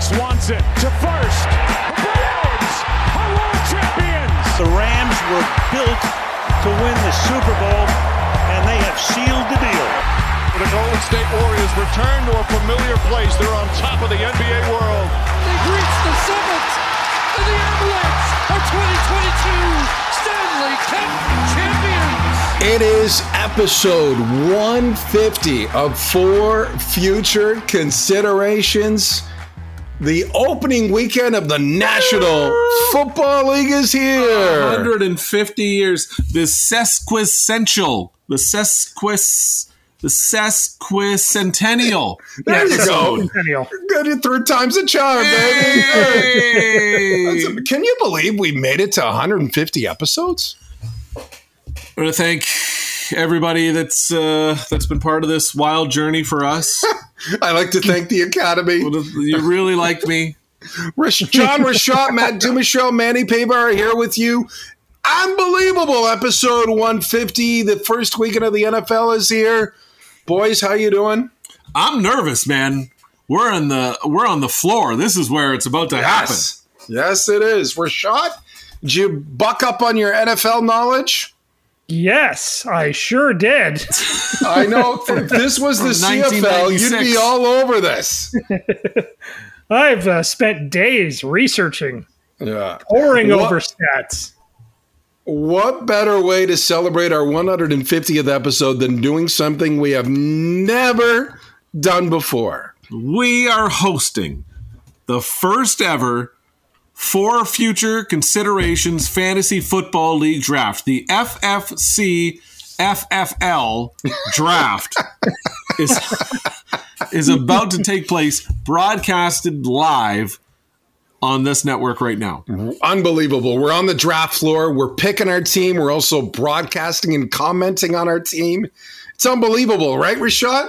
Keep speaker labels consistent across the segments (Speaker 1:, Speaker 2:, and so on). Speaker 1: sends it to first. Browns are world champions.
Speaker 2: The Rams were built to win the Super Bowl, and they have sealed the deal.
Speaker 3: The Golden State Warriors return to a familiar place. They're on top of the NBA world.
Speaker 4: They've reached the summit, and the Avalanche are 2022 Stanley Cup champions.
Speaker 5: It is episode 150 of Four Future Considerations. The opening weekend of the National Football League is here.
Speaker 6: 150 years. The sesquicentennial. The sesquis. The sesquicentennial.
Speaker 5: There you go. Got it three times a charm, baby.
Speaker 6: Hey!
Speaker 5: That's- Can you believe we made it to 150 episodes?
Speaker 6: I want to thank everybody that's uh, that's been part of this wild journey for us.
Speaker 5: I like to thank the Academy.
Speaker 6: you really liked me.
Speaker 5: Rish- John Rashad, Matt Dumichaud, Manny Paver are here with you. Unbelievable episode 150. The first weekend of the NFL is here. Boys, how you doing?
Speaker 6: I'm nervous, man. We're in the we're on the floor. This is where it's about to happen.
Speaker 5: Yes, it is. Rashad, did you buck up on your NFL knowledge?
Speaker 7: Yes, I sure did.
Speaker 5: I know if this was the
Speaker 6: From
Speaker 5: CFL, you'd be
Speaker 6: 1996.
Speaker 5: all over this.
Speaker 7: I've uh, spent days researching,
Speaker 5: Yeah.
Speaker 7: poring
Speaker 5: What-
Speaker 7: over stats.
Speaker 5: What better way to celebrate our 150th episode than doing something we have never done before?
Speaker 6: we are hosting the first ever for future considerations fantasy football league draft the ffc ffl draft is is about to take place broadcasted live on this network right now
Speaker 5: unbelievable. We're on the draft floor. We're picking our team. We're also broadcasting and commenting on our team. It's unbelievable, right, Rashad?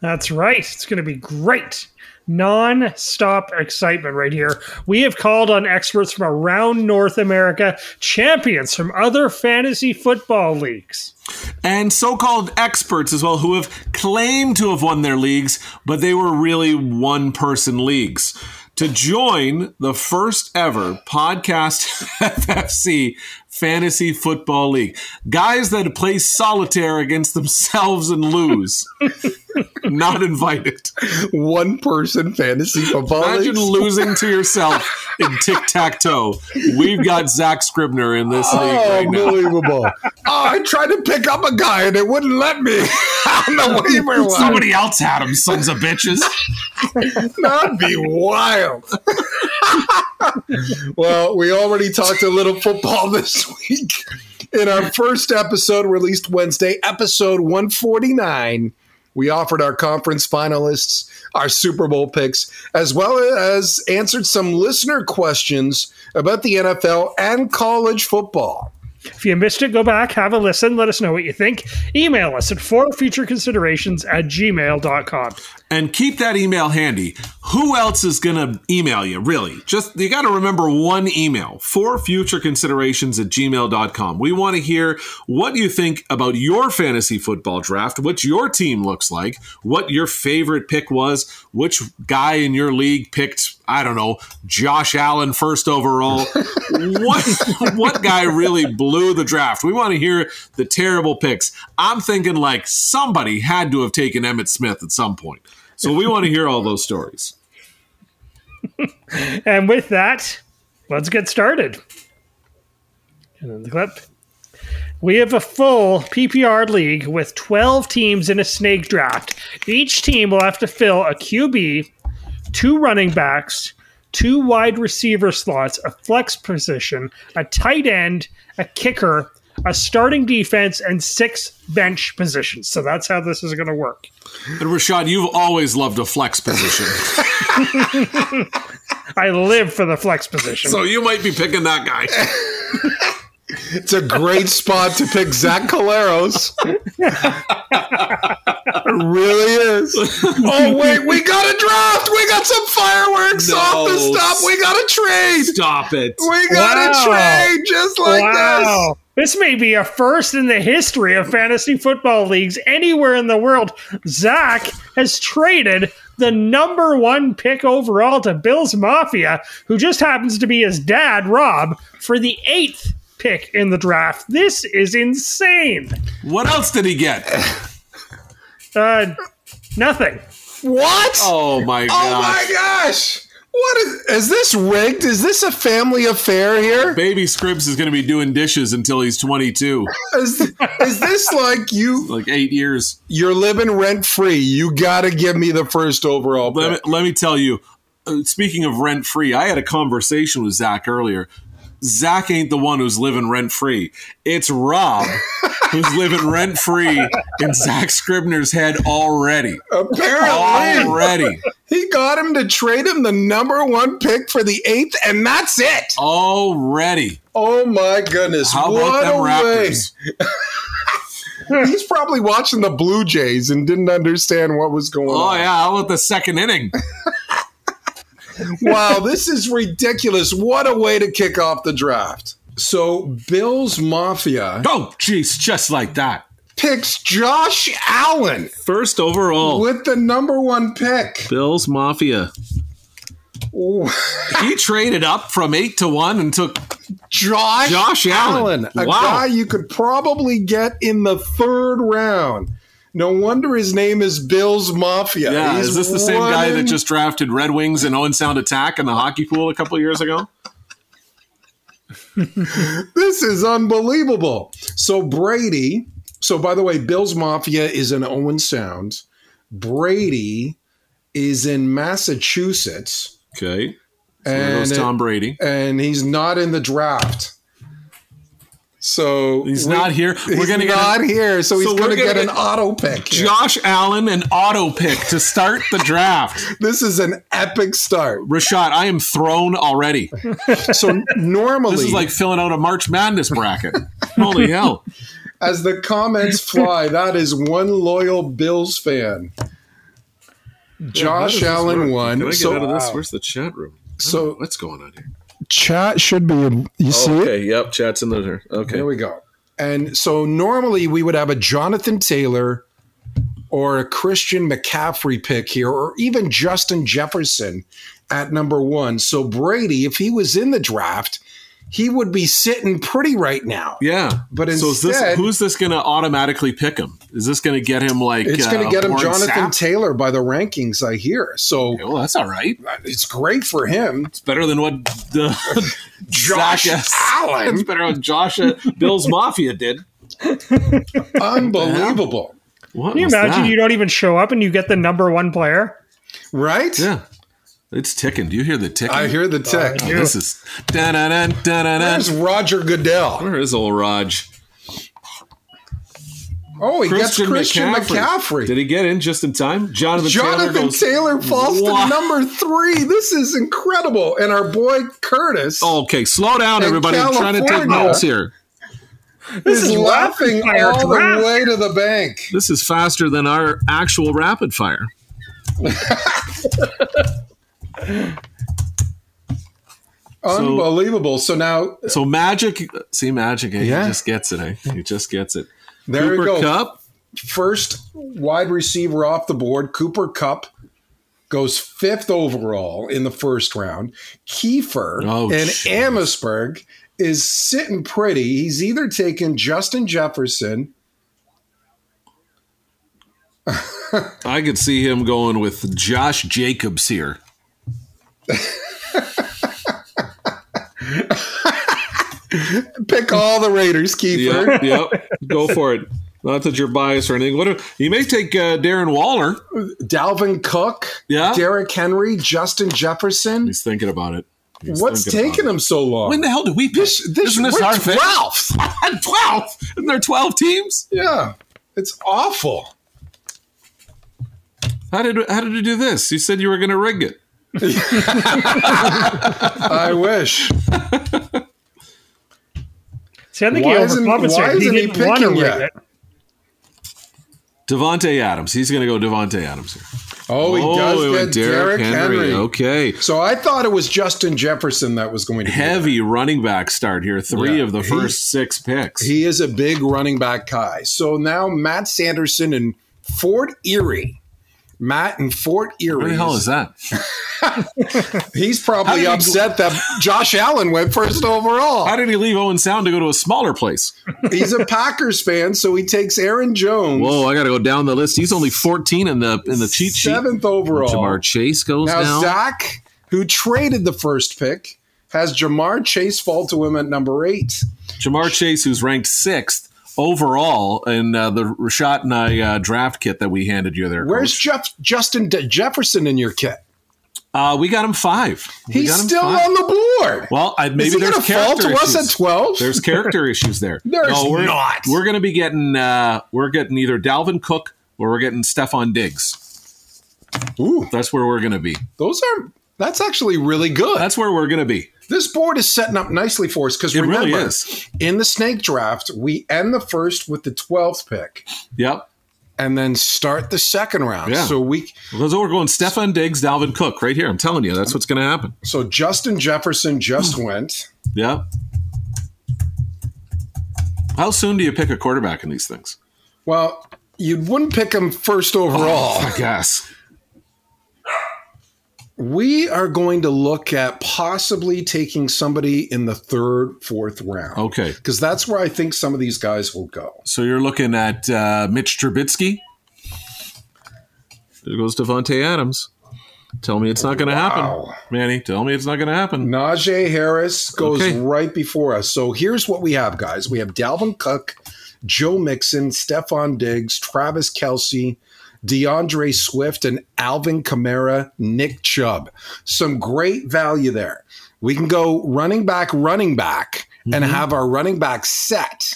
Speaker 7: That's right. It's going to be great. Non stop excitement right here. We have called on experts from around North America, champions from other fantasy football leagues.
Speaker 6: and so-called experts as well who have claimed to have won their leagues, but they were really one-person leagues. To join the first ever podcast FFC fantasy football league, guys that play solitaire against themselves and lose, not invited.
Speaker 5: One person fantasy football.
Speaker 6: Imagine
Speaker 5: leagues.
Speaker 6: losing to yourself in tic tac toe. We've got Zach Scribner in this league right now.
Speaker 5: Unbelievable. oh, I tried to pick up a guy and it wouldn't let me on the waiver wire.
Speaker 6: Somebody else had him, sons of bitches.
Speaker 5: That'd be wild. well, we already talked a little football this week in our first episode released Wednesday, episode 149. We offered our conference finalists our Super Bowl picks, as well as answered some listener questions about the NFL and college football.
Speaker 7: If you missed it, go back, have a listen, let us know what you think. Email us at forfutureconsiderations at gmail.com.
Speaker 6: and keep that email handy. Who else is going to email you, really? Just, you got to remember one email for future considerations at gmail.com. We want to hear what you think about your fantasy football draft, what your team looks like, what your favorite pick was, which guy in your league picked, I don't know, Josh Allen first overall. what, what guy really blew the draft? We want to hear the terrible picks. I'm thinking like somebody had to have taken Emmett Smith at some point. So we want to hear all those stories.
Speaker 7: And with that, let's get started. And then the clip. We have a full PPR league with 12 teams in a snake draft. Each team will have to fill a QB, two running backs, two wide receiver slots, a flex position, a tight end, a kicker, a starting defense, and six bench positions. So that's how this is going to work.
Speaker 6: And Rashad, you've always loved a flex position.
Speaker 7: I live for the flex position.
Speaker 6: so you might be picking that guy.
Speaker 5: It's a great spot to pick Zach Caleros. it really is. Oh wait, we got a draft. We got some fireworks
Speaker 6: No.
Speaker 5: off the stop. We got a trade.
Speaker 6: Stop it.
Speaker 5: We got
Speaker 7: Wow.
Speaker 5: a trade just like
Speaker 7: wow. This. may be a first in the history of fantasy football leagues anywhere in the world. Zach has traded the number one pick overall to Bills Mafia, who just happens to be his dad, Rob, for the eighth pick in the draft. This is insane.
Speaker 6: What else did he get?
Speaker 7: Uh, nothing.
Speaker 5: What?
Speaker 6: Oh my
Speaker 5: Oh
Speaker 6: god.
Speaker 5: my gosh! What is, is this rigged? Is this a family affair here?
Speaker 6: Baby Scribs is going to be doing dishes until he's 22,
Speaker 5: Is, is this like you
Speaker 6: like eight years.
Speaker 5: you're living rent free? You gotta give me the first overall
Speaker 6: Let me,
Speaker 5: pick.
Speaker 6: let me tell you, uh, speaking of rent free, I had a conversation with Zach earlier. Zach ain't the one who's living rent free. It's Rob who's living rent free in Zach Scribner's head already. Oh.
Speaker 5: Apparently,
Speaker 6: Already.
Speaker 5: he got him to trade him the number one pick for the eighth, and that's it.
Speaker 6: Already.
Speaker 5: Oh my goodness!
Speaker 6: How about
Speaker 5: what
Speaker 6: them
Speaker 5: a way.
Speaker 6: Raptors?
Speaker 5: He's probably watching the Blue Jays and didn't understand what was going
Speaker 6: Oh,
Speaker 5: on.
Speaker 6: yeah. How about the second inning?
Speaker 5: wow, this is ridiculous. What a way to kick off the draft. So, Bills Mafia
Speaker 6: Oh, jeez. Just like that.
Speaker 5: picks Josh Allen
Speaker 6: First overall,
Speaker 5: with the number one pick.
Speaker 6: Bills Mafia.
Speaker 5: Ooh.
Speaker 6: He traded up from eight to one and took
Speaker 5: Josh,
Speaker 6: Josh Allen.
Speaker 5: a
Speaker 6: Wow.
Speaker 5: guy you could probably get in the third round. No wonder his name is Bills Mafia.
Speaker 6: Yeah,
Speaker 5: He's
Speaker 6: is this the same guy that
Speaker 5: running-
Speaker 6: just drafted Red Wings and Owen Sound Attack in the hockey pool a couple of years ago?
Speaker 5: This is unbelievable. So Brady. So by the way, Bills Mafia is in Owen Sound. Brady is in Massachusetts,
Speaker 6: Okay. There
Speaker 5: and
Speaker 6: goes Tom Brady.
Speaker 5: and he's not in the draft. So
Speaker 6: He's
Speaker 5: we-
Speaker 6: not here. We're
Speaker 5: he's
Speaker 6: going to
Speaker 5: not
Speaker 6: get a-
Speaker 5: here, so, he's
Speaker 6: we're
Speaker 5: going to
Speaker 6: gonna
Speaker 5: get an
Speaker 6: get-
Speaker 5: auto pick. here.
Speaker 6: Josh Allen an auto pick to start the draft.
Speaker 5: This is an epic start.
Speaker 6: Rashad, I am thrown already.
Speaker 5: So normally,
Speaker 6: This is like filling out a March Madness bracket. Holy hell.
Speaker 5: as the comments fly, that is one loyal Bills fan. Josh Allen won. so
Speaker 6: this? Where's the chat room?
Speaker 5: so
Speaker 6: What's going on here?
Speaker 5: chat should be. in- You see it?
Speaker 6: yep, chat's in there. Okay.
Speaker 5: There we go. And so normally we would have a Jonathan Taylor or a Christian McCaffrey pick here, or even Justin Jefferson at number one. So Brady, if he was in the draft, he would be sitting pretty right now.
Speaker 6: Yeah,
Speaker 5: But
Speaker 6: so is this,
Speaker 5: instead-
Speaker 6: who's this going to automatically pick him? Is this going to get him like
Speaker 5: It's going to
Speaker 6: uh,
Speaker 5: get him
Speaker 6: Warren
Speaker 5: Jonathan
Speaker 6: Sapp?
Speaker 5: Taylor by the rankings, I hear. So
Speaker 6: Well, that's all right.
Speaker 5: it's great for him.
Speaker 6: It's better than what the
Speaker 5: Josh
Speaker 6: Zach-
Speaker 5: Allen.
Speaker 6: It's better than what Josh uh, Bills Mafia did.
Speaker 5: Unbelievable,
Speaker 6: What
Speaker 7: Can you
Speaker 6: was
Speaker 7: imagine
Speaker 6: that?
Speaker 7: you don't even show up and you get the number one player?
Speaker 5: right?
Speaker 6: Yeah, it's ticking. Do you hear the ticking?
Speaker 5: I hear the tick.
Speaker 6: Oh, this is dun dun dun dun dun.
Speaker 5: There's Roger Goodell.
Speaker 6: Where is old Raj?
Speaker 5: Oh, he gets Christian McCaffrey.
Speaker 6: Did he get in just in time? Jonathan, Taylor,
Speaker 5: Jonathan
Speaker 6: goes,
Speaker 5: Taylor, falls to
Speaker 6: Wow.
Speaker 5: number three. This is incredible. And our boy Curtis
Speaker 6: Okay, slow down,
Speaker 5: In
Speaker 6: everybody. I'm trying to take
Speaker 5: California.
Speaker 6: notes here.
Speaker 5: is
Speaker 7: is
Speaker 5: laughing
Speaker 7: rapid fire
Speaker 5: all the
Speaker 7: draft.
Speaker 5: way to the bank.
Speaker 6: This is faster than our actual rapid fire.
Speaker 5: Unbelievable. So now
Speaker 6: So magic, see magic, eh?
Speaker 5: Yeah.
Speaker 6: he just gets it. Eh? He just gets it.
Speaker 5: there we
Speaker 6: Cooper
Speaker 5: go.
Speaker 6: Cup,
Speaker 5: First wide receiver off the board, Cooper Cup. Goes fifth overall in the first round. Kiefer
Speaker 6: Oh,
Speaker 5: in
Speaker 6: geez.
Speaker 5: Amherstburg is sitting pretty. He's either taking Justin Jefferson
Speaker 6: I could see him going with Josh Jacobs here.
Speaker 5: Pick all the Raiders, Kiefer.
Speaker 6: Yep, yep. Go for it. Not that you're biased or anything. What if, he may take uh, Darren Waller.
Speaker 5: Dalvin Cook,
Speaker 6: Yeah.
Speaker 5: Derrick Henry, Justin Jefferson.
Speaker 6: He's thinking about it. He's
Speaker 5: What's
Speaker 6: thinking about
Speaker 5: taking
Speaker 6: it.
Speaker 5: him so long?
Speaker 6: When the hell do we pick?
Speaker 5: this, this,
Speaker 6: Isn't this
Speaker 5: we're
Speaker 6: our thing?
Speaker 5: 12th.
Speaker 6: And twelve. Isn't there twelve teams?
Speaker 5: Yeah, it's awful.
Speaker 6: How did how did you do this? You said you were going to rig it.
Speaker 5: I wish.
Speaker 7: See, I think he
Speaker 5: Why isn't- why
Speaker 7: overcompensated. He
Speaker 5: isn't he
Speaker 7: didn't want to
Speaker 5: picking
Speaker 7: rig
Speaker 5: yet?
Speaker 7: it.
Speaker 6: Devonte Adams. He's going to go Devonte Adams here.
Speaker 5: Oh, he
Speaker 6: it
Speaker 5: does
Speaker 6: went
Speaker 5: get Derrick Henry.
Speaker 6: Okay.
Speaker 5: So I thought it was Justin Jefferson that was going to be
Speaker 6: heavy running back start here. Three
Speaker 5: Yeah.
Speaker 6: of the
Speaker 5: He-
Speaker 6: first six picks.
Speaker 5: there. He is a big running back guy. So now Matt Sanderson and Ford Erie Matt in Fort Erie.
Speaker 6: Where the hell is that?
Speaker 5: He's
Speaker 6: How did
Speaker 5: probably
Speaker 6: he-
Speaker 5: upset that Josh Allen went first
Speaker 6: How
Speaker 5: overall.
Speaker 6: did he leave Owen Sound to go to a smaller place?
Speaker 5: He's a Packers fan, so he takes Aaron Jones.
Speaker 6: Whoa, I got to go down the list. He's only 14 in the in the cheat sheet.
Speaker 5: Seventh overall.
Speaker 6: Jamar Chase goes
Speaker 5: Now,
Speaker 6: down.
Speaker 5: Zach, who traded the first pick, has Jamar Chase fall to him at number eight.
Speaker 6: Jamar Chase, who's ranked sixth overall in uh, the Rashad and I uh, draft kit that we handed you there.
Speaker 5: Where's
Speaker 6: Coach.
Speaker 5: Jeff Justin De- Jefferson in your kit?
Speaker 6: uh, we got him five? We
Speaker 5: He's
Speaker 6: got him
Speaker 5: still
Speaker 6: five.
Speaker 5: on the board.
Speaker 6: Well, I, maybe
Speaker 5: Is he
Speaker 6: there's
Speaker 5: going to fall
Speaker 6: character
Speaker 5: to
Speaker 6: issues.
Speaker 5: us at twelve?
Speaker 6: There's character issues there.
Speaker 5: There's
Speaker 6: we're,
Speaker 5: not.
Speaker 6: We're going to be getting uh, we're getting either Dalvin Cook or we're getting Stefan Diggs.
Speaker 5: Ooh,
Speaker 6: That's where we're going to be.
Speaker 5: those are. That's actually really good.
Speaker 6: That's where we're going to be.
Speaker 5: this board is setting up nicely for us because
Speaker 6: It
Speaker 5: remember,
Speaker 6: really is.
Speaker 5: in the snake draft, we end the first with the twelfth pick,
Speaker 6: Yep.
Speaker 5: and then start the second round.
Speaker 6: Yeah.
Speaker 5: So we,
Speaker 6: So we're going Stefan Diggs, Dalvin Cook right here. I'm telling you, that's what's going to happen.
Speaker 5: so Justin Jefferson just
Speaker 6: Hmm.
Speaker 5: went.
Speaker 6: Yep. How soon do you pick a quarterback in these things?
Speaker 5: Well, you wouldn't pick him first overall.
Speaker 6: I guess.
Speaker 5: We are going to look at possibly taking somebody in the third, fourth round.
Speaker 6: Okay.
Speaker 5: Because that's where I think some of these guys will go.
Speaker 6: So you're looking at uh, Mitch Trubisky. There goes Devontae Adams. Tell me it's not going to
Speaker 5: Wow.
Speaker 6: happen, Manny. Tell me it's not going to happen.
Speaker 5: Najee Harris goes
Speaker 6: Okay.
Speaker 5: right before us. So here's what we have, guys. We have Dalvin Cook, Joe Mixon, Stephon Diggs, Travis Kelsey, DeAndre Swift, and Alvin Kamara, Nick Chubb. Some great value there. We can go running back, running back, and
Speaker 6: Mm-hmm.
Speaker 5: have our running back set.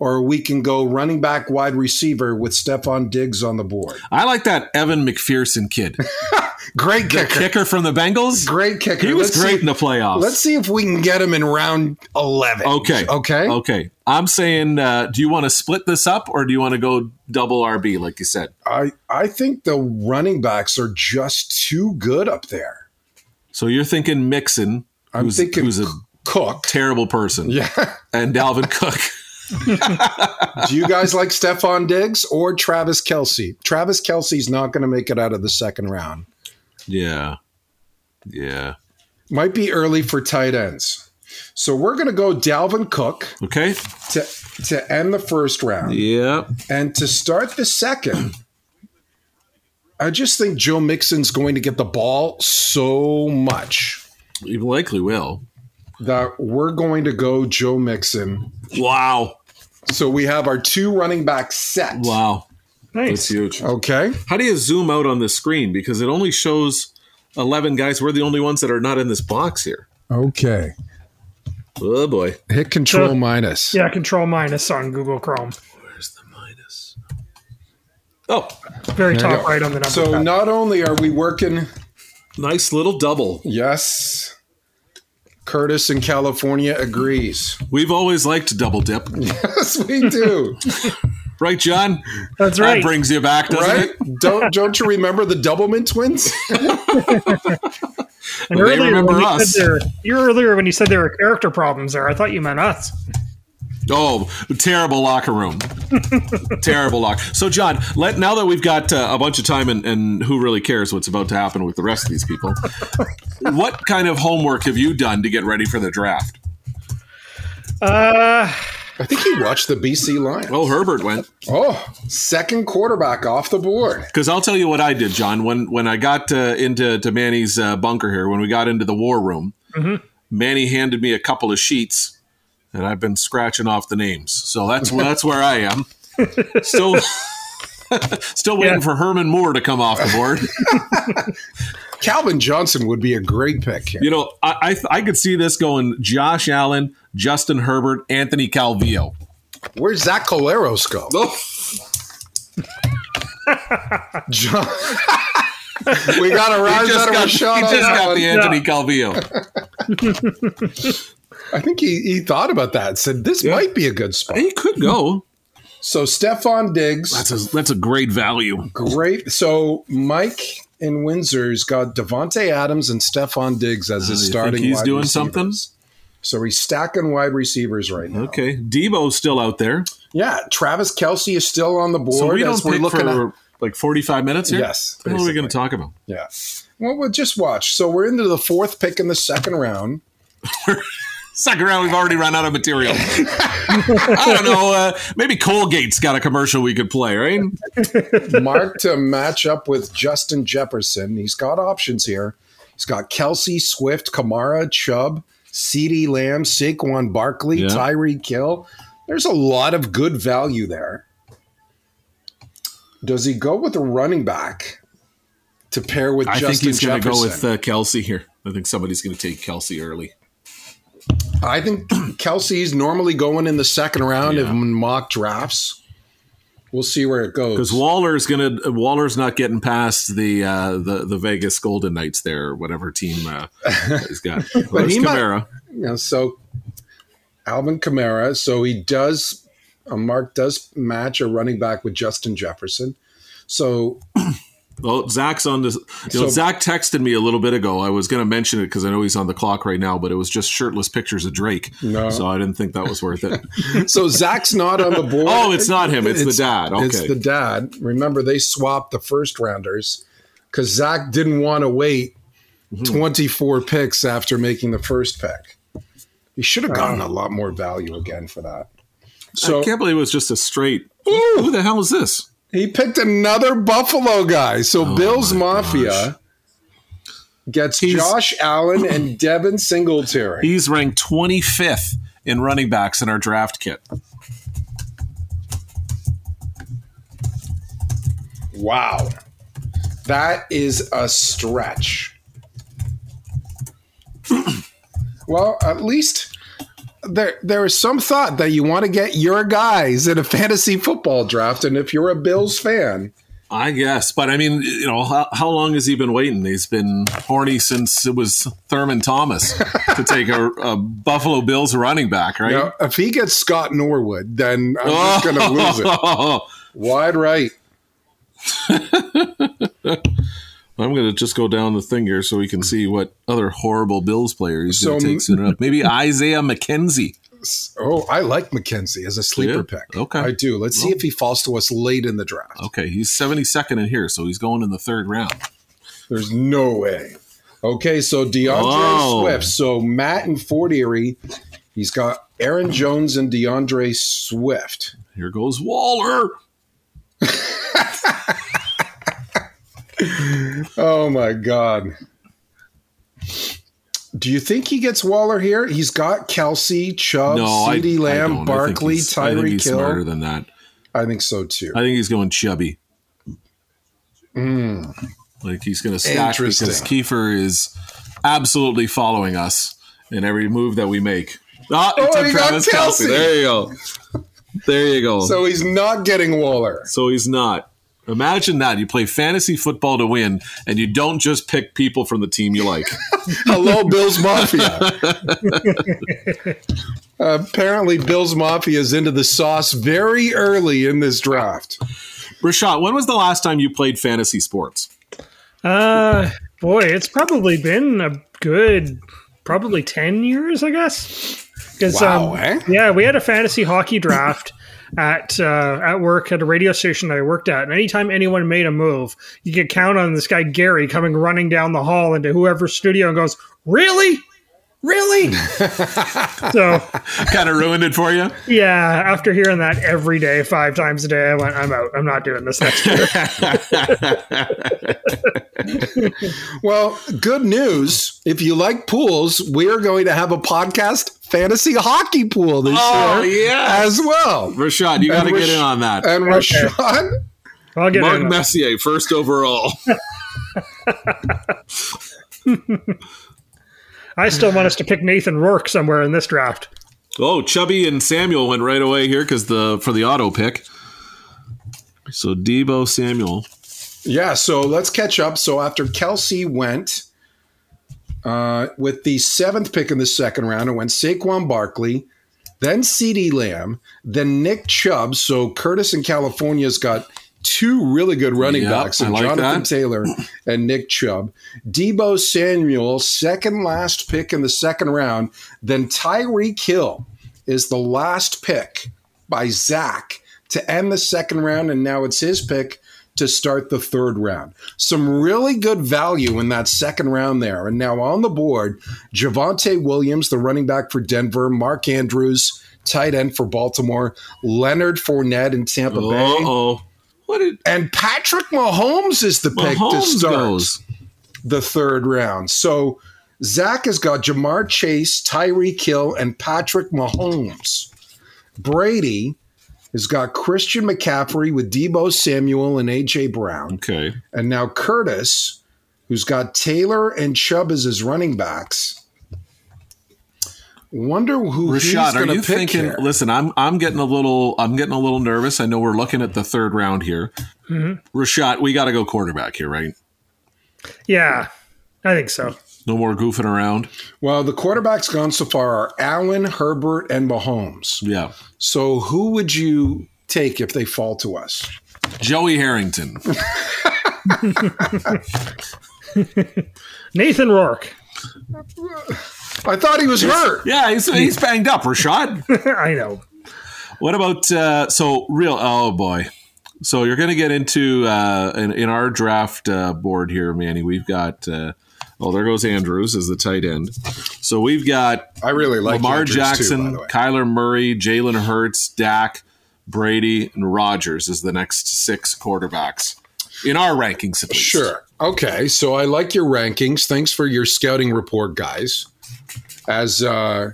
Speaker 5: Or we can go running back wide receiver with Stephon Diggs on the board.
Speaker 6: I like that Evan McPherson kid,
Speaker 5: Great kicker.
Speaker 6: kicker from the Bengals.
Speaker 5: Great kicker.
Speaker 6: He was
Speaker 5: Let's
Speaker 6: great
Speaker 5: see-
Speaker 6: in the playoffs.
Speaker 5: Let's see if we can get him in round 11.
Speaker 6: Okay.
Speaker 5: Okay.
Speaker 6: Okay. I'm saying, uh, do you want to split this up or do you want to go double RB, like you said?
Speaker 5: I, I think the running backs are just too good up there.
Speaker 6: So you're thinking Mixon,
Speaker 5: I'm
Speaker 6: who's,
Speaker 5: thinking
Speaker 6: who's a
Speaker 5: Cook.
Speaker 6: terrible person,
Speaker 5: Yeah.
Speaker 6: and Dalvin Cook.
Speaker 5: Do you guys like Stefan Diggs or Travis Kelsey? Travis Kelsey's not going to make it out of the second round.
Speaker 6: Yeah. Yeah.
Speaker 5: Might be early for tight ends. So we're going to go Dalvin Cook
Speaker 6: Okay.
Speaker 5: to, to end the first round.
Speaker 6: Yeah.
Speaker 5: And to start the second, I just think Joe Mixon's going to get the ball so much.
Speaker 6: He likely will.
Speaker 5: that we're going to go Joe Mixon.
Speaker 6: Wow.
Speaker 5: So we have our two running back set.
Speaker 6: Wow. That's
Speaker 7: Nice.
Speaker 6: huge.
Speaker 5: Okay.
Speaker 6: How do you zoom out on the screen? Because it only shows 11 guys. We're the only ones that are not in this box here.
Speaker 5: Okay.
Speaker 6: Oh, boy.
Speaker 5: Hit control
Speaker 7: So-
Speaker 5: minus.
Speaker 7: Yeah, control minus on Google Chrome.
Speaker 6: Where's the minus? Oh,
Speaker 7: Very
Speaker 5: you
Speaker 7: top
Speaker 5: go.
Speaker 7: right on the number.
Speaker 5: So
Speaker 7: pad.
Speaker 5: not only are we working,
Speaker 6: nice little double.
Speaker 5: yes, Curtis in California agrees.
Speaker 6: We've always liked double dip.
Speaker 5: Yes, we do.
Speaker 6: Right, John?
Speaker 7: That's
Speaker 6: That
Speaker 7: right.
Speaker 6: brings you back, doesn't
Speaker 5: right?
Speaker 6: it?
Speaker 5: Don't don't you remember the Doubleman twins?
Speaker 7: and
Speaker 6: they
Speaker 7: earlier
Speaker 6: remember
Speaker 7: when you
Speaker 6: us.
Speaker 7: said there, you earlier when you said there were character problems there, I thought you meant us.
Speaker 6: Oh, terrible locker room. terrible locker. So, John, let now that we've got uh, a bunch of time and, and who really cares what's about to happen with the rest of these people, what kind of homework have you done to get ready for the draft?
Speaker 7: Uh,
Speaker 5: I think he watched the BC Lions.
Speaker 6: Well, Herbert went
Speaker 5: Oh, second quarterback off the board.
Speaker 6: because I'll tell you what I did, John. When when I got uh, into to Manny's uh, bunker here, when we got into the war room, Manny handed me a couple of sheets, and I've been scratching off the names. So that's that's where I am. Still. Still waiting
Speaker 7: Yeah.
Speaker 6: for Herman Moore to come off the board.
Speaker 5: Calvin Johnson would be a great pick here.
Speaker 6: You know, I, I I could see this going Josh Allen, Justin Herbert, Anthony Calvillo.
Speaker 5: Where's Zach Coleros go?
Speaker 6: Oh.
Speaker 5: John. we got a
Speaker 6: He
Speaker 5: rise
Speaker 6: just
Speaker 5: out of a
Speaker 6: got, he just
Speaker 5: shot. on that
Speaker 6: got
Speaker 5: one.
Speaker 6: the Anthony Calvillo.
Speaker 5: I think he, he thought about that. and Said this might be a good spot.
Speaker 6: He could go.
Speaker 5: So Stefan Diggs,
Speaker 6: That's a, that's a great value.
Speaker 5: great. So Mike in Windsor's got Devonte Adams and Stefan Diggs as his
Speaker 6: Oh, you think
Speaker 5: starting.
Speaker 6: he's
Speaker 5: wide
Speaker 6: doing
Speaker 5: receivers.
Speaker 6: something?
Speaker 5: So he's stacking wide receivers right now.
Speaker 6: Okay, Debo's still out there,
Speaker 5: Yeah, Travis Kelsey is still on the board.
Speaker 6: so we don't
Speaker 5: as we're
Speaker 6: pick
Speaker 5: looking
Speaker 6: for
Speaker 5: at
Speaker 6: like 45 minutes here?
Speaker 5: Yes,
Speaker 6: What are we
Speaker 5: basically.
Speaker 6: going to talk about?
Speaker 5: Yeah. Well, we'll just watch. So we're into the fourth pick in the second round.
Speaker 6: Suck around. We've already run out of material. I don't know. Uh, maybe Colgate's got a commercial we could play, right?
Speaker 5: Mark to match up with Justin Jefferson. He's got options here. He's got Kelsey, Swift, Kamara, Chubb, CeeDee Lamb, Saquon Barkley,
Speaker 6: Yeah.
Speaker 5: Tyree Kill. There's a lot of good value there. Does he go with a running back to pair with
Speaker 6: I think
Speaker 5: Justin
Speaker 6: he's going to
Speaker 5: Jefferson?
Speaker 6: go with uh, Kelsey here. I think somebody's going to take Kelsey early.
Speaker 5: I think Kelsey's normally going in the second round
Speaker 6: Yeah.
Speaker 5: in mock drafts. We'll see where it goes.
Speaker 6: Because Waller's gonna Waller's not getting past the uh, the the Vegas Golden Knights there, or whatever team uh, he's got. There's
Speaker 5: he might-
Speaker 6: Kamara.
Speaker 5: You know, so Alvin Kamara. So he does. Uh, Mark does match a running back with Justin Jefferson. So
Speaker 6: Well, Zach's on this. You know,
Speaker 5: So-
Speaker 6: Zach texted me a little bit ago. I was going to mention it because I know he's on the clock right now, but it was just shirtless pictures of Drake.
Speaker 5: No.
Speaker 6: So I didn't think that was worth it.
Speaker 5: so Zach's not on the board.
Speaker 6: oh, it's not him. It's, the dad. Okay.
Speaker 5: It's the dad. Remember, they swapped the first rounders because Zach didn't want to wait
Speaker 6: Mm-hmm.
Speaker 5: 24 picks after making the first pick. He should have gotten a lot more value again for that. So
Speaker 6: I can't believe it was just a straight. Ooh, who the hell is this?
Speaker 5: He picked another Buffalo guy. So Bills Mafia gets
Speaker 6: He's-
Speaker 5: Josh Allen and Devin Singletary.
Speaker 6: He's ranked 25th in running backs in our draft kit.
Speaker 5: wow. That is a stretch. well, at least there there is some thought that you want to get your guys in a fantasy football draft and if you're a Bills fan,
Speaker 6: I guess, but I mean, you know, how, how long has he been waiting? He's been horny since it was Thurman Thomas to take a, a Buffalo Bills running back, right?
Speaker 5: you know, if he gets Scott Norwood, then I'm just going to lose it. Wide right.
Speaker 6: I'm going to just go down the thing here so we can see what other horrible Bills player he's going
Speaker 5: So-
Speaker 6: to take soon enough. Maybe Isaiah McKenzie.
Speaker 5: Oh, I like McKenzie as a sleeper
Speaker 6: Yeah.
Speaker 5: pick.
Speaker 6: Okay.
Speaker 5: I do. Let's see if he falls to us late in the draft.
Speaker 6: Okay, he's 72nd in here, so he's going in the third round.
Speaker 5: There's no way. Okay, so DeAndre
Speaker 6: Oh.
Speaker 5: Swift. So Matt and Fortieri, he's got Aaron Jones and DeAndre Swift.
Speaker 6: Here goes Waller.
Speaker 5: Oh my God. Do you think he gets Waller here? He's got Kelsey, Chubb,
Speaker 6: No, I,
Speaker 5: CeeDee
Speaker 6: I
Speaker 5: Oh, Lamb,
Speaker 6: don't. I think
Speaker 5: Barkley,
Speaker 6: he's- I think
Speaker 5: Tyreek
Speaker 6: he's smarter
Speaker 5: Hill.
Speaker 6: than that.
Speaker 5: I think so too.
Speaker 6: I think he's going chubby. Like he's going to stack because
Speaker 5: Hmm. Interesting.
Speaker 6: Kiefer is absolutely following us in every move that we make. Ah, it
Speaker 5: Oh,
Speaker 6: took
Speaker 5: he got
Speaker 6: Travis Kelce.
Speaker 5: Kelce.
Speaker 6: There you go. There you go. So,
Speaker 5: so he's not getting Waller.
Speaker 6: he's not. Imagine that. You play fantasy football to win, and you don't just pick people from the team you like.
Speaker 5: Hello, Bill's Mafia. Apparently, Bill's Mafia is into the sauce very early in this draft.
Speaker 6: Rashad, when was the last time you played fantasy sports?
Speaker 7: Uh, boy, it's probably been a good, probably ten years, I guess. 'Cause,
Speaker 5: Wow,
Speaker 7: um,
Speaker 5: eh?
Speaker 7: yeah, we had a fantasy hockey draft at uh, at work at a radio station I worked at, and anytime anyone made a move, you could count on this guy Gary coming running down the hall into whoever's studio and goes, "Really." Really? so,
Speaker 6: kind of ruined it for you.
Speaker 7: yeah, after hearing that every day, five times a day, I went, I'm out. I'm not doing this next year.
Speaker 5: Well, good news. If you like pools, we are going to have a podcast fantasy hockey pool this
Speaker 6: Oh,
Speaker 5: year
Speaker 6: yeah.
Speaker 5: as well.
Speaker 6: Rashad, you got to
Speaker 5: And
Speaker 6: get
Speaker 5: Rash-
Speaker 6: in on that.
Speaker 5: And Rashawn,
Speaker 7: I'll get
Speaker 6: Mark
Speaker 7: in on it.
Speaker 6: Messier, first overall.
Speaker 7: I still want us to pick Nathan Rourke somewhere in this draft.
Speaker 6: Oh, Chubby and Samuel went right away here because the for the auto pick. So Debo Samuel.
Speaker 5: Yeah, so let's catch up. So after Kelsey went uh, with the seventh pick in the second round, it went Saquon Barkley, then CeeDee Lamb, then Nick Chubb. So Curtis in California's got two really good running
Speaker 6: Yeah,
Speaker 5: backs,
Speaker 6: I
Speaker 5: and
Speaker 6: like
Speaker 5: Jonathan
Speaker 6: that.
Speaker 5: Taylor and Nick Chubb. Debo Samuel, second last pick in the second round. Then Tyreek Hill is the last pick by Zach to end the second round, and now it's his pick to start the third round. Some really good value in that second round there. And now on the board, Javante Williams, the running back for Denver, Mark Andrews, tight end for Baltimore, Leonard Fournette in Tampa
Speaker 6: Uh
Speaker 5: Bay,
Speaker 6: oh. What did
Speaker 5: and Patrick Mahomes is the pick to
Speaker 6: Mahomes
Speaker 5: start
Speaker 6: goes?
Speaker 5: the third round. So Zach has got Jamar Chase, Tyree Kill, and Patrick Mahomes. Brady has got Christian McCaffrey with Debo Samuel and AJ Brown.
Speaker 6: Okay.
Speaker 5: And now Curtis, who's got Taylor and Chubb as his running backs. Wonder who
Speaker 6: Rashad,
Speaker 5: he's
Speaker 6: are
Speaker 5: going
Speaker 6: you
Speaker 5: to pick
Speaker 6: thinking?
Speaker 5: here.
Speaker 6: Listen, I'm I'm getting a little I'm getting a little nervous. I know we're looking at the third round here.
Speaker 5: Mm-hmm.
Speaker 6: Rashad, we got to go quarterback here, right?
Speaker 7: Yeah, I think so.
Speaker 6: No more goofing around.
Speaker 5: Well, the quarterbacks gone so far are Allen, Herbert, and Mahomes.
Speaker 6: Yeah,
Speaker 5: So who would you take if they fall to us?
Speaker 6: Joey Harrington.
Speaker 7: Nathan Rourke.
Speaker 5: I thought he was hurt.
Speaker 6: yeah, he's he's banged up. Rashad.
Speaker 7: I know.
Speaker 6: what about uh, so real? Oh boy. So you're going to get into uh, in, in our draft uh, board here, Manny. We've got. Uh, Oh, there goes Andrews as the tight end. So we've got
Speaker 5: I really like
Speaker 6: Lamar
Speaker 5: Andrews, too, by
Speaker 6: Jackson,
Speaker 5: the way.
Speaker 6: Kyler Murray, Jalen Hurts, Dak, Brady, and Rogers is the next six quarterbacks in our rankings. At least.
Speaker 5: Sure. Okay. So I like your rankings. Thanks for your scouting report, guys. As uh,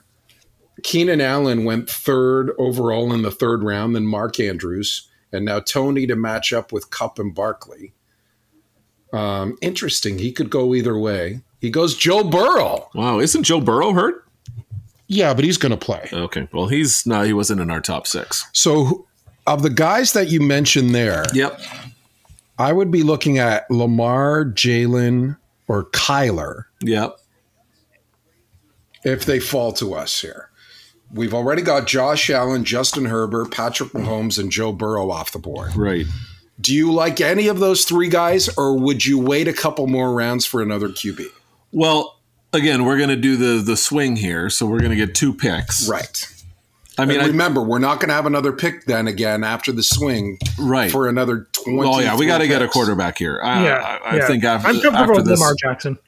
Speaker 5: Keenan Allen went third overall in the third round, then Mark Andrews, and now Tony to match up with Cup and Barkley. Um, interesting. He could go either way. He goes Joe Burrow.
Speaker 6: Wow, isn't Joe Burrow hurt?
Speaker 5: Yeah, but he's going to play.
Speaker 6: Okay, well he's no, he wasn't in our top six.
Speaker 5: So, who- of the guys that you mentioned there,
Speaker 6: Yep.
Speaker 5: I would be looking at Lamar, Jalen, or Kyler.
Speaker 6: Yep.
Speaker 5: if they fall to us here. We've already got Josh Allen, Justin Herbert, Patrick Mahomes, and Joe Burrow off the board.
Speaker 6: Right.
Speaker 5: Do you like any of those three guys, or would you wait a couple more rounds for another QB?
Speaker 6: Well, again, we're gonna do the the swing here, so we're gonna get two picks.
Speaker 5: Right.
Speaker 6: I mean,
Speaker 5: And
Speaker 6: I,
Speaker 5: remember, we're not going to have another pick then again after the swing
Speaker 6: right.
Speaker 5: for another 20.
Speaker 6: oh yeah, we got to get a
Speaker 5: picks.
Speaker 6: quarterback here. I,
Speaker 7: yeah,
Speaker 6: I, I
Speaker 7: yeah.
Speaker 6: think after,
Speaker 7: I'm comfortable
Speaker 6: after
Speaker 7: with
Speaker 6: this,
Speaker 7: Lamar Jackson.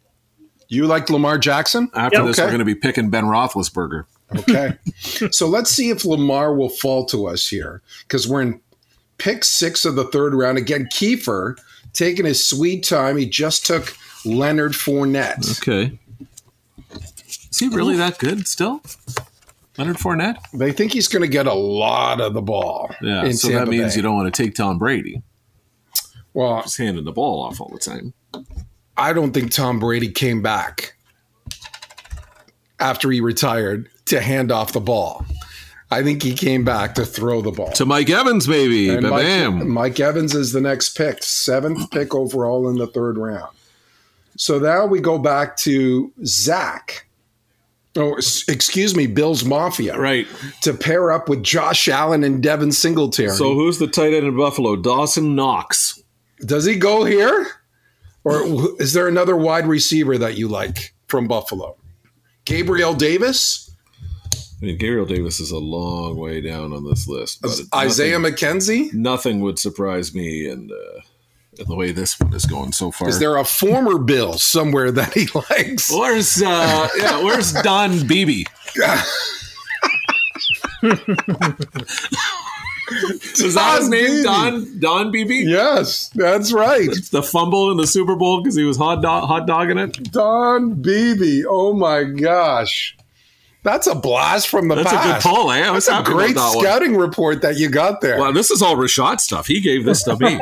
Speaker 5: You like Lamar Jackson?
Speaker 6: after
Speaker 7: Yep.
Speaker 6: this, we're
Speaker 5: Okay.
Speaker 6: going to be picking Ben Roethlisberger.
Speaker 5: Okay. so let's see if Lamar will fall to us here because we're in pick six of the third round. Again, Kiefer taking his sweet time. He just took Leonard Fournette.
Speaker 6: Okay. Is he really that good still? Leonard Fournette?
Speaker 5: They think he's going to get a lot of the ball.
Speaker 6: Yeah.
Speaker 5: in
Speaker 6: So that
Speaker 5: Tampa
Speaker 6: means
Speaker 5: Bay.
Speaker 6: you don't want to take Tom Brady.
Speaker 5: Well,
Speaker 6: He's handing the ball off all the time.
Speaker 5: I don't think Tom Brady came back after he retired to hand off the ball. I think he came back to throw the ball.
Speaker 6: To Mike Evans, baby.
Speaker 5: And Mike,
Speaker 6: Bam.
Speaker 5: Mike Evans is the next pick, seventh pick overall in the third round. So now we go back to Zach. Oh, s- excuse me, Bill's Mafia
Speaker 6: Right.
Speaker 5: to pair up with Josh Allen and Devin Singletary.
Speaker 6: So who's the tight end in Buffalo? Dawson Knox.
Speaker 5: does he go here, or wh- is there another wide receiver that you like from Buffalo? Gabriel Davis,
Speaker 6: I mean, Gabriel Davis is a long way down on this list. But it-
Speaker 5: Isaiah McKenzie.
Speaker 6: Nothing, nothing would surprise me and uh, in the way this one is going so far.
Speaker 5: Is there a former Bill somewhere that he likes?
Speaker 6: Where's uh, yeah, where's Don Beebe? Is that his
Speaker 5: Don
Speaker 6: name?
Speaker 5: Beebe.
Speaker 6: Don Don Beebe?
Speaker 5: Yes, that's right.
Speaker 6: The fumble in the Super Bowl because he was hot dog, hot dogging it.
Speaker 5: Don Beebe. Oh my gosh. That's a blast from the
Speaker 6: That's a good
Speaker 5: past.
Speaker 6: poll, eh? I was
Speaker 5: That's a
Speaker 6: happy
Speaker 5: great
Speaker 6: about that
Speaker 5: scouting report that you got there.
Speaker 6: one. Wow, this is all Rashad stuff. He gave this to me.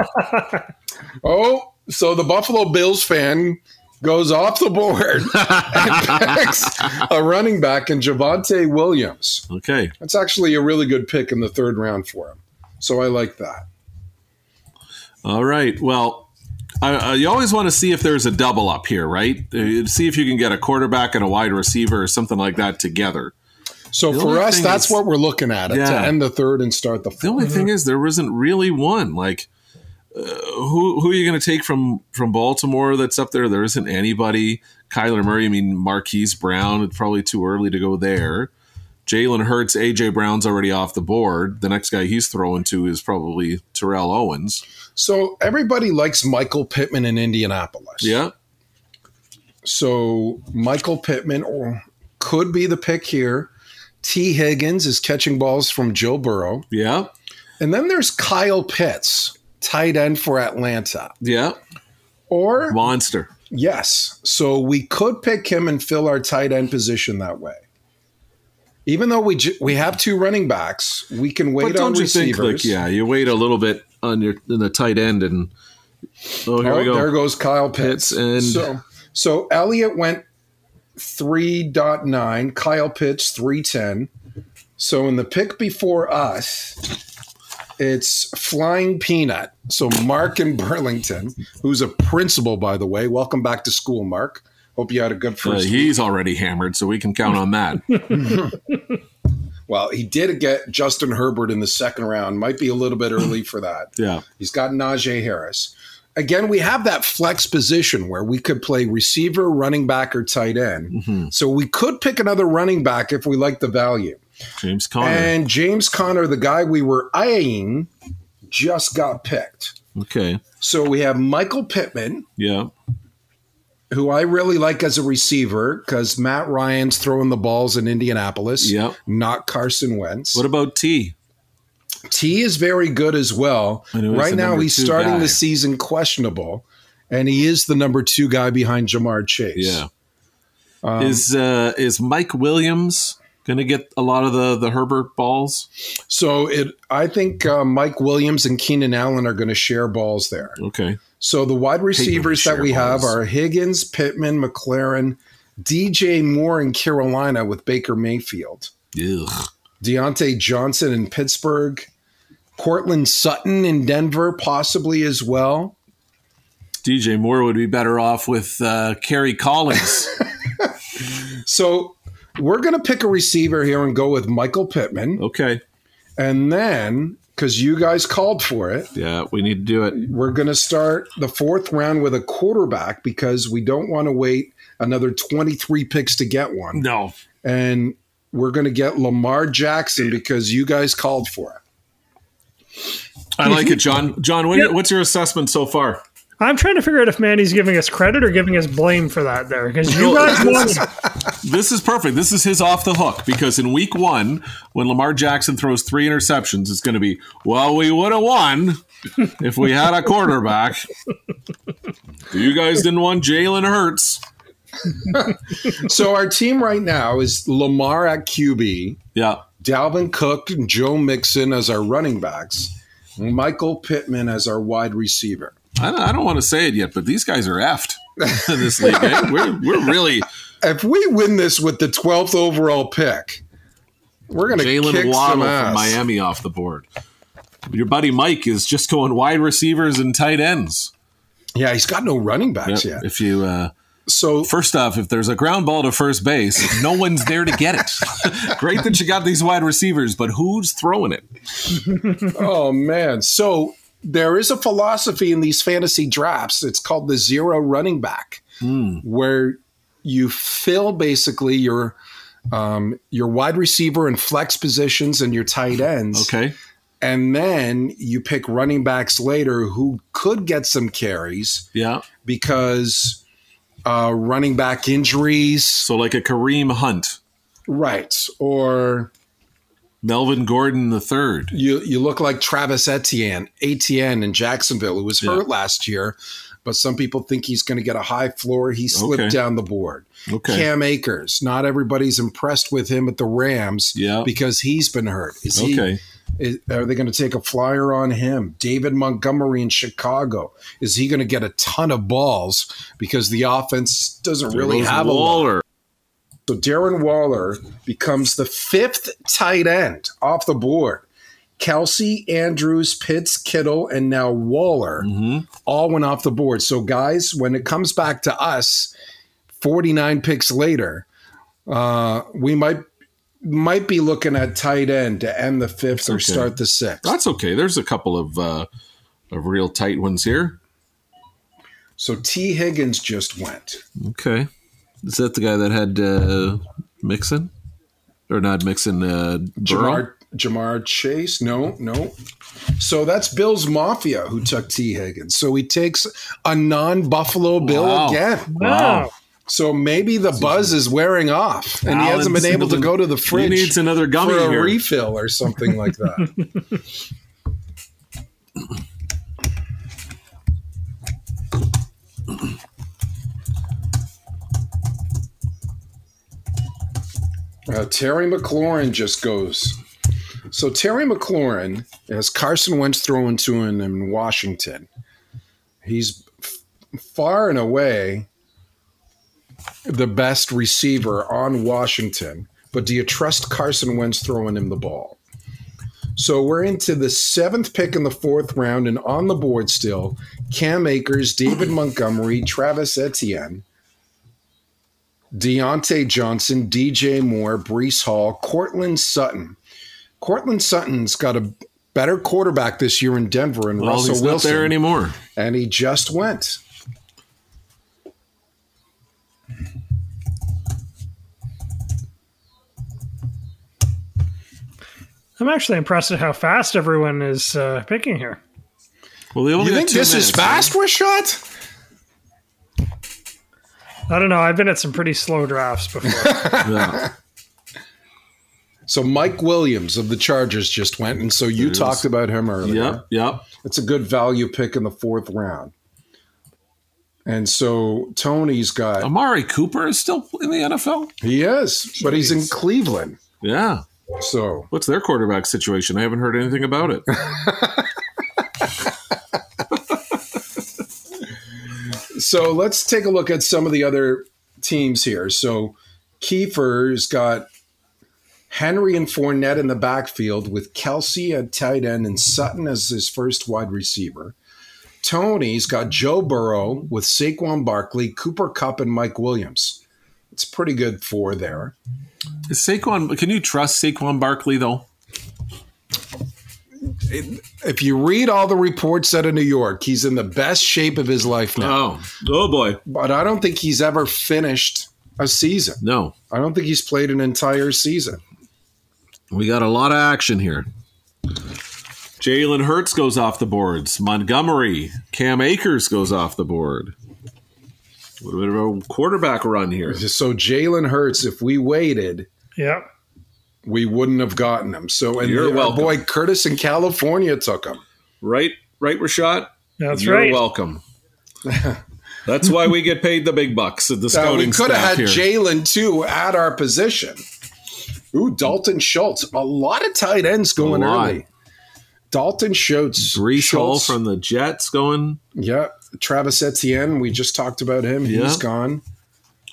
Speaker 5: Oh, so the Buffalo Bills fan goes off the board and picks a running back in Javante Williams.
Speaker 6: okay,
Speaker 5: That's actually a really good pick in the third round for him. So I like that.
Speaker 6: all right. Well, I, I, you always want to see if there's a double up here, right? Uh, See if you can get a quarterback and a wide receiver or something like that together.
Speaker 5: So
Speaker 6: The
Speaker 5: for
Speaker 6: only
Speaker 5: us,
Speaker 6: thing
Speaker 5: that's
Speaker 6: is-
Speaker 5: what we're looking at it, to
Speaker 6: Yeah.
Speaker 5: end the third and start the
Speaker 6: The
Speaker 5: fourth.
Speaker 6: only thing is, there isn't really one. Like, uh, who who are you going to take from from Baltimore? That's up there. There isn't anybody. Kyler Murray. I mean, Marquise Brown. It's probably too early to go there. Jalen Hurts, AJ Brown's already off the board. The next guy he's throwing to is probably Terrell Owens.
Speaker 5: So everybody likes Michael Pittman in Indianapolis.
Speaker 6: Yeah.
Speaker 5: So Michael Pittman or could be the pick here. T. Higgins is catching balls from Joe Burrow.
Speaker 6: Yeah.
Speaker 5: And then there's Kyle Pitts, tight end for Atlanta.
Speaker 6: Yeah.
Speaker 5: Or
Speaker 6: Monster.
Speaker 5: Yes. So we could pick him and fill our tight end position that way. Even though we ju- we have two running backs, we can wait
Speaker 6: But don't
Speaker 5: on
Speaker 6: you
Speaker 5: receivers.
Speaker 6: think like yeah, you wait a little bit on your in the tight end and oh here
Speaker 5: oh,
Speaker 6: we go.
Speaker 5: there goes Kyle Pitts.
Speaker 6: Pitts and-
Speaker 5: so so Elliott went 3.9, Kyle Pitts 310. So in the pick before us, it's Flying Peanut. So Mark in Burlington, who's a principal by the way. Welcome back to school, Mark. Hope you had a good
Speaker 6: Uh,
Speaker 5: first week.
Speaker 6: he's already hammered, so we can count on that.
Speaker 5: Well, he did get Justin Herbert in the second round. Might be a little bit early for that.
Speaker 6: Yeah.
Speaker 5: He's got Najee Harris. Again, we have that flex position where we could play receiver, running back, or tight end.
Speaker 6: Mm-hmm.
Speaker 5: So we could pick another running back if we like the value.
Speaker 6: James Conner.
Speaker 5: And James Conner, the guy we were eyeing, just got picked.
Speaker 6: okay.
Speaker 5: So we have Michael Pittman,
Speaker 6: Yeah.
Speaker 5: who I really like as a receiver because Matt Ryan's throwing the balls in Indianapolis,
Speaker 6: Yep.
Speaker 5: not Carson Wentz.
Speaker 6: What about T?
Speaker 5: T is very good as well.
Speaker 6: I know he's
Speaker 5: Right
Speaker 6: the
Speaker 5: now,
Speaker 6: number
Speaker 5: he's
Speaker 6: two
Speaker 5: starting
Speaker 6: guy.
Speaker 5: the season questionable, and he is the number two guy behind Jamar Chase.
Speaker 6: Yeah. is uh is Mike Williams going to get a lot of the the Herbert balls?
Speaker 5: So it, I think uh, Mike Williams and Keenan Allen are going to share balls there.
Speaker 6: Okay.
Speaker 5: So the wide receivers that
Speaker 6: share
Speaker 5: we have
Speaker 6: balls.
Speaker 5: are Higgins, Pittman, McLaren, DJ Moore in Carolina with Baker Mayfield,
Speaker 6: Ugh.
Speaker 5: Deontay Johnson in Pittsburgh, Cortland Sutton in Denver, possibly as well.
Speaker 6: DJ Moore would be better off with uh, Kerry Collins.
Speaker 5: So we're going to pick a receiver here and go with Michael Pittman.
Speaker 6: okay.
Speaker 5: And then, because you guys called for it,
Speaker 6: Yeah, we need to do it.
Speaker 5: we're going to start the fourth round with a quarterback because we don't want to wait another 23 picks to get one.
Speaker 6: No.
Speaker 5: And we're going to get Lamar Jackson because you guys called for it.
Speaker 6: I like it, John. John, what, what's your assessment so far?
Speaker 7: I'm trying to figure out if Mandy's giving us credit or giving us blame for that there because you
Speaker 6: No,
Speaker 7: guys won.
Speaker 6: This is perfect. This is his off the hook because in week one, when Lamar Jackson throws three interceptions, it's going to be, well, we would have won if we had a quarterback. you guys didn't want Jalen Hurts.
Speaker 5: So our team right now is Lamar at QB,
Speaker 6: Yeah.
Speaker 5: Dalvin Cook and Joe Mixon as our running backs, Michael Pittman as our wide receiver.
Speaker 6: I don't, I don't want to say it yet, but these guys are effed in this league. eh? We're, we're really
Speaker 5: if we win this with the 12th overall pick, we're going to kick
Speaker 6: Jalen
Speaker 5: some
Speaker 6: Waddle
Speaker 5: ass.
Speaker 6: from Miami off the board. Your buddy Mike is just going wide receivers and tight ends.
Speaker 5: Yeah, he's got no running backs yet.
Speaker 6: If you uh,
Speaker 5: So
Speaker 6: first off, if there's a ground ball to first base, no one's there to get it. Great that you got these wide receivers, but who's throwing it?
Speaker 5: Oh man. So there is a philosophy in these fantasy drafts. It's called the zero running back,
Speaker 6: Hmm.
Speaker 5: where you fill basically your um, your wide receiver and flex positions and your tight ends,
Speaker 6: Okay,
Speaker 5: and then you pick running backs later who could get some carries
Speaker 6: yeah.
Speaker 5: because uh, running back injuries,
Speaker 6: So like a Kareem Hunt,
Speaker 5: right? Or
Speaker 6: Melvin Gordon the third.
Speaker 5: you you look like Travis Etienne, Etienne in Jacksonville, who was hurt last year, but some people think he's going to get a high floor. He slipped
Speaker 6: Okay.
Speaker 5: down the board.
Speaker 6: Okay.
Speaker 5: Cam Akers, not everybody's impressed with him at the Rams
Speaker 6: Yeah.
Speaker 5: because he's been hurt. Is he?
Speaker 6: Okay,
Speaker 5: is- are they going to take a flyer on him? David Montgomery in Chicago, is he going to get a ton of balls because the offense doesn't really
Speaker 6: There goes
Speaker 5: have a lot?
Speaker 6: Waller.
Speaker 5: So Darren Waller becomes the fifth tight end off the board. Kelsey, Andrews, Pitts, Kittle, and now Waller all went off the board. So, guys, when it comes back to us, 49 picks later, uh, we might might be looking at tight end to end the fifth or
Speaker 6: Okay.
Speaker 5: start the sixth.
Speaker 6: That's okay. There's a couple of uh, of real tight ones here.
Speaker 5: So T. Higgins just went.
Speaker 6: Okay. Is that the guy that had uh, Mixon? Or not mixing uh, Burrow?
Speaker 5: Jamar Jamar Chase. No, no. So that's Bill's Mafia who took T. Higgins. So he takes a non-Buffalo Bill
Speaker 6: Wow.
Speaker 5: again.
Speaker 7: Wow.
Speaker 5: So maybe the buzz is wearing off, and he
Speaker 6: Alan
Speaker 5: hasn't been able to
Speaker 6: Singleton.
Speaker 5: go to the
Speaker 6: He
Speaker 5: fridge
Speaker 6: needs another
Speaker 5: for
Speaker 6: gummy
Speaker 5: a
Speaker 6: here.
Speaker 5: refill or something like that. Uh, Terry McLaurin just goes. So Terry McLaurin, as Carson Wentz thrown to him in Washington, he's f- far and away the best receiver on Washington, but do you trust Carson Wentz throwing him the ball? So we're into the seventh pick in the fourth round, and on the board still Cam Akers, David Montgomery, Travis Etienne, Deontay Johnson, DJ Moore, Brees Hall, Cortland Sutton. Cortland Sutton's got a better quarterback this year in Denver, and
Speaker 6: Well,
Speaker 5: Russell
Speaker 6: he's not
Speaker 5: Wilson
Speaker 6: there anymore.
Speaker 5: and he just went.
Speaker 7: I'm actually impressed at how fast everyone is uh, picking here.
Speaker 6: Well, they only
Speaker 5: You
Speaker 6: got
Speaker 5: think
Speaker 6: two
Speaker 5: this is
Speaker 6: minutes, right?
Speaker 5: fast, Rashad?
Speaker 7: I don't know. I've been at some pretty slow drafts before.
Speaker 6: Yeah.
Speaker 5: So Mike Williams of the Chargers just went, and so you talked about him earlier.
Speaker 6: Yep, yep.
Speaker 5: It's a good value pick in the fourth round. And so Tony's got
Speaker 6: Amari Cooper is still in the NFL.
Speaker 5: he is, but he's in Cleveland.
Speaker 6: Yeah.
Speaker 5: So
Speaker 6: What's their quarterback situation? I haven't heard anything about it.
Speaker 5: so let's take a look at some of the other teams here. So Kiefer's got Henry and Fournette in the backfield with Kelsey at tight end and Sutton as his first wide receiver. Tony's got Joe Burrow with Saquon Barkley, Cooper Cup, and Mike Williams. It's pretty good four there.
Speaker 6: Is Saquon? Can you trust Saquon Barkley though?
Speaker 5: If you read all the reports out of New York, he's in the best shape of his life now.
Speaker 6: Oh, oh boy,
Speaker 5: But I don't think he's ever finished a season.
Speaker 6: no.
Speaker 5: I don't think he's played an entire season.
Speaker 6: We got a lot of action here. Jalen Hurts goes off the boards. Montgomery, Cam Akers goes off the board. A little bit of a quarterback run here.
Speaker 5: So Jalen Hurts, if we waited,
Speaker 7: yep.
Speaker 5: we wouldn't have gotten him. So and
Speaker 6: You're
Speaker 5: our
Speaker 6: welcome.
Speaker 5: boy Curtis in California took him. Uh,
Speaker 6: Right, right, Rashad.
Speaker 7: That's
Speaker 6: You're
Speaker 7: right.
Speaker 6: welcome. That's why we get paid the big bucks at the
Speaker 5: Uh,
Speaker 6: scouting
Speaker 5: we could have had
Speaker 6: staff here.
Speaker 5: Jalen too at our position. Ooh, Dalton Schultz. A lot of tight ends going
Speaker 6: lot.
Speaker 5: early. Dalton Schultz.
Speaker 6: Brees Hall
Speaker 5: Schultz.
Speaker 6: from the Jets going.
Speaker 5: yeah. Travis Etienne. We just talked about him. He's
Speaker 6: Yeah.
Speaker 5: gone.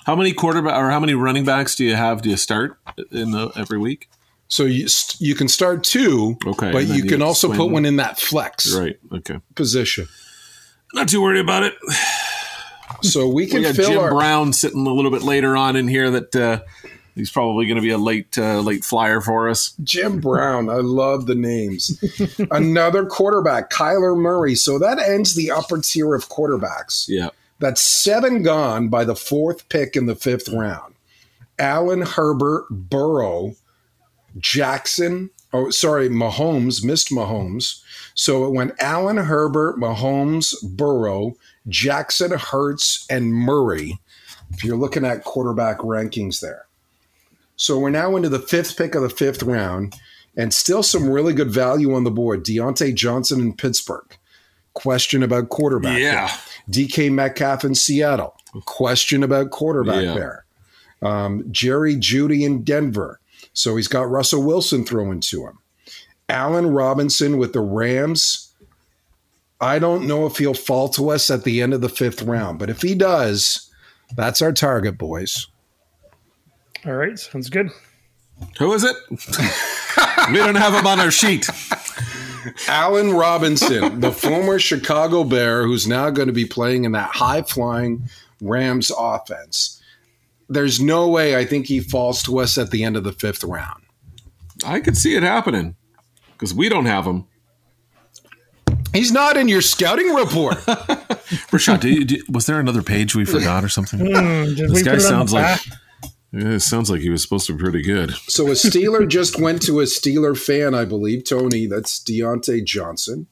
Speaker 6: How many quarterback or how many running backs do you have? Do you start in the every week?
Speaker 5: So you st- you can start two,
Speaker 6: Okay,
Speaker 5: but
Speaker 6: and then
Speaker 5: you
Speaker 6: you
Speaker 5: can also
Speaker 6: swing.
Speaker 5: put one in that flex
Speaker 6: Right. Okay.
Speaker 5: position.
Speaker 6: Not too worried about it.
Speaker 5: So we
Speaker 6: We
Speaker 5: can
Speaker 6: got
Speaker 5: fill
Speaker 6: Jim
Speaker 5: our
Speaker 6: Brown sitting a little bit later on in here. That uh, he's probably going to be a late uh, late flyer for us.
Speaker 5: Jim Brown. I love the names. Another quarterback, Kyler Murray. So that ends the upper tier of quarterbacks.
Speaker 6: Yeah.
Speaker 5: That's seven gone by the fourth pick in the fifth round. Allen Herbert, Burrow, Jackson. Oh, sorry, Mahomes missed Mahomes. So it went Allen Herbert, Mahomes, Burrow, Jackson, Hertz, and Murray. If you're looking at quarterback rankings there. So we're now into the fifth pick of the fifth round, and still some really good value on the board. Deontay Johnson in Pittsburgh. Question about quarterback. there.
Speaker 6: Yeah.
Speaker 5: DK Metcalf in Seattle. Question about quarterback
Speaker 6: Yeah.
Speaker 5: there. Um, Jerry Judy in Denver. So he's got Russell Wilson throwing to him. Allen Robinson with the Rams. I don't know if he'll fall to us at the end of the fifth round, but if he does, that's our target, boys.
Speaker 7: All right. Sounds good.
Speaker 6: Who is it? we don't have him on our sheet.
Speaker 5: Allen Robinson, the former Chicago Bear, who's now going to be playing in that high flying Rams offense. There's no way I think he falls to us at the end of the fifth round.
Speaker 6: I could see it happening because we don't have him.
Speaker 5: He's not in your scouting report.
Speaker 6: Rashad, do you, do, was there another page we forgot or something?
Speaker 7: Hmm, Did
Speaker 6: This
Speaker 7: we
Speaker 6: guy
Speaker 7: put it on the
Speaker 6: sounds like-
Speaker 7: back?
Speaker 6: Yeah, it sounds like he was supposed to be pretty good.
Speaker 5: So a Steeler just went to a Steeler fan, I believe, Tony. That's Deontay Johnson.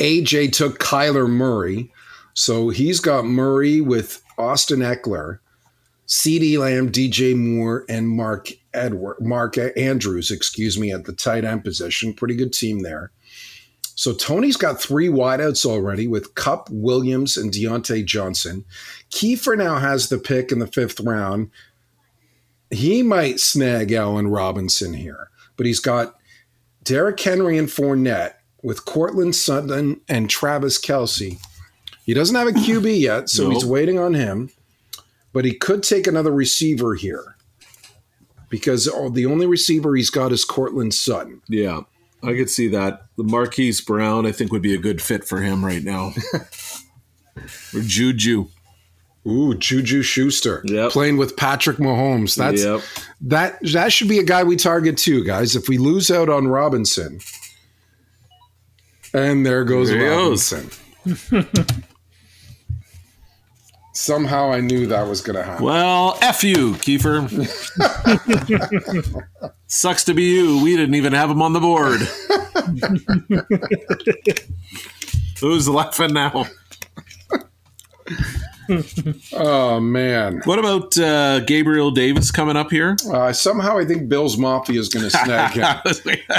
Speaker 5: AJ took Kyler Murray. So he's got Murray with Austin Eckler, CD Lamb, DJ Moore, and Mark Edward Mark Andrews, excuse me, at the tight end position. Pretty good team there. So Tony's got three wideouts already with Cup, Williams, and Deontay Johnson. Kiefer now has the pick in the fifth round he might snag Allen Robinson here, but he's got Derrick Henry and Fournette with Cortland Sutton and Travis Kelsey. He doesn't have a QB yet, so
Speaker 6: No.
Speaker 5: he's waiting on him, but he could take another receiver here because oh, the only receiver he's got is Cortland Sutton.
Speaker 6: Yeah, I could see that. The Marquise Brown, I think, would be a good fit for him right now. or Juju.
Speaker 5: Ooh, Juju Schuster
Speaker 6: Yep.
Speaker 5: playing with Patrick Mahomes. That's
Speaker 6: Yep.
Speaker 5: that that should be a guy we target too, guys. If we lose out on Robinson, and there goes
Speaker 6: There he goes.
Speaker 5: Robinson. Somehow I knew that was going to happen.
Speaker 6: Well, F you, Kiefer. Sucks to be you. We didn't even have him on the board. Who's laughing now?
Speaker 5: Oh man!
Speaker 6: What about uh, Gabriel Davis coming up here?
Speaker 5: Uh, somehow I think Bill's Mafia is going to snag him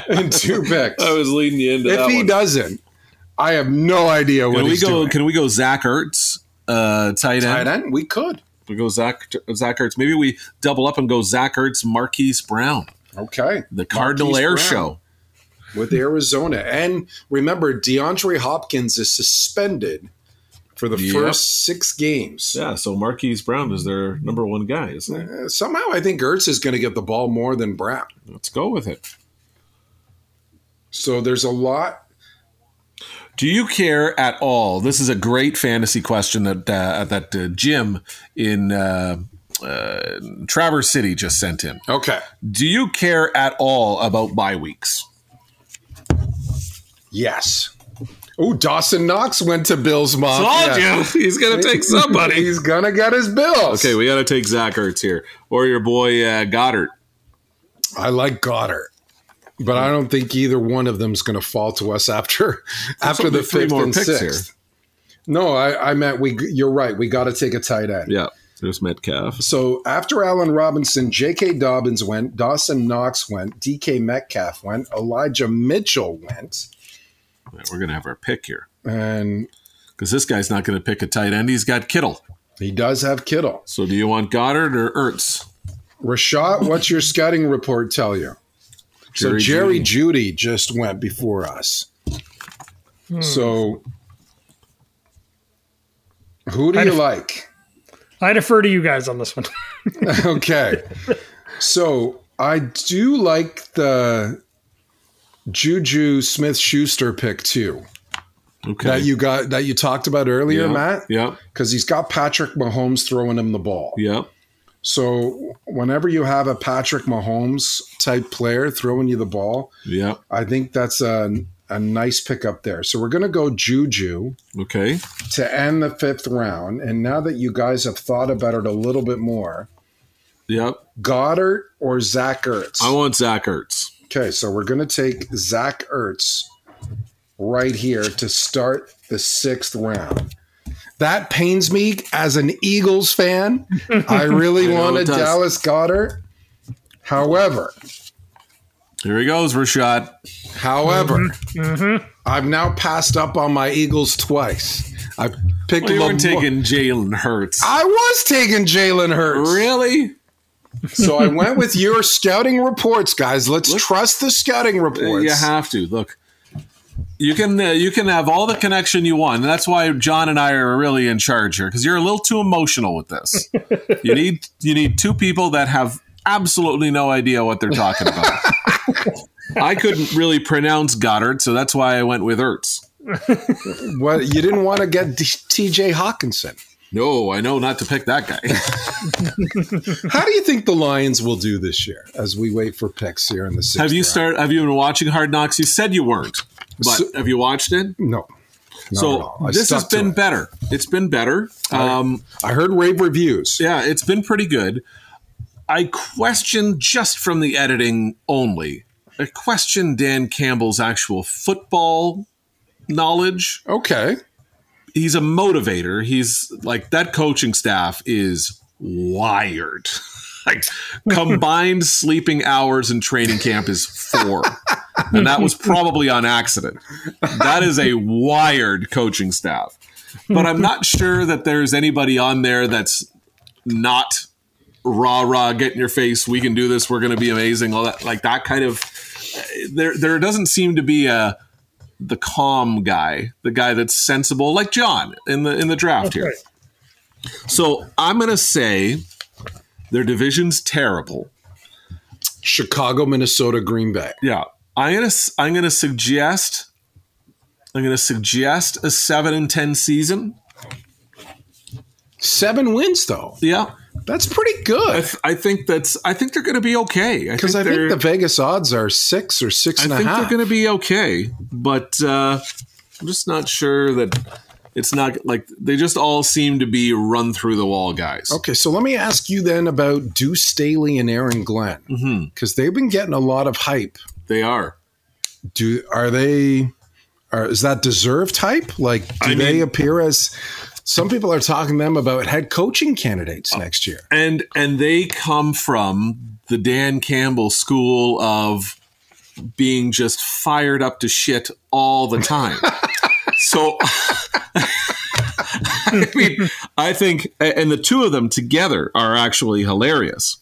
Speaker 5: in two picks.
Speaker 6: I was leading you into that
Speaker 5: If he
Speaker 6: one.
Speaker 5: doesn't, I have no idea what
Speaker 6: Can we
Speaker 5: he's
Speaker 6: go?
Speaker 5: doing.
Speaker 6: Can we go? Zach Ertz, uh, tight
Speaker 5: Tight
Speaker 6: end.
Speaker 5: end? We could.
Speaker 6: We go Zach Zach Ertz. Maybe we double up and go Zach Ertz, Marquise Brown,
Speaker 5: Okay.
Speaker 6: the Cardinal
Speaker 5: Marquise
Speaker 6: Air
Speaker 5: Brown.
Speaker 6: Show.
Speaker 5: with Arizona. And remember, DeAndre Hopkins is suspended for the
Speaker 6: Yep.
Speaker 5: first six games.
Speaker 6: Yeah, so Marquise Brown is their number one guy, isn't it?
Speaker 5: Uh, Somehow, I think Ertz is going to get the ball more than Brown.
Speaker 6: Let's go with it.
Speaker 5: So there's a lot.
Speaker 6: Do you care at all? This is a great fantasy question that uh, that uh, Jim in uh, uh, Traverse City just sent in.
Speaker 5: Okay.
Speaker 6: Do you care at all about bye weeks?
Speaker 5: Yes. Oh, Dawson Knox went to Bills Mafia.
Speaker 6: he's gonna take somebody.
Speaker 5: He's going to get his Bills.
Speaker 6: okay, we got to take Zach Ertz here or your boy uh, Goddard.
Speaker 5: I like Goddard. But I don't think either one of them's going to fall to us after after
Speaker 6: only
Speaker 5: the
Speaker 6: three
Speaker 5: fifth
Speaker 6: more
Speaker 5: and
Speaker 6: picks
Speaker 5: sixth.
Speaker 6: here.
Speaker 5: No, I, I meant we. You're right. We got to take a tight end.
Speaker 6: Yeah, there's Metcalf.
Speaker 5: So after Allen Robinson, J.K. Dobbins went, Dawson Knox went, D.K. Metcalf went, Elijah Mitchell went,
Speaker 6: Right, we're gonna have our pick here.
Speaker 5: and
Speaker 6: because this guy's not going to pick a tight end. He's got Kittle.
Speaker 5: he does have Kittle.
Speaker 6: So do you want Goddard or Ertz?
Speaker 5: Rashad, what's your scouting report tell you? so
Speaker 6: Jerry
Speaker 5: Jerry Judy. just went before us. So who do
Speaker 7: I
Speaker 5: you
Speaker 7: def-
Speaker 5: like?
Speaker 7: I defer to you guys on this one.
Speaker 5: okay. So I do like the Juju Smith Schuster pick too.
Speaker 6: Okay.
Speaker 5: that you got that you talked about earlier,
Speaker 6: yeah.
Speaker 5: Matt,
Speaker 6: Yep.
Speaker 5: because he's got Patrick Mahomes throwing him the ball.
Speaker 6: Yep.
Speaker 5: So whenever you have a Patrick Mahomes type player throwing you the ball,
Speaker 6: Yep.
Speaker 5: I think that's a a nice pickup there. So we're gonna go Juju
Speaker 6: Okay.
Speaker 5: to end the fifth round, and now that you guys have thought about it a little bit more,
Speaker 6: Yep.
Speaker 5: Goddard or Zach Ertz.
Speaker 6: I want Zach Ertz.
Speaker 5: Okay, so we're gonna take Zach Ertz right here to start the sixth round. That pains me as an Eagles fan. I really
Speaker 6: know it
Speaker 5: wanted
Speaker 6: does.
Speaker 5: Dallas Goddard. However,
Speaker 6: Here he goes, Rashad.
Speaker 5: however, I've now passed up on my Eagles twice. I picked
Speaker 6: Well, you
Speaker 5: Lamar-
Speaker 6: weren't taking Jalen Hurts.
Speaker 5: I was taking Jalen Hurts.
Speaker 6: Really?
Speaker 5: So I went with your scouting reports, guys. Let's trust the scouting reports.
Speaker 6: You have to look. You can uh, you can have all the connection you want. And that's why John and I are really in charge here because you're a little too emotional with this. you need you need two people that have absolutely no idea what they're talking about. I couldn't really pronounce Goddard, so that's why I went with Ertz.
Speaker 5: What you didn't want to get D- T.J. Hawkinson.
Speaker 6: No, I know not to pick that guy.
Speaker 5: How do you think the Lions will do this year as we wait for picks here in the sixth
Speaker 6: have you
Speaker 5: round?
Speaker 6: start? Have you been watching Hard Knocks? You said you weren't, but
Speaker 5: So-
Speaker 6: have you watched it?
Speaker 5: No. at all.
Speaker 6: So
Speaker 5: I
Speaker 6: this has
Speaker 5: stuck to
Speaker 6: been
Speaker 5: it.
Speaker 6: better. It's been better. Um,
Speaker 5: I heard rave reviews.
Speaker 6: yeah, it's been pretty good. I question just from the editing only. I question Dan Campbell's actual football knowledge.
Speaker 5: Okay.
Speaker 6: he's a motivator. He's like that coaching staff is wired. like combined sleeping hours in training camp is four. and that was probably on accident. That is a wired coaching staff. But I'm not sure that there's anybody on there that's not rah rah get in your face we can do this we're going to be amazing all that like that kind of there there doesn't seem to be a the calm guy the guy that's sensible like john in the in the draft here so i'm going to say their division's terrible
Speaker 5: Chicago, Minnesota, Green Bay.
Speaker 6: yeah i'm going to i'm going to suggest i'm going to suggest a 7 and 10 season
Speaker 5: Seven wins though.
Speaker 6: yeah
Speaker 5: That's pretty good.
Speaker 6: i think that's i think they're going to be okay I
Speaker 5: Because I
Speaker 6: they're-
Speaker 5: think the Vegas odds are six or six
Speaker 6: I
Speaker 5: and a
Speaker 6: think
Speaker 5: half.
Speaker 6: they're going to be okay, but uh, I'm just not sure that it's not like they just all seem to be run through the wall guys.
Speaker 5: Okay, so let me ask you then about Deuce Staley and Aaron Glenn
Speaker 6: Mm-hmm.
Speaker 5: because they've been getting a lot of hype.
Speaker 6: They are.
Speaker 5: Do are they? Are, is that deserved hype? Like, do
Speaker 6: I
Speaker 5: they
Speaker 6: mean-
Speaker 5: appear as? Some people are talking to them about head coaching
Speaker 6: Oh.
Speaker 5: candidates next year.
Speaker 6: and and they come from the Dan Campbell school of being just fired up to shit all the time. so I mean, I think and the two of them together are actually hilarious.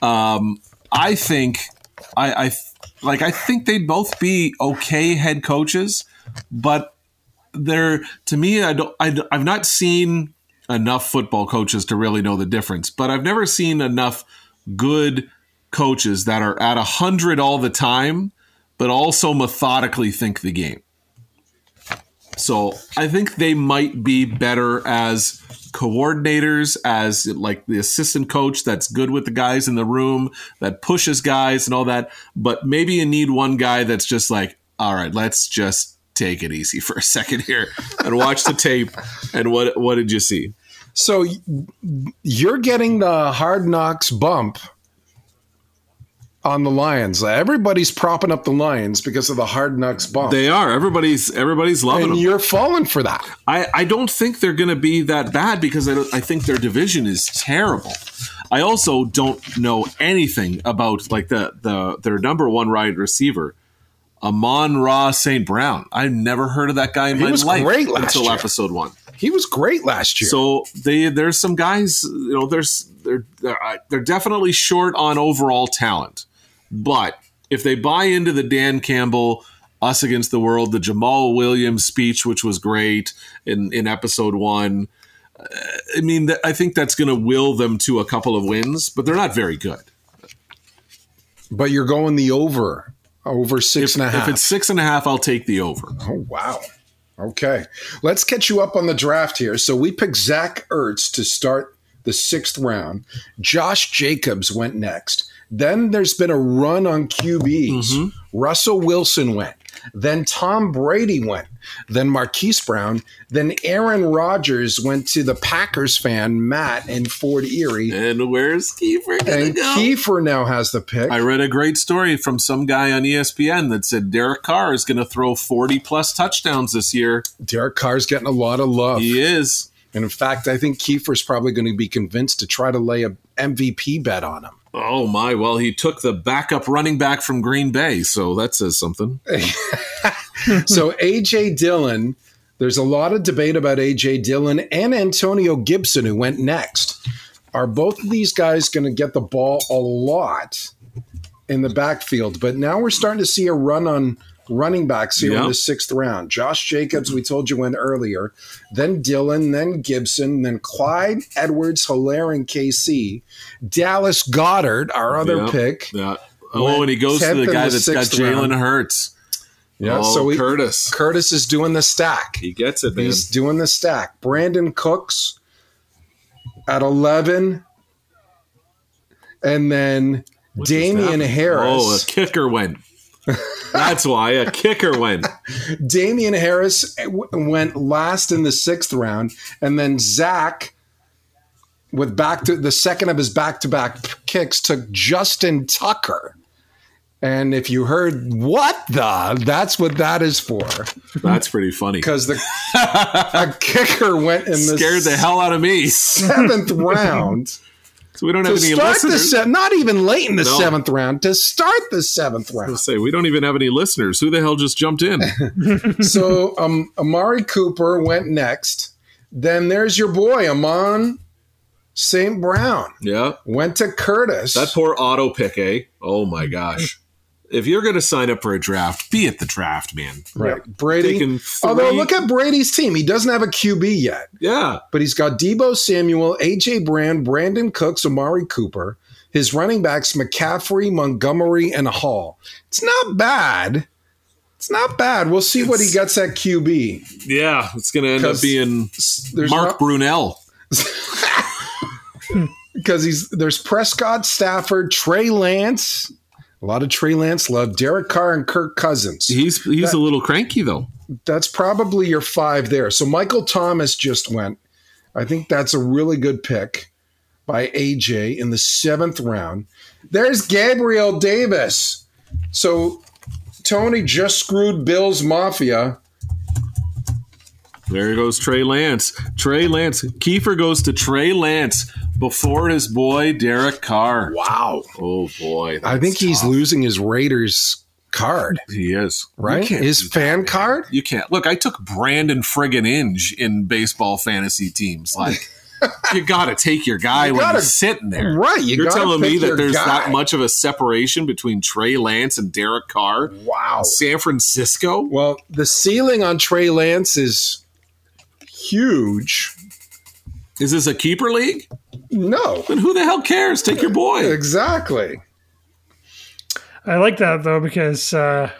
Speaker 6: Um, I think I, I like I think they'd both be okay head coaches, but they're to me I don't I, I've not seen enough football coaches to really know the difference, but I've never seen enough good coaches that are at 100 all the time, but also methodically think the game. So I think they might be better as coordinators, as like the assistant coach that's good with the guys in the room, that pushes guys and all that. But maybe you need one guy that's just like, all right, let's just take it easy for a second here and watch the tape. And what what did you see?
Speaker 5: So y- you're getting the hard knocks bump on the Lions. Everybody's propping up the Lions because of the hard knocks bump.
Speaker 6: They are. Everybody's everybody's loving
Speaker 5: and
Speaker 6: them.
Speaker 5: you're falling for that.
Speaker 6: I, I don't think they're going to be that bad because I, don't- I think their division is terrible. I also don't know anything about like the, the their number one wide receiver, Amon Ra St. Brown. I've never heard of that guy in my
Speaker 5: was
Speaker 6: life
Speaker 5: great last
Speaker 6: until
Speaker 5: year.
Speaker 6: episode one.
Speaker 5: He was great last year.
Speaker 6: So they there's some guys you know there's they're they're, uh, they're definitely short on overall talent, but if they buy into the Dan Campbell us against the world, the Jamal Williams speech, which was great in in episode one, uh, I mean th- I think that's going to will them to a couple of wins, but they're not very good.
Speaker 5: but you're going the over, over six
Speaker 6: If,
Speaker 5: and a half.
Speaker 6: if it's six and a half, I'll take the over.
Speaker 5: Oh, wow. Okay. Let's catch you up on the draft here. So we picked Zach Ertz to start the sixth round. Josh Jacobs went next. Then there's been a run on QBs.
Speaker 6: Mm-hmm.
Speaker 5: Russell Wilson went. Then Tom Brady went. Then Marquise Brown. Then Aaron Rodgers went to the Packers fan, Matt, in Ford Erie.
Speaker 6: And where's Kiefer going to
Speaker 5: And
Speaker 6: go?
Speaker 5: Kiefer now has the pick.
Speaker 6: I read a great story from some guy on E ESPN that said Derek Carr is going to throw 40 plus touchdowns this year.
Speaker 5: Derek Carr's getting a lot of love.
Speaker 6: He is.
Speaker 5: And in fact, I think Kiefer's probably going to be convinced to try to lay a MVP bet on him.
Speaker 6: Oh my, well he took the backup running back from Green Bay, so that says something.
Speaker 5: so AJ Dillon, there's a lot of debate about AJ Dillon and Antonio Gibson, who went next. Are both of these guys going to get the ball a lot in the backfield? But now we're starting to see a run on running backs here in
Speaker 6: Yeah.
Speaker 5: the sixth round. Josh Jacobs, we told you went earlier, then Dillon, then Gibson, then Clyde Edwards, Hilaire, and KC. Dallas Goddard, our other
Speaker 6: Yeah.
Speaker 5: pick.
Speaker 6: Yeah. Oh, and he goes to
Speaker 5: Tenth
Speaker 6: the
Speaker 5: in
Speaker 6: guy
Speaker 5: the
Speaker 6: that's got
Speaker 5: sixth round.
Speaker 6: Jalen Hurts.
Speaker 5: Yeah,
Speaker 6: oh,
Speaker 5: so we,
Speaker 6: Curtis.
Speaker 5: Curtis is doing the stack.
Speaker 6: He gets it, man.
Speaker 5: He's doing the stack. Brandon Cooks at 11. And then
Speaker 6: Just
Speaker 5: Damian
Speaker 6: happened.
Speaker 5: Harris.
Speaker 6: Oh, a kicker went. That's why a kicker went.
Speaker 5: Damian Harris w- went last in the sixth round, and then Zach, with back to the second of his back-to-back kicks, took Justin Tucker. And if you heard what the, that's what that is for,
Speaker 6: That's pretty funny.
Speaker 5: because the a kicker went in the
Speaker 6: Scared the hell out of me. So
Speaker 5: seventh round.
Speaker 6: we don't
Speaker 5: To
Speaker 6: have any
Speaker 5: start the
Speaker 6: listeners.
Speaker 5: se- not even late in the
Speaker 6: No.
Speaker 5: seventh round to start the seventh round.
Speaker 6: Say we don't even have any listeners. Who the hell just jumped in?
Speaker 5: so um, Amari Cooper went next. Then there's your boy Amon St. Brown
Speaker 6: Yeah,
Speaker 5: went to Curtis.
Speaker 6: that poor auto pick, eh? Oh
Speaker 5: Mm.
Speaker 6: my gosh! If you're going to sign up for a draft, be at the draft, man.
Speaker 5: right. Brady.
Speaker 6: Taking three-
Speaker 5: Although look at Brady's team, he doesn't have a QB yet,
Speaker 6: Yeah,
Speaker 5: but he's got Debo Samuel, AJ Brown, Brandon Cooks, Amari Cooper. His running backs McCaffrey, Montgomery, and Hall. It's not bad. It's not bad. We'll see what he gets at QB.
Speaker 6: yeah. It's going to end up
Speaker 5: 'Cause
Speaker 6: being
Speaker 5: There's
Speaker 6: Mark
Speaker 5: not-
Speaker 6: Brunell.
Speaker 5: because he's there's Prescott, Stafford, Trey Lance, a lot of Trey Lance love, Derek Carr, and Kirk Cousins.
Speaker 6: He's he's a little cranky though.
Speaker 5: That's probably your five there. So Michael Thomas just went. I think that's a really good pick by AJ in the seventh round. There's Gabriel Davis. So Tony just screwed Bill's Mafia.
Speaker 6: There goes Trey Lance. Trey Lance. Kiefer goes to Trey Lance before his boy Derek Carr.
Speaker 5: Wow.
Speaker 6: Oh boy,
Speaker 5: I think he's losing his Raiders card,
Speaker 6: he is
Speaker 5: right?
Speaker 6: You can't,
Speaker 5: His fan card?
Speaker 6: you can't. look. I took Brandon friggin' Inge in baseball fantasy teams. Like you got to take your guy when
Speaker 5: gotta-
Speaker 6: he's sitting there.
Speaker 5: Right. You
Speaker 6: You're
Speaker 5: gotta
Speaker 6: telling
Speaker 5: pick
Speaker 6: me that
Speaker 5: your
Speaker 6: there's
Speaker 5: guy.
Speaker 6: that much of a separation between Trey Lance and Derek Carr?
Speaker 5: Wow.
Speaker 6: San Francisco?
Speaker 5: Well, the ceiling on Trey Lance is huge.
Speaker 6: Is this a keeper league?
Speaker 5: No,
Speaker 6: Then who the hell cares? Take your boy.
Speaker 5: exactly.
Speaker 7: I like that though because uh,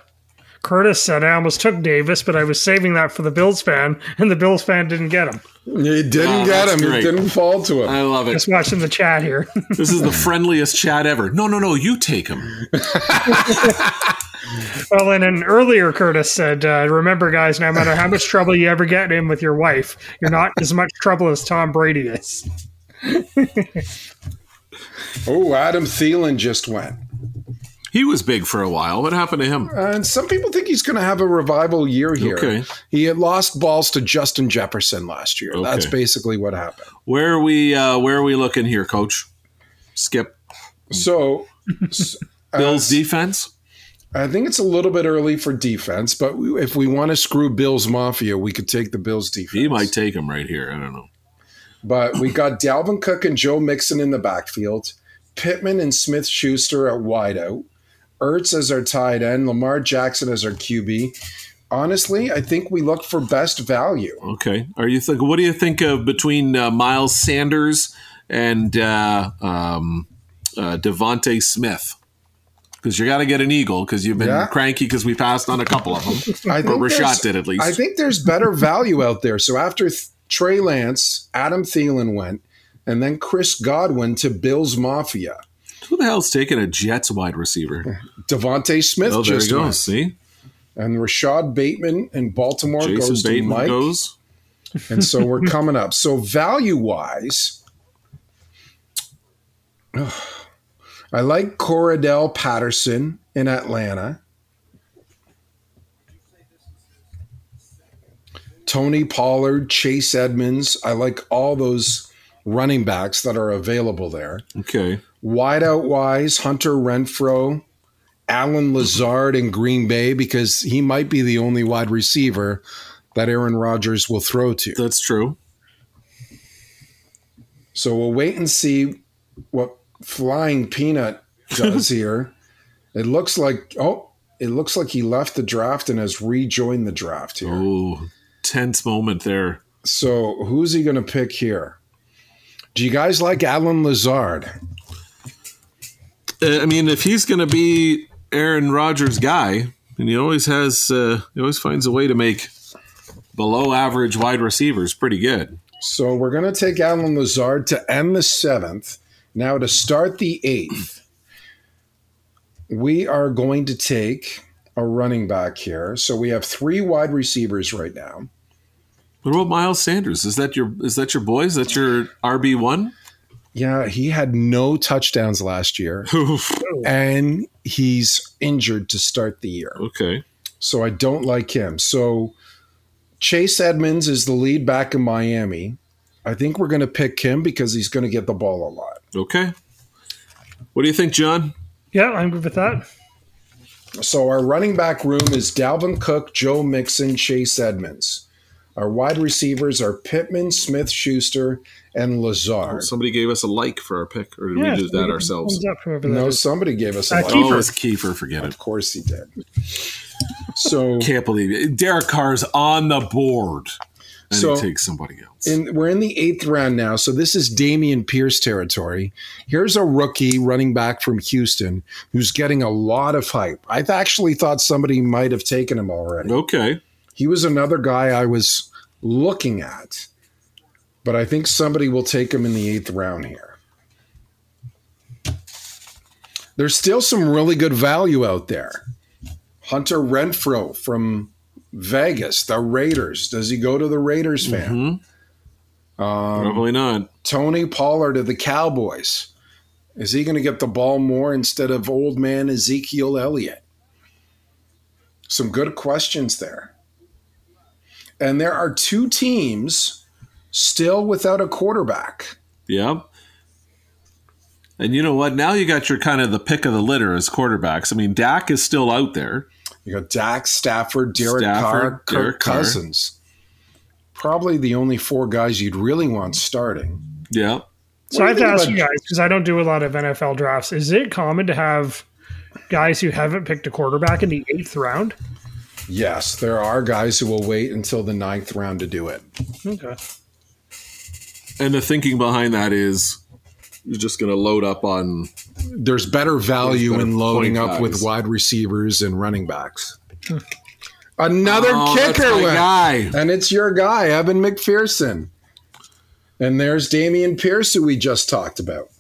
Speaker 7: Curtis said I almost took Davis, but I was saving that for the Bills fan, and the Bills fan didn't get him.
Speaker 5: You didn't
Speaker 6: Oh,
Speaker 5: get
Speaker 6: that's
Speaker 5: him. You
Speaker 6: great. Uh,
Speaker 5: didn't fall to him.
Speaker 6: I love it.
Speaker 7: Just watching the chat here.
Speaker 6: This is the friendliest chat ever. No, no, no. You take him.
Speaker 7: well, and an earlier Curtis said, uh, "Remember, guys, no matter how much trouble you ever get in with your wife, you're not as much trouble as Tom Brady is."
Speaker 5: oh, Adam Thielen just went.
Speaker 6: He was big for a while. What happened to him?
Speaker 5: And some people think he's going to have a revival year here.
Speaker 6: Okay.
Speaker 5: He had lost balls to Justin Jefferson last year. That's
Speaker 6: Okay.
Speaker 5: basically what happened.
Speaker 6: Where are we? Uh, where are we looking here, Coach? Skip
Speaker 5: So Uh, s-
Speaker 6: Bills defense.
Speaker 5: I think it's a little bit early for defense, but we- if we want to screw Bills Mafia, we could take the Bills defense.
Speaker 6: He might take him right here. I don't know.
Speaker 5: But we got Dalvin Cook and Joe Mixon in the backfield, Pittman and Smith Schuster at wideout, Ertz as our tight end, Lamar Jackson as our QB. Honestly, I think we look for best value.
Speaker 6: Okay. Are you think? What do you think of between uh, Miles Sanders and uh, um, uh, Devonte Smith? Because you got to get an eagle because you've been
Speaker 5: Yeah.
Speaker 6: cranky because we passed on a couple of them.
Speaker 5: I think
Speaker 6: Rashad
Speaker 5: there's-
Speaker 6: did at least.
Speaker 5: I think there's better value out there. So after Th- Trey Lance, Adam Thielen went, and then Chris Godwin to Bills Mafia.
Speaker 6: Who the hell's taking a Jets wide receiver?
Speaker 5: Devontae Smith
Speaker 6: Oh, there he
Speaker 5: just
Speaker 6: goes.
Speaker 5: went.
Speaker 6: See,
Speaker 5: And Rashad Bateman in Baltimore
Speaker 6: Jason
Speaker 5: goes to
Speaker 6: Bateman
Speaker 5: Mike.
Speaker 6: goes.
Speaker 5: And so we're coming up. So value wise, I like Coradell Patterson in Atlanta. Tony Pollard, Chase Edmonds. I like all those running backs that are available there.
Speaker 6: Okay.
Speaker 5: Wideout wise, Hunter Renfro, Alan Lazard in Green Bay, because he might be the only wide receiver that Aaron Rodgers will throw to.
Speaker 6: That's true.
Speaker 5: So we'll wait and see what Flying Peanut does here. It looks like oh, it looks like he left the draft and has rejoined the draft here.
Speaker 6: Oh, tense moment there.
Speaker 5: So who's he going to pick here? Do you guys like Alan Lazard?
Speaker 6: Uh, I mean, if he's going to be Aaron Rodgers' guy, and he always has, uh, he always finds a way to make below average wide receivers pretty good.
Speaker 5: So we're going to take Alan Lazard to end the seventh. Now to start the eighth, we are going to take a running back here. So we have three wide receivers right now.
Speaker 6: What about Miles Sanders? Is that your is that your boy? Is that your RB one?
Speaker 5: Yeah, he had no touchdowns last year, and he's injured to start the year.
Speaker 6: okay.
Speaker 5: So I don't like him. So Chase Edmonds is the lead back in Miami. I think we're going to pick him because he's going to get the ball a lot.
Speaker 6: Okay. What do you think, John?
Speaker 7: Yeah, I'm good with that.
Speaker 5: So our running back room is Dalvin Cook, Joe Mixon, Chase Edmonds. Our wide receivers are Pittman, Smith, Schuster, and Lazard.
Speaker 6: Somebody gave us a like for our pick, or did
Speaker 7: Yeah,
Speaker 6: we do that ourselves?
Speaker 7: Thumbs up, whoever that
Speaker 5: No,
Speaker 7: is.
Speaker 5: somebody gave us a
Speaker 7: Uh,
Speaker 5: like.
Speaker 7: Keeper.
Speaker 6: Oh, it's Kiefer. Forget it.
Speaker 5: Of course he did. So
Speaker 6: Can't believe it. Derek Carr's on the board, and
Speaker 5: So-
Speaker 6: he takes somebody else.
Speaker 5: in, we're in the eighth round now. So this is Damian Pierce territory. Here's a rookie running back from Houston who's getting a lot of hype. I th- actually thought somebody might have taken him already.
Speaker 6: okay.
Speaker 5: He was another guy I was looking at, but I think somebody will take him in the eighth round here. There's still some really good value out there. Hunter Renfro from Vegas, the Raiders. Does he go to the Raiders fan?
Speaker 6: Probably not.
Speaker 5: Tony Pollard of the Cowboys. Is he going to get the ball more instead of old man Ezekiel Elliott? Some good questions there. And there are two teams still without a quarterback.
Speaker 6: Yeah. And you know what? Now you got your kind of the pick of the litter as quarterbacks. I mean, Dak is still out there.
Speaker 5: You got Dak, Stafford, Derek Carr,
Speaker 6: Stafford,
Speaker 5: Kirk
Speaker 6: Derek Carr.
Speaker 5: Cousins. Probably the only four guys you'd really want starting.
Speaker 6: Yeah.
Speaker 7: So I have to
Speaker 5: What do you think
Speaker 7: ask
Speaker 5: about-
Speaker 7: you guys because I don't do a lot of NFL drafts. Is it common to have guys who haven't picked a quarterback in the eighth round?
Speaker 5: Yes, there are guys who will wait until the ninth round to do it.
Speaker 7: Okay.
Speaker 6: And the thinking behind that is you're just going to load up on.
Speaker 5: there's better value
Speaker 6: There's better
Speaker 5: in loading
Speaker 6: point
Speaker 5: up with
Speaker 6: guys.
Speaker 5: wide receivers and running backs. Hmm. Another
Speaker 6: Oh, that's
Speaker 5: kicker
Speaker 6: my
Speaker 5: went.
Speaker 6: guy.
Speaker 5: And it's your guy, Evan McPherson. And there's Damian Pierce, who we just talked about.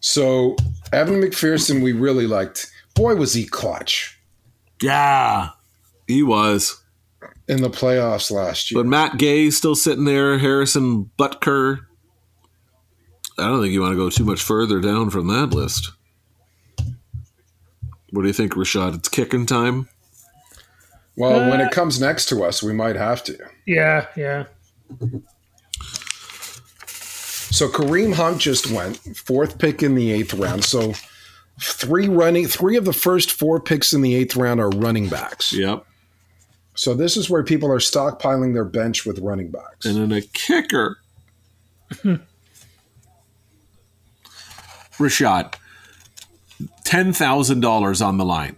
Speaker 5: So, Evan McPherson, we really liked. Boy, was he clutch
Speaker 6: Yeah. He was.
Speaker 5: in the playoffs last year.
Speaker 6: But Matt Gay still sitting there. Harrison Butker. I don't think you want to go too much further down from that list. What do you think, Rashad? It's kicking time.
Speaker 5: well, when it comes next to us, we might have to.
Speaker 7: Yeah, yeah.
Speaker 5: So Kareem Hunt just went fourth pick in the eighth round. So three running, three of the first four picks in the eighth round are running backs.
Speaker 6: Yep.
Speaker 5: So this is where people are stockpiling their bench with running backs.
Speaker 6: and then a kicker. Rashad, ten thousand dollars on the line.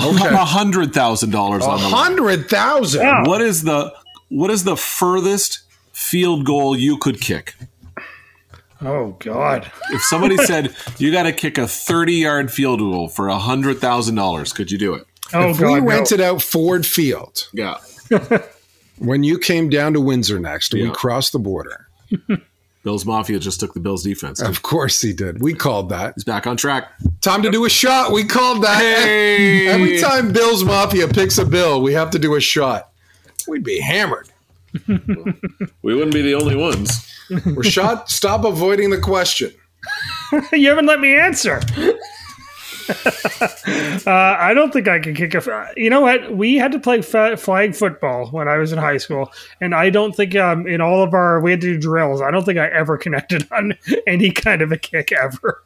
Speaker 5: Okay,
Speaker 6: hundred thousand dollars
Speaker 5: a
Speaker 6: on the line.
Speaker 5: hundred thousand.
Speaker 7: Yeah.
Speaker 6: What is the what is the furthest field goal you could kick?
Speaker 7: Oh God.
Speaker 6: If somebody said you got to kick a thirty-yard field goal for hundred thousand dollars, could you do it?
Speaker 7: Oh
Speaker 5: If
Speaker 7: God.
Speaker 5: we
Speaker 7: no.
Speaker 5: rented out Ford Field
Speaker 6: Yeah.
Speaker 5: when you came down to Windsor next. We
Speaker 6: Yeah.
Speaker 5: crossed the border.
Speaker 6: Bills Mafia just took the Bills defense.
Speaker 5: Of course he did. We called that.
Speaker 6: He's back on track.
Speaker 5: Time to do a shot. We called that. Every time Bill's Mafia picks a bill, we have to do a shot. We'd be hammered.
Speaker 6: We wouldn't be the only ones.
Speaker 5: Rashad, stop avoiding the question.
Speaker 7: you haven't let me answer. uh, I don't think I can kick a. f- You know what? We had to play fa- flag football when I was in high school, and I don't think um, in all of our we had to do drills. I don't think I ever connected on any kind of a kick ever.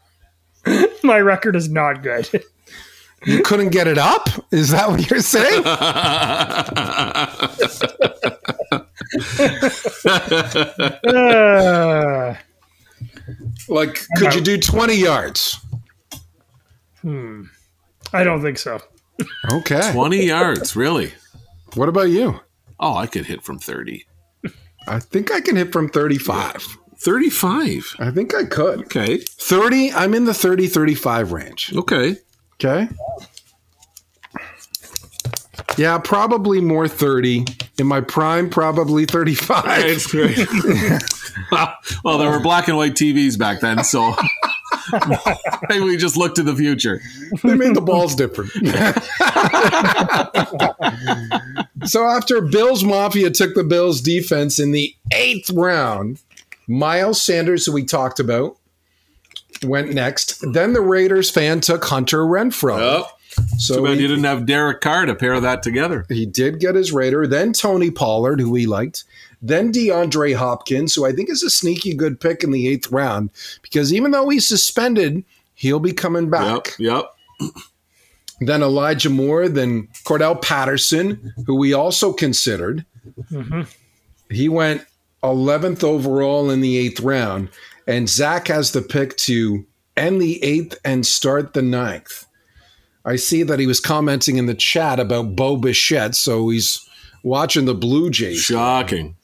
Speaker 7: My record is not good.
Speaker 5: You couldn't get it up? Is that what you're saying?
Speaker 7: Uh,
Speaker 5: Like, could you do 20 yards?
Speaker 7: I don't think so.
Speaker 5: Okay.
Speaker 6: Twenty yards, really?
Speaker 5: What about you?
Speaker 6: Oh, I could hit from thirty.
Speaker 5: I think I can hit from 35.
Speaker 6: 35.
Speaker 5: I think I could.
Speaker 6: Okay.
Speaker 5: 30, I'm in the 30 35 range.
Speaker 6: Okay.
Speaker 5: Okay. Yeah, probably more 30. In my prime, probably 35.
Speaker 6: well, there were black and white TVs back then, so Maybe we just look to the future.
Speaker 5: They made the balls different. so after Bills Mafia took the Bills defense in the eighth round, Miles Sanders, who we talked about, went next. Then the Raiders fan took Hunter Renfro. so
Speaker 6: Too bad
Speaker 5: he-
Speaker 6: you didn't have Derek Carr to pair that together.
Speaker 5: he did get his Raider, then Tony Pollard, who he liked, then DeAndre Hopkins, who I think is a sneaky good pick in the eighth round, because even though he's suspended, he'll be coming
Speaker 6: Yep,
Speaker 5: back.
Speaker 6: yep.
Speaker 5: Then Elijah Moore, then Cordell Patterson, who we also considered. He went 11th overall in the eighth round, and Zach has the pick to end the eighth and start the ninth. I see that he was commenting in the chat about Bo Bichette, so he's watching the Blue Jays.
Speaker 6: Shocking.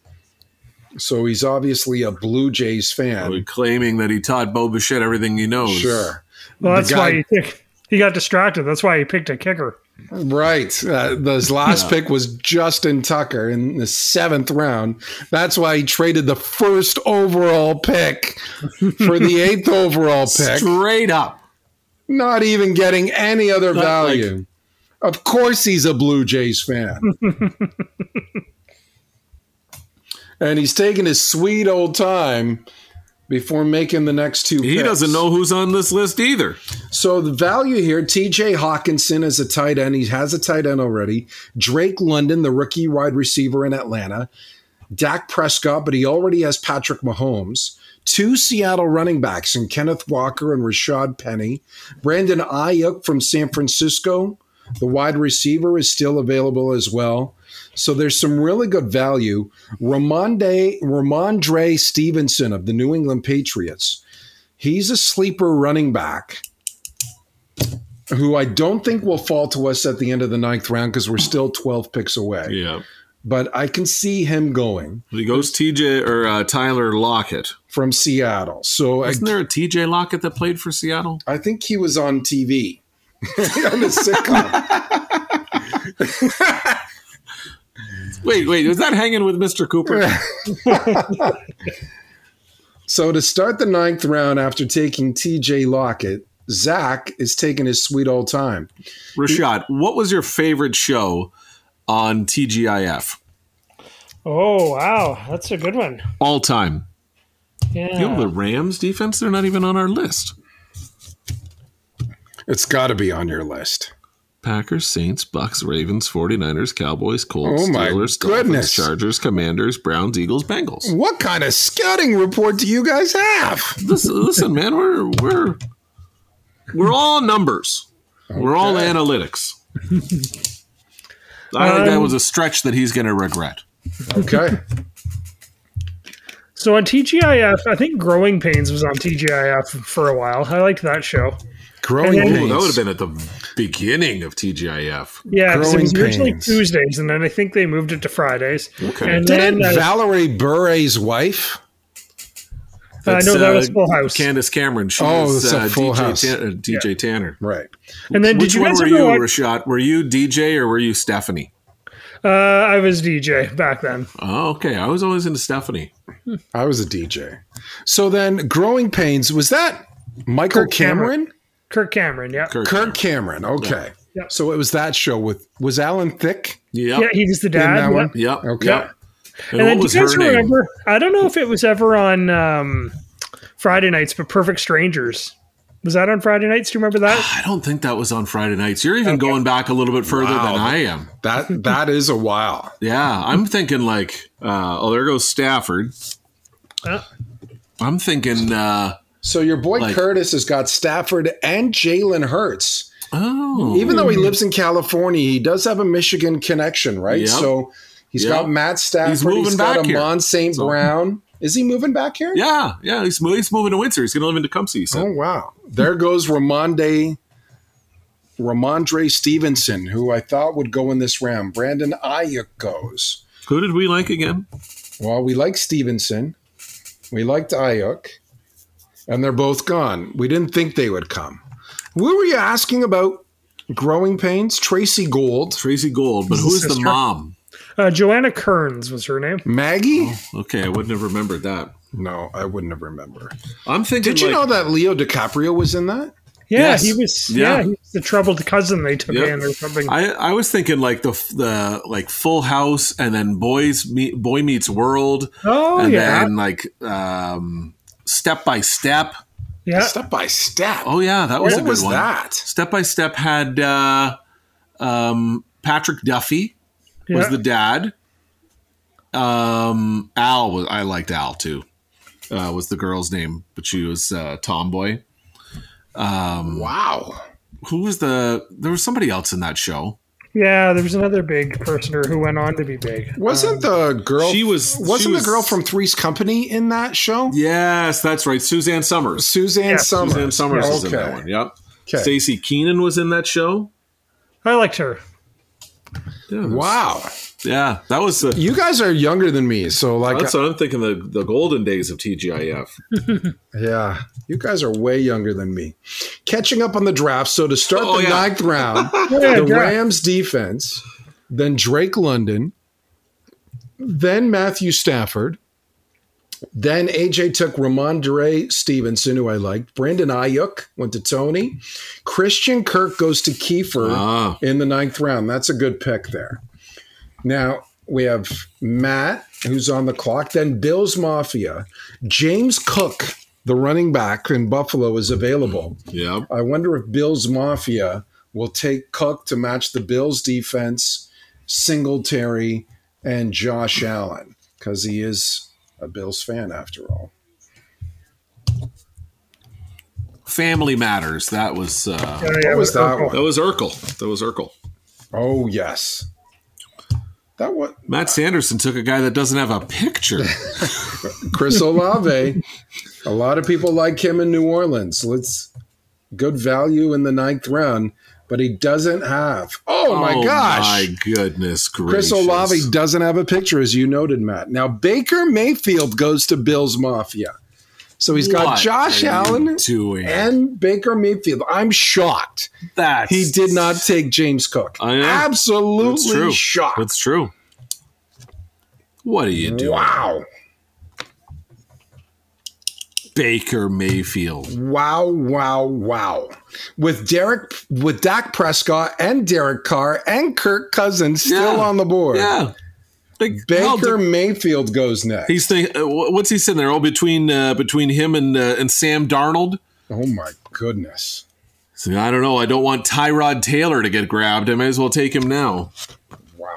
Speaker 5: So he's obviously a Blue Jays
Speaker 6: We're
Speaker 5: fan.
Speaker 6: claiming that Oh, he taught Bo Bichette everything he knows.
Speaker 5: Sure.
Speaker 7: Well, that's why
Speaker 5: guy-
Speaker 7: he, picked, he got distracted. That's why he picked a kicker.
Speaker 5: Right. Uh, his last pick was Justin Tucker in the seventh round. That's why he traded the first overall pick for the eighth overall pick,
Speaker 6: Straight up.
Speaker 5: not even getting any other
Speaker 6: like-
Speaker 5: value. of course, he's a Blue Jays fan. and he's taking his sweet old time before making the next two
Speaker 6: He
Speaker 5: picks.
Speaker 6: doesn't know who's on this list either.
Speaker 5: So the value here, TJ Hawkinson is a tight end. He has a tight end already. Drake London, the rookie wide receiver in Atlanta. Dak Prescott, but he already has Patrick Mahomes. Two Seattle running backs in Kenneth Walker and Rashad Penny. Brandon Ayuk from San Francisco, the wide receiver, is still available as well. So there's some really good value. Ramonde, Ramondre Stevenson of the New England Patriots. He's a sleeper running back who I don't think will fall to us at the end of the ninth round because we're still 12 picks away.
Speaker 6: Yeah.
Speaker 5: But I can see him going
Speaker 6: He goes TJ or uh, Tyler Lockett.
Speaker 5: from Seattle. So I,
Speaker 6: Isn't there a TJ Lockett that played for Seattle?
Speaker 5: I think he was on TV on the sitcom.
Speaker 6: Wait, wait, was that hanging with Mr. Cooper?
Speaker 5: so to start the ninth round after taking TJ Lockett, Zach is taking his sweet old time.
Speaker 6: Rashad, what was your favorite show on TGIF?
Speaker 7: Oh wow, that's a good one.
Speaker 6: All time.
Speaker 7: Yeah.
Speaker 6: You know, the Rams defense, they're not even on our list.
Speaker 5: It's got to be on your list.
Speaker 6: Packers, Saints, Bucks, Ravens, 49ers, Cowboys, Colts,
Speaker 5: Oh my
Speaker 6: Steelers,
Speaker 5: goodness.
Speaker 6: Dolphins, Chargers, Commanders, Browns, Eagles, Bengals.
Speaker 5: What kind of scouting report do you guys have?
Speaker 6: Listen, listen man, we're we're we're all numbers. We're all analytics. I think
Speaker 5: Um,
Speaker 6: that was a stretch that he's going to regret.
Speaker 5: Okay.
Speaker 7: So on TGIF, I think Growing Pains was on TGIF for a while. I liked that show. And
Speaker 5: Growing
Speaker 7: then-
Speaker 5: pains.
Speaker 6: That would have been at the beginning of TGIF.
Speaker 7: Yeah, 'cause it
Speaker 5: Growing
Speaker 7: was originally
Speaker 5: Pains.
Speaker 7: Tuesdays, and then I think they moved it to Fridays.
Speaker 6: Okay.
Speaker 7: And
Speaker 5: Didn't
Speaker 7: then uh,
Speaker 5: Valerie Burray's wife?
Speaker 7: I
Speaker 6: That's,
Speaker 7: know that
Speaker 6: uh,
Speaker 7: was Full House.
Speaker 6: Candace Cameron. She
Speaker 5: Oh,
Speaker 6: was
Speaker 5: that's a
Speaker 6: uh,
Speaker 5: Full
Speaker 6: DJ,
Speaker 5: House.
Speaker 6: Tan- uh, DJ Tanner.
Speaker 5: Right.
Speaker 7: and then
Speaker 6: Which
Speaker 7: did you
Speaker 6: one
Speaker 7: guys
Speaker 6: were
Speaker 7: ever
Speaker 6: you,
Speaker 7: watch?
Speaker 6: Rashad? Were you DJ or were you Stephanie?
Speaker 7: Uh, I was DJ back then.
Speaker 6: Oh, okay. I was always into Stephanie.
Speaker 5: I was a DJ. So then, Growing Pains was that Michael
Speaker 7: Kirk Cameron.
Speaker 5: Cameron?
Speaker 7: Kirk Cameron. Yeah.
Speaker 6: Kirk.
Speaker 5: Kirk Cameron. Okay.
Speaker 7: Yeah.
Speaker 5: So it was that show with was Alan Thick
Speaker 6: Yep.
Speaker 7: Yeah, he was the
Speaker 5: in
Speaker 7: dad.
Speaker 5: that
Speaker 7: yeah.
Speaker 5: one.
Speaker 6: Yep.
Speaker 5: Okay.
Speaker 6: Yep.
Speaker 7: And
Speaker 6: And, what
Speaker 7: then
Speaker 6: was
Speaker 7: do you guys
Speaker 6: her name?
Speaker 7: remember? I don't know if it was ever on um, Friday nights, but Perfect Strangers was that on Friday nights? Do you remember that?
Speaker 6: I don't think that was on Friday nights. You're even going back a little bit further than I am.
Speaker 5: That that is a while.
Speaker 6: Yeah, I'm thinking like, uh, oh, there goes Stafford.
Speaker 7: Uh,
Speaker 6: I'm thinking, uh,
Speaker 5: So your boy
Speaker 6: Like-
Speaker 5: Curtis has got Stafford and Jalen Hurts.
Speaker 6: oh,
Speaker 5: Even though he lives in California, he does have a Michigan connection, right?
Speaker 6: Yep.
Speaker 5: So he's
Speaker 6: Yep.
Speaker 5: got Matt Stafford.
Speaker 6: He's moving
Speaker 5: got
Speaker 6: back here.
Speaker 5: Amon St. Brown. Is he moving back here?
Speaker 6: yeah, yeah, he's, mo- he's moving to Windsor. He's going to live in Tecumseh. He said.
Speaker 5: Oh wow! There goes Ramonde, Ramondre Stevenson, who I thought would go in this round. Brandon Ayuk goes.
Speaker 6: Who did we like again?
Speaker 5: Well, we like Stevenson, we liked Ayuk, and they're both gone. We didn't think they would come. Who were you asking about? Growing pains. Tracy Gold,
Speaker 6: Tracy Gold, but who is the
Speaker 7: sister.
Speaker 6: mom?
Speaker 7: uh, Joanna Kearns was her name.
Speaker 5: Maggie.
Speaker 6: Okay, I wouldn't have remembered that.
Speaker 5: No, I wouldn't have remembered.
Speaker 6: I'm thinking.
Speaker 5: Did you
Speaker 6: like,
Speaker 5: know that Leo DiCaprio was in that?
Speaker 7: Yeah,
Speaker 6: Yes.
Speaker 7: he was.
Speaker 6: Yeah.
Speaker 7: Yeah. he was the troubled cousin they took
Speaker 6: Yep.
Speaker 7: in or something.
Speaker 6: I, I was thinking like the the like Full House and then Boys meet, Boy Meets World
Speaker 7: oh
Speaker 6: and
Speaker 7: yeah,
Speaker 6: then like um, Step by Step.
Speaker 7: yeah.
Speaker 5: Step by step.
Speaker 6: Oh yeah, that was a
Speaker 5: what
Speaker 6: good
Speaker 5: was
Speaker 6: one.
Speaker 5: that?
Speaker 6: Step by Step had uh, um, Patrick Duffy was
Speaker 7: yeah.
Speaker 6: the dad. Um, Al was I liked Al too. Uh, was the girl's name, but she was uh, tomboy.
Speaker 5: Wow.
Speaker 6: Who was the? There was somebody else in that show.
Speaker 7: Yeah, there was another big personer who went on to be big.
Speaker 5: Wasn't the girl?
Speaker 6: Um, she was-
Speaker 5: Wasn't
Speaker 6: she was-
Speaker 5: the girl from Three's Company in that show?
Speaker 6: Yes, that's right. Suzanne Summers.
Speaker 5: Suzanne
Speaker 7: Yeah.
Speaker 5: Summers.
Speaker 6: Suzanne Summers is in that
Speaker 5: Okay.
Speaker 6: one. Yep.
Speaker 5: Okay.
Speaker 6: Stacey Keenan was in that show.
Speaker 7: I liked her.
Speaker 6: Yeah, that's-
Speaker 5: Wow.
Speaker 6: Yeah, that was the.
Speaker 5: You guys are younger than me, so like,
Speaker 6: That's what I'm thinking. The the golden days of TGIF.
Speaker 5: yeah, you guys are way younger than me. Catching up on the draft. So to start
Speaker 6: Oh,
Speaker 5: the
Speaker 6: yeah.
Speaker 5: ninth round,
Speaker 7: Yeah,
Speaker 5: the
Speaker 7: yeah.
Speaker 5: Rams defense, then Drake London, then Matthew Stafford, then AJ took Ramondre Stevenson, who I liked. Brandon Ayuk went to Tony. Christian Kirk goes to Kiefer
Speaker 6: Ah.
Speaker 5: in the ninth round. That's a good pick there. Now we have Matt, who's on the clock, then Bill's Mafia. James Cook, the running back in Buffalo, is available.
Speaker 6: Yep.
Speaker 5: I wonder if Bills Mafia will take Cook to match the Bills defense, Singletary, and Josh Allen, because he is a Bills fan after all.
Speaker 6: Family Matters. That was uh,
Speaker 7: Yeah, yeah,
Speaker 5: was
Speaker 7: but-
Speaker 5: that
Speaker 7: oh,
Speaker 5: one?
Speaker 6: that was Urkel. That was Urkel.
Speaker 5: Oh, yes. That what
Speaker 6: Matt Sanderson took a guy that doesn't have a picture.
Speaker 5: Chris Olave. a lot of people like him in New Orleans. Let's good value in the ninth round, but he doesn't have. Oh, my gosh.
Speaker 6: My goodness gracious!
Speaker 5: Chris Olave doesn't have a picture, as you noted, Matt. Now Baker Mayfield goes to Bills Mafia, so he's got
Speaker 6: What
Speaker 5: Josh
Speaker 6: are you
Speaker 5: Allen
Speaker 6: doing?
Speaker 5: and Baker Mayfield. I'm shocked
Speaker 6: That's
Speaker 5: he did not take James Cook.
Speaker 6: I know. That's
Speaker 5: Absolutely
Speaker 6: true.
Speaker 5: shocked.
Speaker 6: That's true. What are you doing,
Speaker 5: wow,
Speaker 6: Baker Mayfield?
Speaker 5: wow, wow, wow! With Derek, with Dak Prescott and Derek Carr and Kirk Cousins still
Speaker 6: Yeah.
Speaker 5: on the board,
Speaker 6: Yeah, Like, hell,
Speaker 5: Baker Mayfield goes next.
Speaker 6: He's think, uh, wh- what's he sitting there? Oh, between uh, between him and uh, and Sam Darnold.
Speaker 5: oh my goodness.
Speaker 6: So, I don't know. I don't want Tyrod Taylor to get grabbed. I may as well take him now.
Speaker 5: Wow.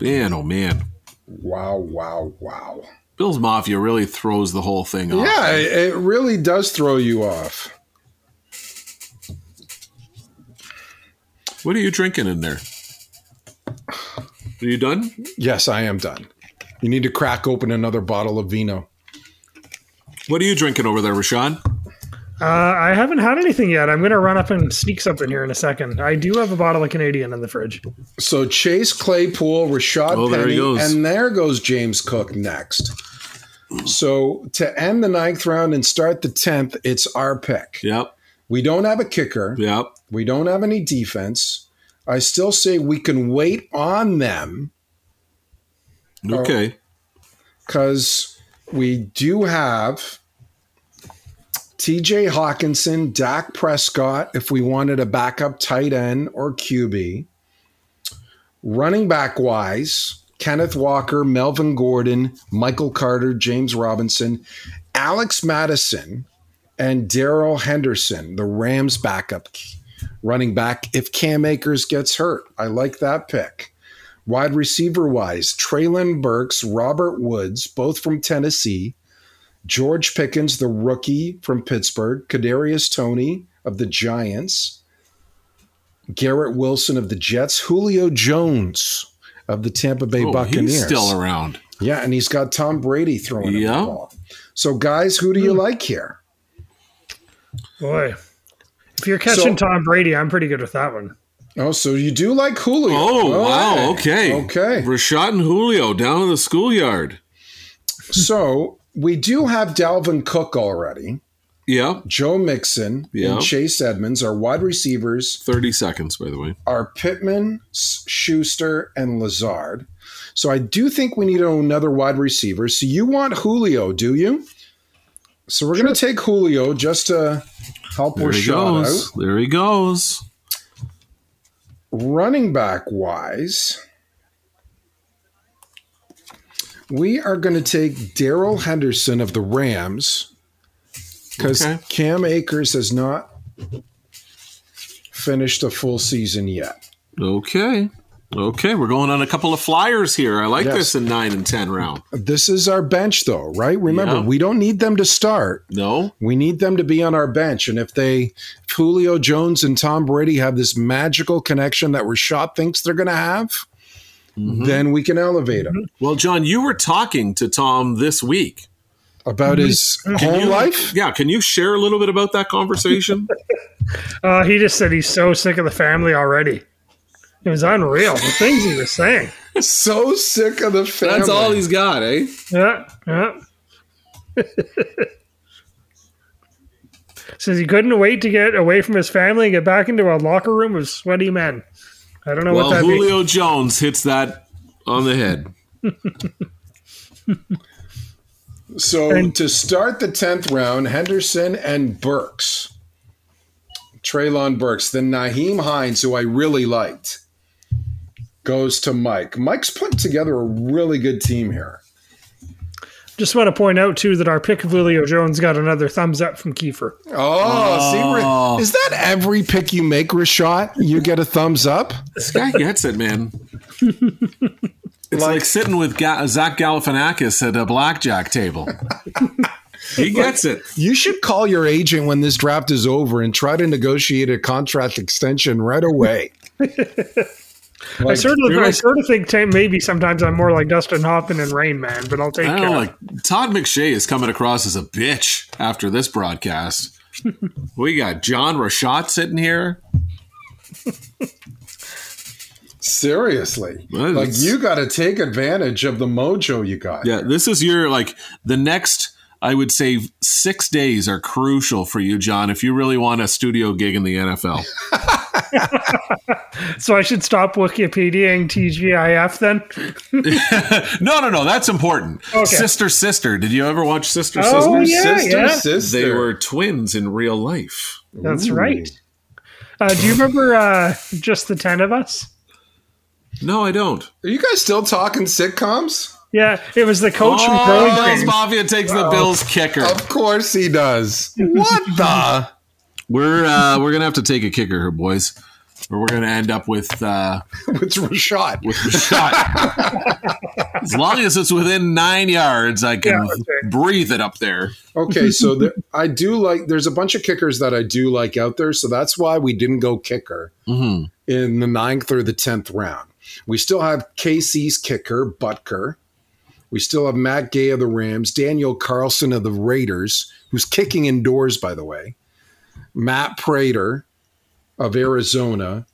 Speaker 6: Man, oh man,
Speaker 5: Wow, wow, wow.
Speaker 6: Bill's Mafia really throws the whole thing off.
Speaker 5: Yeah, it it really does throw you off.
Speaker 6: What are you drinking in there? Are you done?
Speaker 5: Yes, I am done. You need to crack open another bottle of vino.
Speaker 6: What are you drinking over there, Rashawn?
Speaker 7: Uh, I haven't had anything yet. I'm gonna run up and sneak something here in a second. I do have a bottle of Canadian in the fridge.
Speaker 5: So Chase Claypool, Rashad
Speaker 6: Oh, there
Speaker 5: Penny,
Speaker 6: he goes.
Speaker 5: and there goes James Cook next. So to end the ninth round and start the tenth, it's our pick.
Speaker 6: Yep,
Speaker 5: We don't have a kicker.
Speaker 6: yep.
Speaker 5: We don't have any defense. I still say we can wait on them Oh,
Speaker 6: Okay.
Speaker 5: because we do have TJ Hawkinson, Dak Prescott, if we wanted a backup tight end or QB. Running back wise, Kenneth Walker, Melvin Gordon, Michael Carter, James Robinson, Alex Madison, and Daryl Henderson, the Rams backup k- running back, if Cam Akers gets hurt. I like that pick. Wide receiver wise, Traylon Burks, Robert Woods, both from Tennessee, George Pickens, the rookie from Pittsburgh, Kadarius Tony of the Giants, Garrett Wilson of the Jets, Julio Jones of the Tampa Bay
Speaker 6: Oh,
Speaker 5: Buccaneers.
Speaker 6: he's still around.
Speaker 5: Yeah, and he's got Tom Brady throwing him
Speaker 6: Yeah.
Speaker 5: the ball. So, guys, who do you like here?
Speaker 7: Boy, if you're catching
Speaker 5: So-
Speaker 7: Tom Brady, I'm pretty good with that one.
Speaker 5: Oh, so you do like Julio?
Speaker 6: Oh, wow. Okay.
Speaker 5: okay.
Speaker 6: Rashad and Julio down in the schoolyard.
Speaker 5: So we do have Dalvin Cook already.
Speaker 6: Yep.
Speaker 5: Joe Mixon
Speaker 6: Yeah.
Speaker 5: and Chase Edmonds are wide receivers.
Speaker 6: 30 seconds, by the way.
Speaker 5: Are Pittman, S- Schuster, and Lazard. So I do think we need another wide receiver. So you want Julio, do you? So we're going to take Julio just to help
Speaker 6: There
Speaker 5: our
Speaker 6: he
Speaker 5: shot
Speaker 6: goes.
Speaker 5: out.
Speaker 6: There he goes.
Speaker 5: Running back wise, we are going to take Daryl Henderson of the Rams because
Speaker 6: Okay.
Speaker 5: Cam Akers has not finished a full season yet.
Speaker 6: Okay. Okay, we're going on a couple of flyers here. I like
Speaker 5: Yes.
Speaker 6: this in nine and ten round.
Speaker 5: This is our bench, though, right? Remember,
Speaker 6: Yeah.
Speaker 5: we don't need them to start.
Speaker 6: No,
Speaker 5: We need them to be on our bench. And if they, if Julio Jones and Tom Brady have this magical connection that Rashad thinks they're going to have,
Speaker 6: Mm-hmm.
Speaker 5: then we can elevate him.
Speaker 6: well, John, you were talking to Tom this week.
Speaker 5: About his home
Speaker 6: Mm-hmm. You-
Speaker 5: life?
Speaker 6: Yeah, can you share a little bit about that conversation?
Speaker 7: Uh, he just said he's so sick of the family already. It was unreal the things he was saying.
Speaker 5: So sick of the family.
Speaker 6: That's all he's got, eh?
Speaker 7: Yeah, yeah. Says he couldn't wait to get away from his family and get back into a locker room of sweaty men. I don't know what
Speaker 6: Well,
Speaker 7: that means.
Speaker 6: Julio Jones hits that on the head.
Speaker 5: So
Speaker 7: And-
Speaker 5: to start the 10th round, Henderson and Burks. Traylon Burks. Then Naheem Hines, who I really liked, goes to Mike. Mike's putting together a really good team here.
Speaker 7: Just want to point out too that our pick of Julio Jones got another thumbs up from Kiefer.
Speaker 5: Oh, see, Ra- is that every pick you make, Rashad? You get a thumbs up?
Speaker 6: This guy gets it, man. It's like, sitting with Ga- Zach Galifianakis at a blackjack table. he gets it.
Speaker 5: You should call your agent when this draft is over and try to negotiate a contract extension right away.
Speaker 7: I sort of,
Speaker 6: you're
Speaker 7: I
Speaker 6: like-
Speaker 7: sort of think ta- maybe sometimes I'm more like Dustin Hoffman and Rain Man, but I'll take
Speaker 6: I
Speaker 7: care.
Speaker 6: don't know,
Speaker 7: of
Speaker 6: like Todd McShay is coming across as a bitch after this broadcast. we got John Rashad sitting here.
Speaker 5: Seriously.
Speaker 6: Well,
Speaker 5: like,
Speaker 6: it's-
Speaker 5: you got to take advantage of the mojo you got.
Speaker 6: Yeah, this is your like the next. I would say six days are crucial for you, John, if you really want a studio gig in the NFL.
Speaker 7: it. So I should stop Wikipediaing TGIF then.
Speaker 6: No, no, no, that's important.
Speaker 7: Okay.
Speaker 6: Sister, sister. Did you ever watch Sister,
Speaker 7: Oh,
Speaker 6: sisters?
Speaker 7: yeah,
Speaker 5: sister,
Speaker 7: yeah.
Speaker 5: sister.
Speaker 6: They were twins in real life.
Speaker 7: That's right. Uh, do you remember uh, just the ten of us?
Speaker 6: No, I don't.
Speaker 5: Are you guys still talking sitcoms?
Speaker 7: Yeah, it was the coach from
Speaker 6: Oh, Les
Speaker 7: Burlington.
Speaker 6: Mafia takes the Bills kicker.
Speaker 5: Of course he does. What the?
Speaker 6: We're uh, we're gonna have to take a kicker here, boys. Or we're gonna end up with uh,
Speaker 5: It's Rashad.
Speaker 6: with the shot. as long as it's within nine yards, I can
Speaker 7: Yeah, okay.
Speaker 6: breathe it up there.
Speaker 5: Okay, so there, I do like. There's a bunch of kickers that I do like out there, so that's why we didn't go kicker
Speaker 6: Mm-hmm.
Speaker 5: in the ninth or the tenth round. We still have KC's kicker Butker. We still have Matt Gay of the Rams, Daniel Carlson of the Raiders, who's kicking indoors, by the way. Matt Prater of Arizona,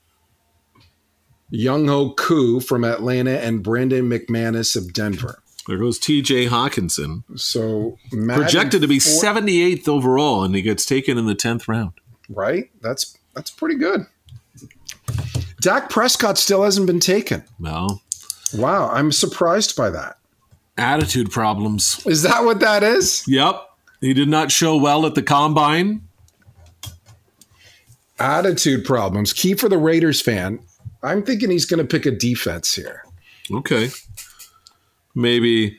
Speaker 5: Young Ho Koo from Atlanta, and Brandon McManus of Denver.
Speaker 6: There goes T.J. Hawkinson,
Speaker 5: So Matt
Speaker 6: projected to be
Speaker 5: seven.
Speaker 6: 78th overall, and he gets taken in the 10th round.
Speaker 5: right? That's that's pretty good. Dak Prescott still hasn't been taken.
Speaker 6: Well,
Speaker 5: Wow, I'm surprised by that.
Speaker 6: attitude problems.
Speaker 5: Is that what that is?
Speaker 6: Yep, he did not show well at the combine.
Speaker 5: Attitude problems. Key for the Raiders fan. I'm thinking he's going to pick a defense here.
Speaker 6: Okay, maybe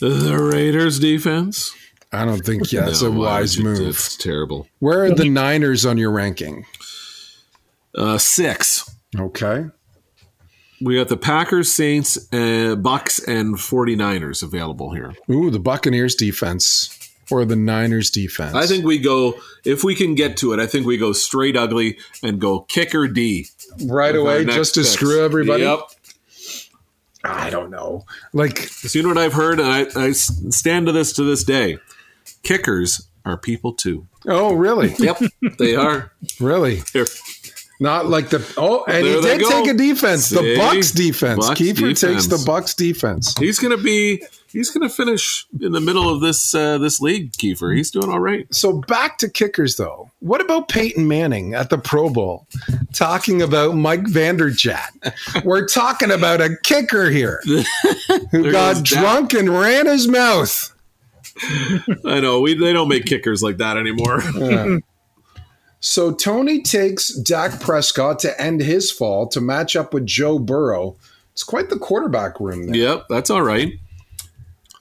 Speaker 6: the Raiders' defense.
Speaker 5: I don't think yeah, that's
Speaker 6: No,
Speaker 5: a
Speaker 6: why
Speaker 5: wise
Speaker 6: would you-
Speaker 5: move.
Speaker 6: Oh, It's terrible.
Speaker 5: Where are the Niners on your ranking?
Speaker 6: Uh, six.
Speaker 5: Okay.
Speaker 6: We got the Packers, Saints, uh, Bucks, and 49ers available here.
Speaker 5: Ooh, the Buccaneers defense or the Niners defense.
Speaker 6: I think we go, if we can get to it, I think we go straight ugly and go kicker D.
Speaker 5: right
Speaker 6: Our
Speaker 5: away
Speaker 6: next
Speaker 5: just to
Speaker 6: picks.
Speaker 5: screw everybody.
Speaker 6: Yep.
Speaker 5: I don't know. Like
Speaker 6: So you know what I've heard, and I, I s- stand to this to this day. Kickers are people too.
Speaker 5: oh, really?
Speaker 6: Yep, they are.
Speaker 5: Really?
Speaker 6: Here.
Speaker 5: Not like the oh, and
Speaker 6: There
Speaker 5: he
Speaker 6: they
Speaker 5: did
Speaker 6: go.
Speaker 5: take a defense.
Speaker 6: See?
Speaker 5: the Bucks defense.
Speaker 6: Bucks
Speaker 5: Kiefer
Speaker 6: defense.
Speaker 5: takes the Bucks defense.
Speaker 6: He's going to be he's going to finish in the middle of this uh, this league, Kiefer. He's doing all right.
Speaker 5: So back to kickers, though. What about Peyton Manning at the Pro Bowl talking about Mike Vanderjagt? We're talking about a kicker here who got
Speaker 6: goes that.
Speaker 5: drunk and ran his mouth.
Speaker 6: I know we they don't make kickers like that anymore.
Speaker 5: So Tony takes Dak Prescott to end his fall to match up with Joe Burrow. It's quite the quarterback room there.
Speaker 6: yep, that's all right.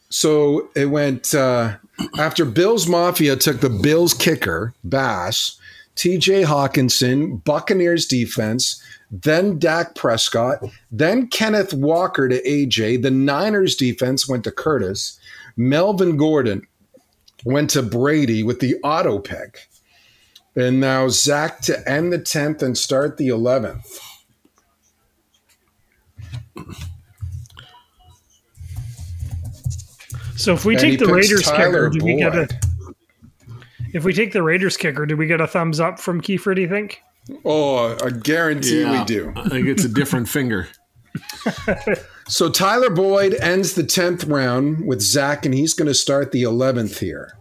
Speaker 5: So it went uh, after Bills Mafia took the Bills kicker, Bass, TJ Hawkinson, Buccaneers defense, then Dak Prescott, then Kenneth Walker to AJ. The Niners defense went to Curtis. Melvin Gordon went to Brady with the auto pick. And now Zach to end the 10th and start the 11th.
Speaker 7: So if we
Speaker 5: And he
Speaker 7: take the
Speaker 5: picks
Speaker 7: Raiders kicker,
Speaker 5: Tyler
Speaker 7: do we get a
Speaker 5: Boyd.
Speaker 7: if we take the Raiders kicker, do we get a thumbs up from Kiefer, do you think?
Speaker 5: Oh, I guarantee
Speaker 6: Yeah.
Speaker 5: we do.
Speaker 6: I think it's a different finger.
Speaker 5: So Tyler Boyd ends the 10th round with Zach, and he's going to start the 11th here.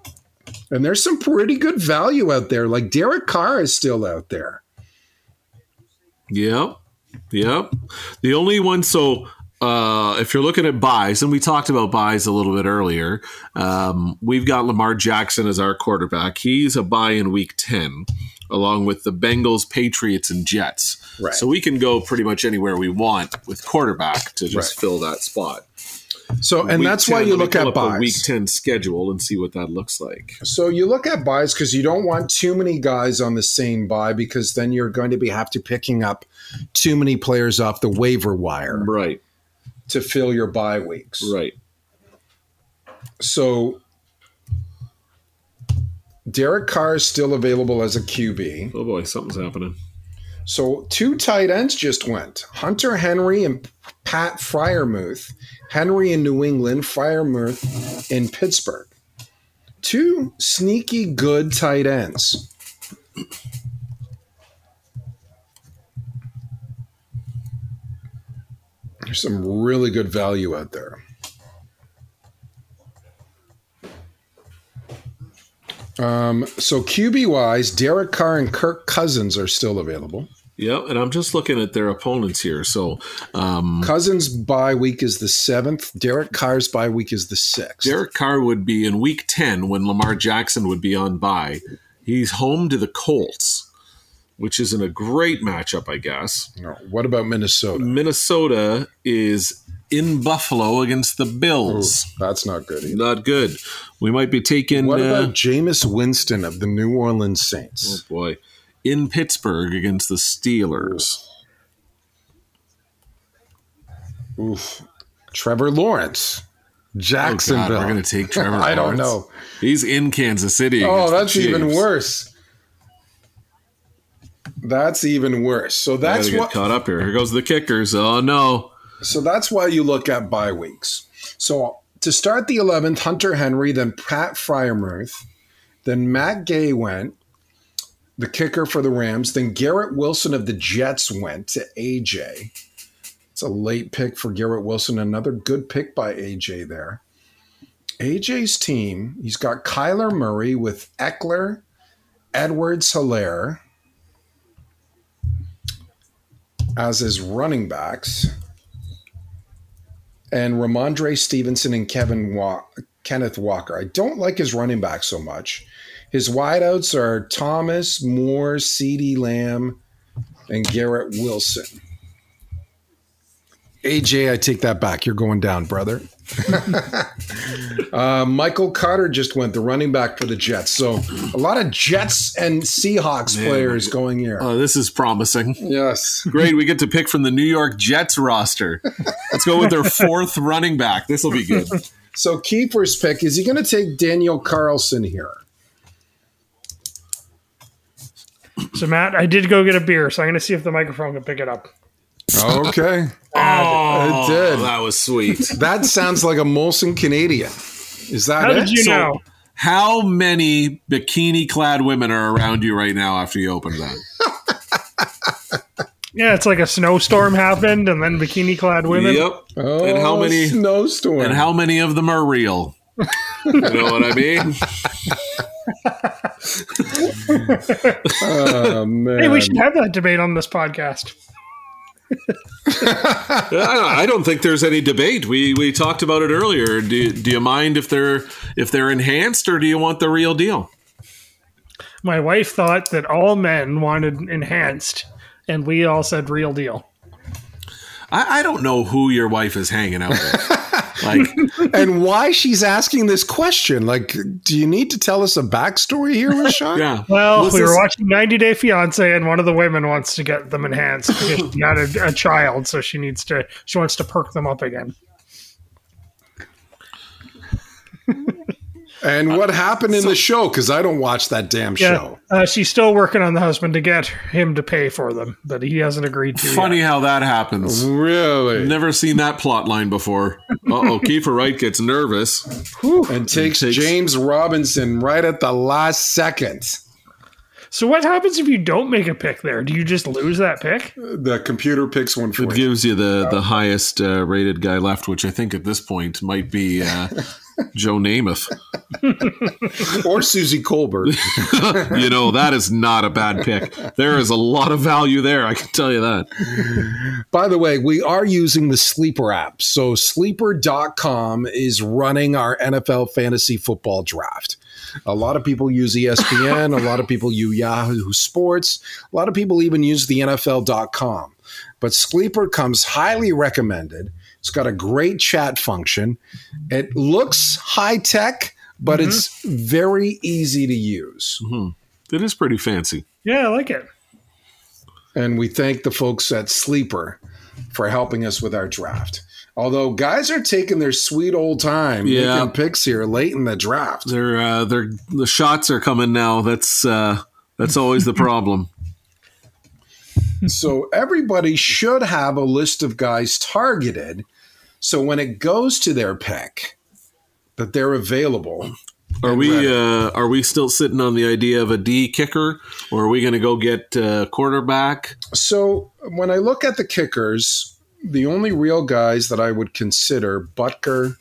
Speaker 5: And there's some pretty good value out there. Like Derek Carr is still out there.
Speaker 6: Yep. Yep. The only one so uh, if you're looking at buys, and we talked about buys a little bit earlier, um, we've got Lamar Jackson as our quarterback. He's a buy in week 10, along with the Bengals, Patriots, and Jets.
Speaker 5: Right.
Speaker 6: So we can go pretty much anywhere we want with quarterback to just
Speaker 5: Right.
Speaker 6: fill that spot.
Speaker 5: So, and
Speaker 6: Week
Speaker 5: that's why
Speaker 6: 10,
Speaker 5: you
Speaker 6: let me
Speaker 5: look
Speaker 6: pull
Speaker 5: at
Speaker 6: up a Week
Speaker 5: buys.
Speaker 6: 10 schedule and see what that looks like.
Speaker 5: So you look at buys because you don't want too many guys on the same buy because then you're going to be have to picking up too many players off the waiver wire
Speaker 6: Right.
Speaker 5: to fill your bye weeks.
Speaker 6: Right.
Speaker 5: So Derek Carr is still available as a QB.
Speaker 6: Oh boy, something's happening.
Speaker 5: So two tight ends just went. Hunter Henry and Pat Fryermuth. Henry in New England, Fryermuth in Pittsburgh. Two sneaky good tight ends. There's some really good value out there. Um, so QB wise, Derek Carr and Kirk Cousins are still available.
Speaker 6: Yep. And I'm just looking at their opponents here. So um,
Speaker 5: Cousins' bye week is the seventh. Derek Carr's bye week is the sixth.
Speaker 6: Derek Carr would be in week 10 when Lamar Jackson would be on bye. He's home to the Colts, which isn't a great matchup, I guess.
Speaker 5: No, what about Minnesota?
Speaker 6: Minnesota is in Buffalo against the Bills.
Speaker 5: That's not good either.
Speaker 6: Not good. We might be taking
Speaker 5: Hmm. What about
Speaker 6: uh,
Speaker 5: Jameis Winston of the New Orleans Saints?
Speaker 6: boy in Pittsburgh against the Steelers. Oh,
Speaker 5: Oof. Trevor Lawrence,
Speaker 6: Oh, God,
Speaker 5: Jacksonville.
Speaker 6: we're going to take Trevor.
Speaker 5: I don't
Speaker 6: Lawrence.
Speaker 5: know.
Speaker 6: He's in Kansas City.
Speaker 5: Oh,
Speaker 6: against the
Speaker 5: that's even
Speaker 6: Chiefs.
Speaker 5: worse. That's even worse. So
Speaker 6: I gotta
Speaker 5: that's
Speaker 6: get
Speaker 5: what.
Speaker 6: caught up here. Here goes the kickers. Oh no.
Speaker 5: So that's why you look at bye weeks. So to start the 11th, Hunter Henry, then Pat Fryermuth, then Matt Gay went, the kicker for the Rams, then Garrett Wilson of the Jets went to AJ. It's a late pick for Garrett Wilson. Another good pick by AJ there. AJ's team, he's got Kyler Murray with Eckler, Edwards Hilaire as his running backs and Ramondre Stevenson and Kevin Wa- Kenneth Walker. I don't like his running back so much. His wideouts are Thomas Moore, C.D. Lamb, and Garrett Wilson. AJ, I take that back. You're going down, brother. uh, Michael Carter just went the running back for the Jets. So a lot of Jets and Seahawks players going here.
Speaker 6: Oh, this is promising.
Speaker 5: yes.
Speaker 6: Great, we get to pick from the New York Jets roster. Let's go with their fourth running back. This will be good.
Speaker 5: So keeper's pick is he going to take Daniel Carlson here?
Speaker 7: So Matt, I did go get a beer, so I'm gonna see if the microphone can pick it up.
Speaker 5: Okay.
Speaker 6: Oh,
Speaker 5: did.
Speaker 6: that was sweet.
Speaker 5: That sounds like a Molson Canadian. Is that
Speaker 7: How
Speaker 5: it?
Speaker 7: did you
Speaker 6: So-
Speaker 7: know?
Speaker 6: How many bikini clad women are around you right now after you opened that?
Speaker 7: Yeah, it's like a snowstorm happened, and then bikini-clad women.
Speaker 6: Yep.
Speaker 5: Oh,
Speaker 6: and how many?
Speaker 5: snowstorm?
Speaker 6: And how many of them are real? you know what I mean?
Speaker 5: oh, man.
Speaker 7: Hey, we should have that debate on this podcast.
Speaker 6: I I don't think there's any debate. We we talked about it earlier. Do, do you mind if they're if they're enhanced or do you want the real deal?
Speaker 7: My wife thought that all men wanted enhanced, and we all said real deal.
Speaker 6: I, I don't know who your wife is hanging out with. like
Speaker 5: and why she's asking this question? Like, do you need to tell us a backstory here, Rashad?
Speaker 6: yeah.
Speaker 7: Well,
Speaker 6: Was
Speaker 7: we were
Speaker 6: this-
Speaker 7: watching 90 Day Fiance, and one of the women wants to get them enhanced because she had a, a child, so she needs to she wants to perk them up again.
Speaker 5: And what happened in the show? Because I don't watch that damn
Speaker 7: Yeah,
Speaker 5: show.
Speaker 7: uh, she's still working on the husband to get him to pay for them, but he hasn't agreed to.
Speaker 6: Funny how that happens.
Speaker 5: Really?
Speaker 6: Never seen that plot line before. Uh oh, Kiefer Wright gets nervous.
Speaker 5: And takes,
Speaker 6: takes-
Speaker 5: James Robinson right at the last second.
Speaker 7: Yet. So what happens if you don't make a pick there? Do you just lose that pick?
Speaker 5: The computer picks one for
Speaker 6: It
Speaker 5: you.
Speaker 6: gives you the the highest uh, rated guy left, which I think at this point might be uh, Joe Namath.
Speaker 5: Or Susie Colbert.
Speaker 6: You know that is not a bad pick. There is a lot of value there. I can tell you that.
Speaker 5: By the way, we are using the Sleeper app. So sleeper.com is running our NFL fantasy football draft. A lot of people use E ESPN, a lot of people use Yahoo Sports, a lot of people even use the NFL.com. But Sleeper comes highly recommended. It's got a great chat function. It looks high tech, but it's very easy to use.
Speaker 6: It is pretty fancy.
Speaker 7: Yeah, I like it.
Speaker 5: And we thank the folks at Sleeper for helping us with our draft. Although guys are taking their sweet old time
Speaker 6: Yeah.
Speaker 5: making picks here late in the draft.
Speaker 6: They're uh, they're the shots are coming now. That's uh, that's always the problem.
Speaker 5: so everybody should have a list of guys targeted. So when it goes to their pick, that they're available.
Speaker 6: Are we uh, are we still sitting on the idea of a D kicker, or are we going to go get uh, quarterback?
Speaker 5: So when I look at the kickers, the only real guys that I would consider Butker,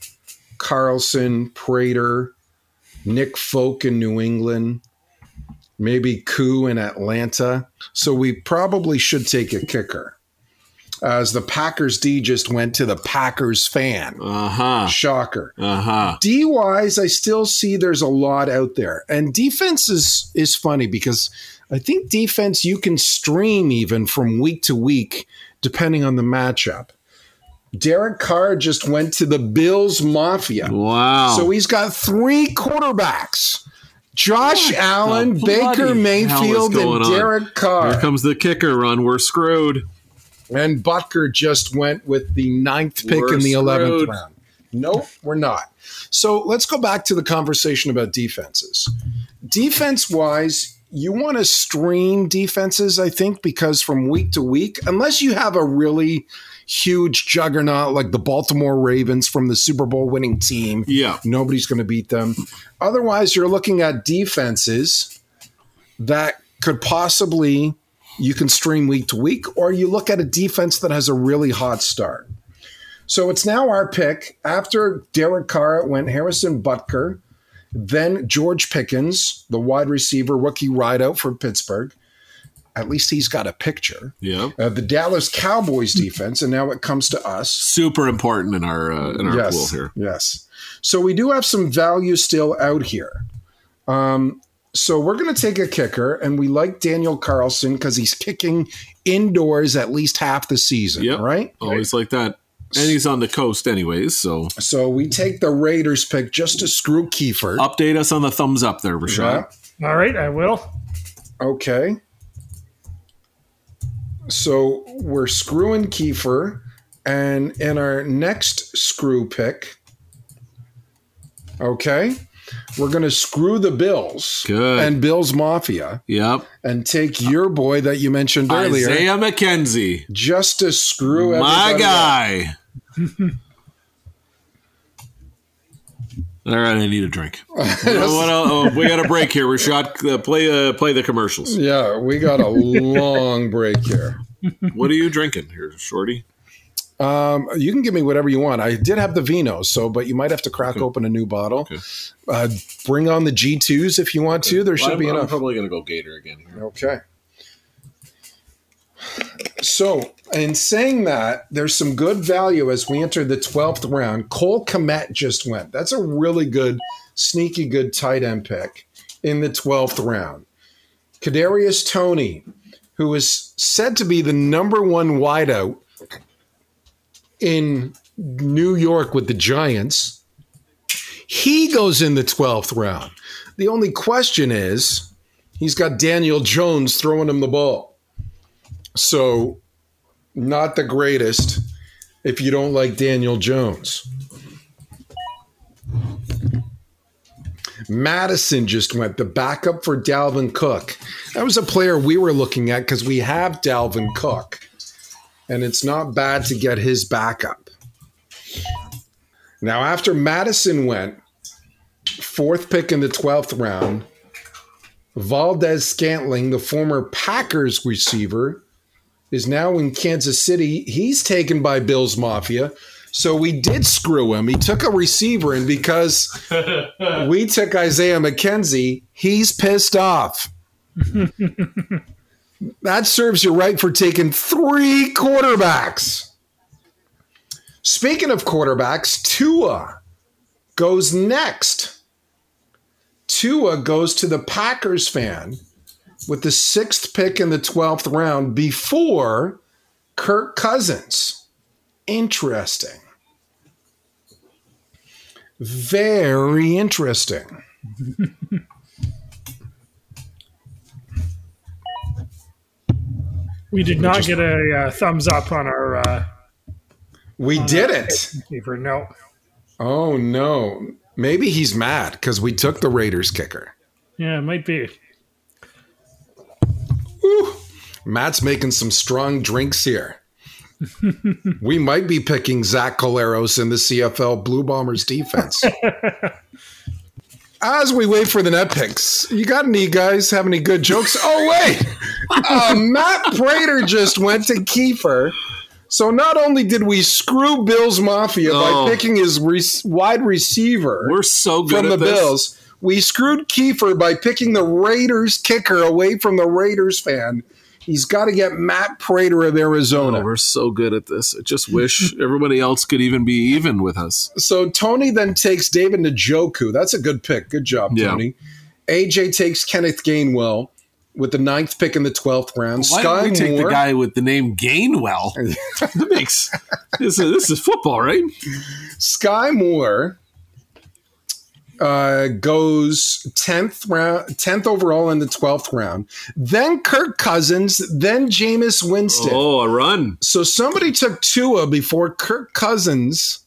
Speaker 5: Carlson, Prater, Nick Folk in New England, maybe Koo in Atlanta. So we probably should take a kicker. As the Packers D just went to the Packers fan.
Speaker 6: Uh huh.
Speaker 5: Shocker.
Speaker 6: Uh huh.
Speaker 5: D wise, I still see there's a lot out there. And defense is is funny because I think defense you can stream even from week to week depending on the matchup. Derek Carr just went to the Bills Mafia.
Speaker 6: Wow.
Speaker 5: So he's got three quarterbacks. Josh Allen,
Speaker 6: the bloody
Speaker 5: Baker
Speaker 6: hell is
Speaker 5: Mayfield,
Speaker 6: going
Speaker 5: and
Speaker 6: on?
Speaker 5: Derek Carr.
Speaker 6: Here comes the kicker run. We're screwed.
Speaker 5: And Butker just went with the ninth pick in
Speaker 6: Worst
Speaker 5: the 11th
Speaker 6: road.
Speaker 5: round. Nope, we're not. So let's go back to the conversation about defenses. Defense wise, you want to stream defenses, I think, because from week to week, unless you have a really huge juggernaut like the Baltimore Ravens from the Super Bowl winning team,
Speaker 6: Yeah.
Speaker 5: nobody's going to beat them. Otherwise, you're looking at defenses that could possibly you can stream week to week, or you look at a defense that has a really hot start. So it's now our pick. After Derek Carr it went Harrison Butker, then George Pickens, the wide receiver rookie rideout from Pittsburgh. At least he's got a picture.
Speaker 6: Yeah.
Speaker 5: Uh, the Dallas Cowboys defense, and now it comes to us.
Speaker 6: Super important in our uh, in our
Speaker 5: Yes.
Speaker 6: pool here.
Speaker 5: Yes. So we do have some value still out here. Um, so we're going to take a kicker, and we like Daniel Carlson because he's kicking indoors at least half the season,
Speaker 6: Yep.
Speaker 5: right?
Speaker 6: Always like that. And he's on the coast, anyways. So
Speaker 5: So we take the Raiders pick just to screw Kiefer.
Speaker 6: update us on the thumbs up there, Rashad.
Speaker 5: Yeah.
Speaker 7: All right, I will.
Speaker 6: Uh,
Speaker 5: Okay. So we're screwing Kiefer, and in our next screw pick, okay, we're going to screw the Bills
Speaker 6: Good.
Speaker 5: and Bills Mafia
Speaker 6: Yep.
Speaker 5: and take your boy that you mentioned earlier
Speaker 6: Isaiah McKenzie,
Speaker 5: just to screw
Speaker 6: my
Speaker 5: everybody up.
Speaker 6: guy. All right, I need a drink. Uh, what el- oh, we got a break here, Rashad. Uh, play uh, play the commercials.
Speaker 5: Yeah, we got a long break here.
Speaker 6: what are you drinking here, Shorty?
Speaker 5: Um, you can give me whatever you want. I did have the vino, so but you might have to crack open a new bottle. Uh, bring on the G2s if you want to. There should
Speaker 6: Well, I'm,
Speaker 5: be
Speaker 6: I'm
Speaker 5: enough.
Speaker 6: probably gonna go Gator again here.
Speaker 5: Okay. So, in saying that, there's some good value as we enter the 12th round. Cole Komet just went. That's a really good, sneaky good tight end pick in the 12th round. Kadarius Tony, who is said to be the number one wideout in New York with the Giants, he goes in the 12th round. The only question is he's got Daniel Jones throwing him the ball. So, not the greatest if you don't like Daniel Jones. Madison just went the backup for Dalvin Cook. That was a player we were looking at because we have Dalvin Cook, and it's not bad to get his backup. Now, after Madison went, fourth pick in the 12th round, Valdez Scantling, the former Packers receiver, is now in Kansas City. He's taken by Bills Mafia. So we did screw him. He took a receiver, and because we took Isaiah McKenzie, he's pissed off. that serves you right for taking three quarterbacks. Speaking of quarterbacks, Tua goes next. Tua goes to the Packers fan with the sixth pick in the 12th round before Kirk Cousins. Interesting. Very interesting.
Speaker 7: We did not get a uh, thumbs up on our uh,
Speaker 5: We did it.
Speaker 7: paper. No,
Speaker 5: Oh, no. Maybe he's mad because we took the Raiders kicker.
Speaker 7: yeah, it might be.
Speaker 5: Whew. Matt's making some strong drinks here. we might be picking Zach Caleros in the CFL Blue Bombers defense. As we wait for the net picks, you got any guys have any good jokes? Oh wait, uh, Matt Prater just went to Kiefer. So not only did we screw Bills Mafia
Speaker 6: Oh.
Speaker 5: by picking his re- wide receiver,
Speaker 6: We're so good
Speaker 5: from
Speaker 6: at
Speaker 5: the
Speaker 6: this.
Speaker 5: Bills. We screwed Kiefer by picking the Raiders kicker away from the Raiders fan. He's got to get Matt Prater of Arizona.
Speaker 6: Oh, we're so good at this. I just wish everybody else could even be even with us.
Speaker 5: so Tony then takes David Njoku. That's a good pick. Good job,
Speaker 6: Yeah.
Speaker 5: Tony. AJ takes Kenneth Gainwell with the ninth pick in the 12th round. Sky
Speaker 6: Why don't we take
Speaker 5: Moore.
Speaker 6: the guy with the name Gainwell? that makes this is, this is football, right?
Speaker 5: Sky Moore uh, goes tenth round, tenth overall in the twelfth round. Then Kirk Cousins, then Jameis Winston.
Speaker 6: Oh, a run.
Speaker 5: So somebody took Tua before Kirk Cousins.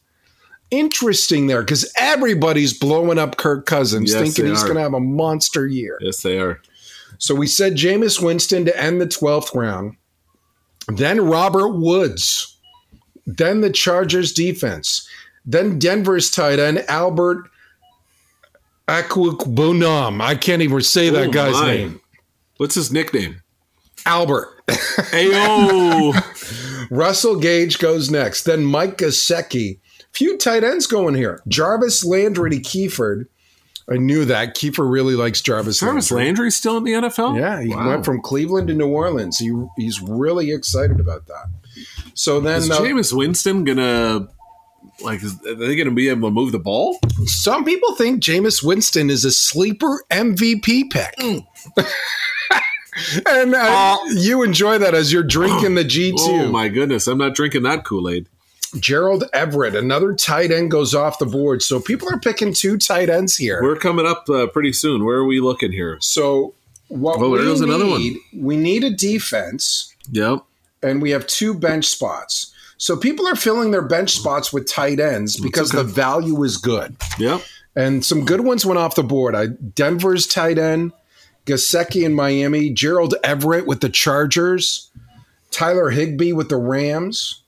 Speaker 5: Interesting there because everybody's blowing up Kirk Cousins,
Speaker 6: Yes,
Speaker 5: thinking
Speaker 6: they
Speaker 5: he's
Speaker 6: are.
Speaker 5: going to have a monster year.
Speaker 6: Yes, they are.
Speaker 5: So we said Jameis Winston to end the 12th round, then Robert Woods, then the Chargers defense, then Denver's tight end, Albert Akwukbunam. I can't even say that
Speaker 6: Oh,
Speaker 5: guy's
Speaker 6: my.
Speaker 5: name.
Speaker 6: What's his nickname?
Speaker 5: Albert.
Speaker 6: Ayo.
Speaker 5: Russell Gage goes next. Then Mike Gasecki. Few tight ends going here. Jarvis Landry to Keyford. I knew that. Kiefer really likes Jarvis,
Speaker 6: Jarvis Landry's still in the NFL?
Speaker 5: Yeah, he
Speaker 6: Wow.
Speaker 5: went from Cleveland to New Orleans. He, he's really excited about that. So then
Speaker 6: Is
Speaker 5: uh,
Speaker 6: Jameis Winston gonna like? Is, are they gonna be able to move the ball?
Speaker 5: some people think Jameis Winston is a sleeper MVP pick.
Speaker 6: Hmm.
Speaker 5: and uh, you enjoy that as you're drinking the G2.
Speaker 6: Oh my goodness! I'm not drinking that Kool Aid.
Speaker 5: Gerald Everett, another tight end goes off the board. So people are picking two tight ends here.
Speaker 6: We're coming up uh, pretty soon. Where are we looking here?
Speaker 5: So what
Speaker 6: Oh,
Speaker 5: we
Speaker 6: there goes
Speaker 5: need,
Speaker 6: another one.
Speaker 5: we need a defense,
Speaker 6: Yep.
Speaker 5: and we have two bench spots. So people are filling their bench spots with tight ends because the value is good.
Speaker 6: Yep.
Speaker 5: And some good ones went off the board. I Denver's tight end, Gasecki in Miami, Gerald Everett with the Chargers, Tyler Higbee with the Rams.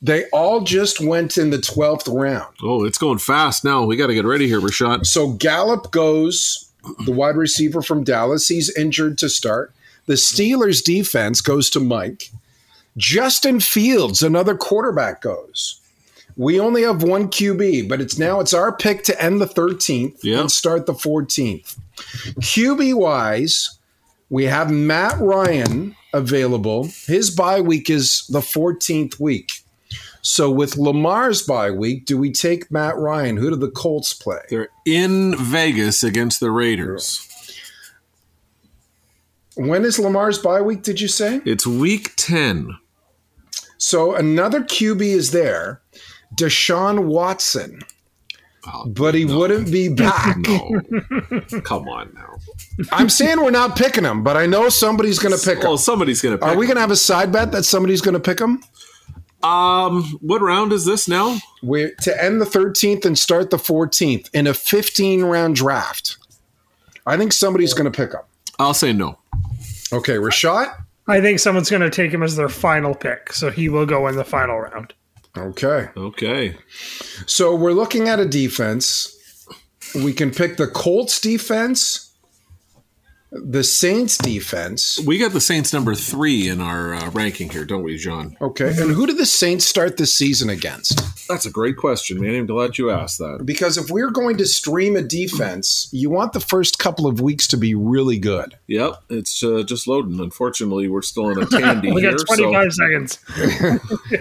Speaker 5: They all just went in the 12th round.
Speaker 6: Oh, it's going fast now. We got to get ready here, Rashad.
Speaker 5: Um, So Gallup goes, the wide receiver from Dallas. He's injured to start. The Steelers defense goes to Mike. Justin Fields, another quarterback goes. We only have one QB, but it's now it's our pick to end the 13th
Speaker 6: Yeah.
Speaker 5: and start the 14th. QB wise, we have Matt Ryan available. His bye week is the 14th week. So with Lamar's bye week, do we take Matt Ryan? Who do the Colts play?
Speaker 6: They're in Vegas against the Raiders.
Speaker 5: When is Lamar's bye week, did you say?
Speaker 6: It's week 10.
Speaker 5: So another QB is there, Deshaun Watson, but he wouldn't be back.
Speaker 6: No. Come on now.
Speaker 5: I'm saying we're not picking him, but I know somebody's going to pick
Speaker 6: Well,
Speaker 5: him.
Speaker 6: somebody's going to pick.
Speaker 5: Are we going to have a side bet that somebody's going to pick him?
Speaker 6: um, what round is this now?
Speaker 5: We're, to end the 13th and start the 14th in a 15 round draft. I think somebody's going to pick him.
Speaker 6: I'll say no.
Speaker 5: Okay, Rashad.
Speaker 7: I think someone's going to take him as their final pick, so he will go in the final round.
Speaker 5: Okay.
Speaker 6: Okay.
Speaker 5: So we're looking at a defense. We can pick the Colts defense, the Saints defense.
Speaker 6: We got the Saints number three in our uh, ranking here, don't we, John?
Speaker 5: Okay. And who do the Saints start this season against?
Speaker 6: That's a great question, man. I'm glad you asked that.
Speaker 5: Because if we're going to stream a defense, you want the first couple of weeks to be really good.
Speaker 6: Yep, it's uh, just loading. Unfortunately, we're still in a candy
Speaker 7: We
Speaker 6: here.
Speaker 7: got
Speaker 6: so-
Speaker 7: 25 seconds.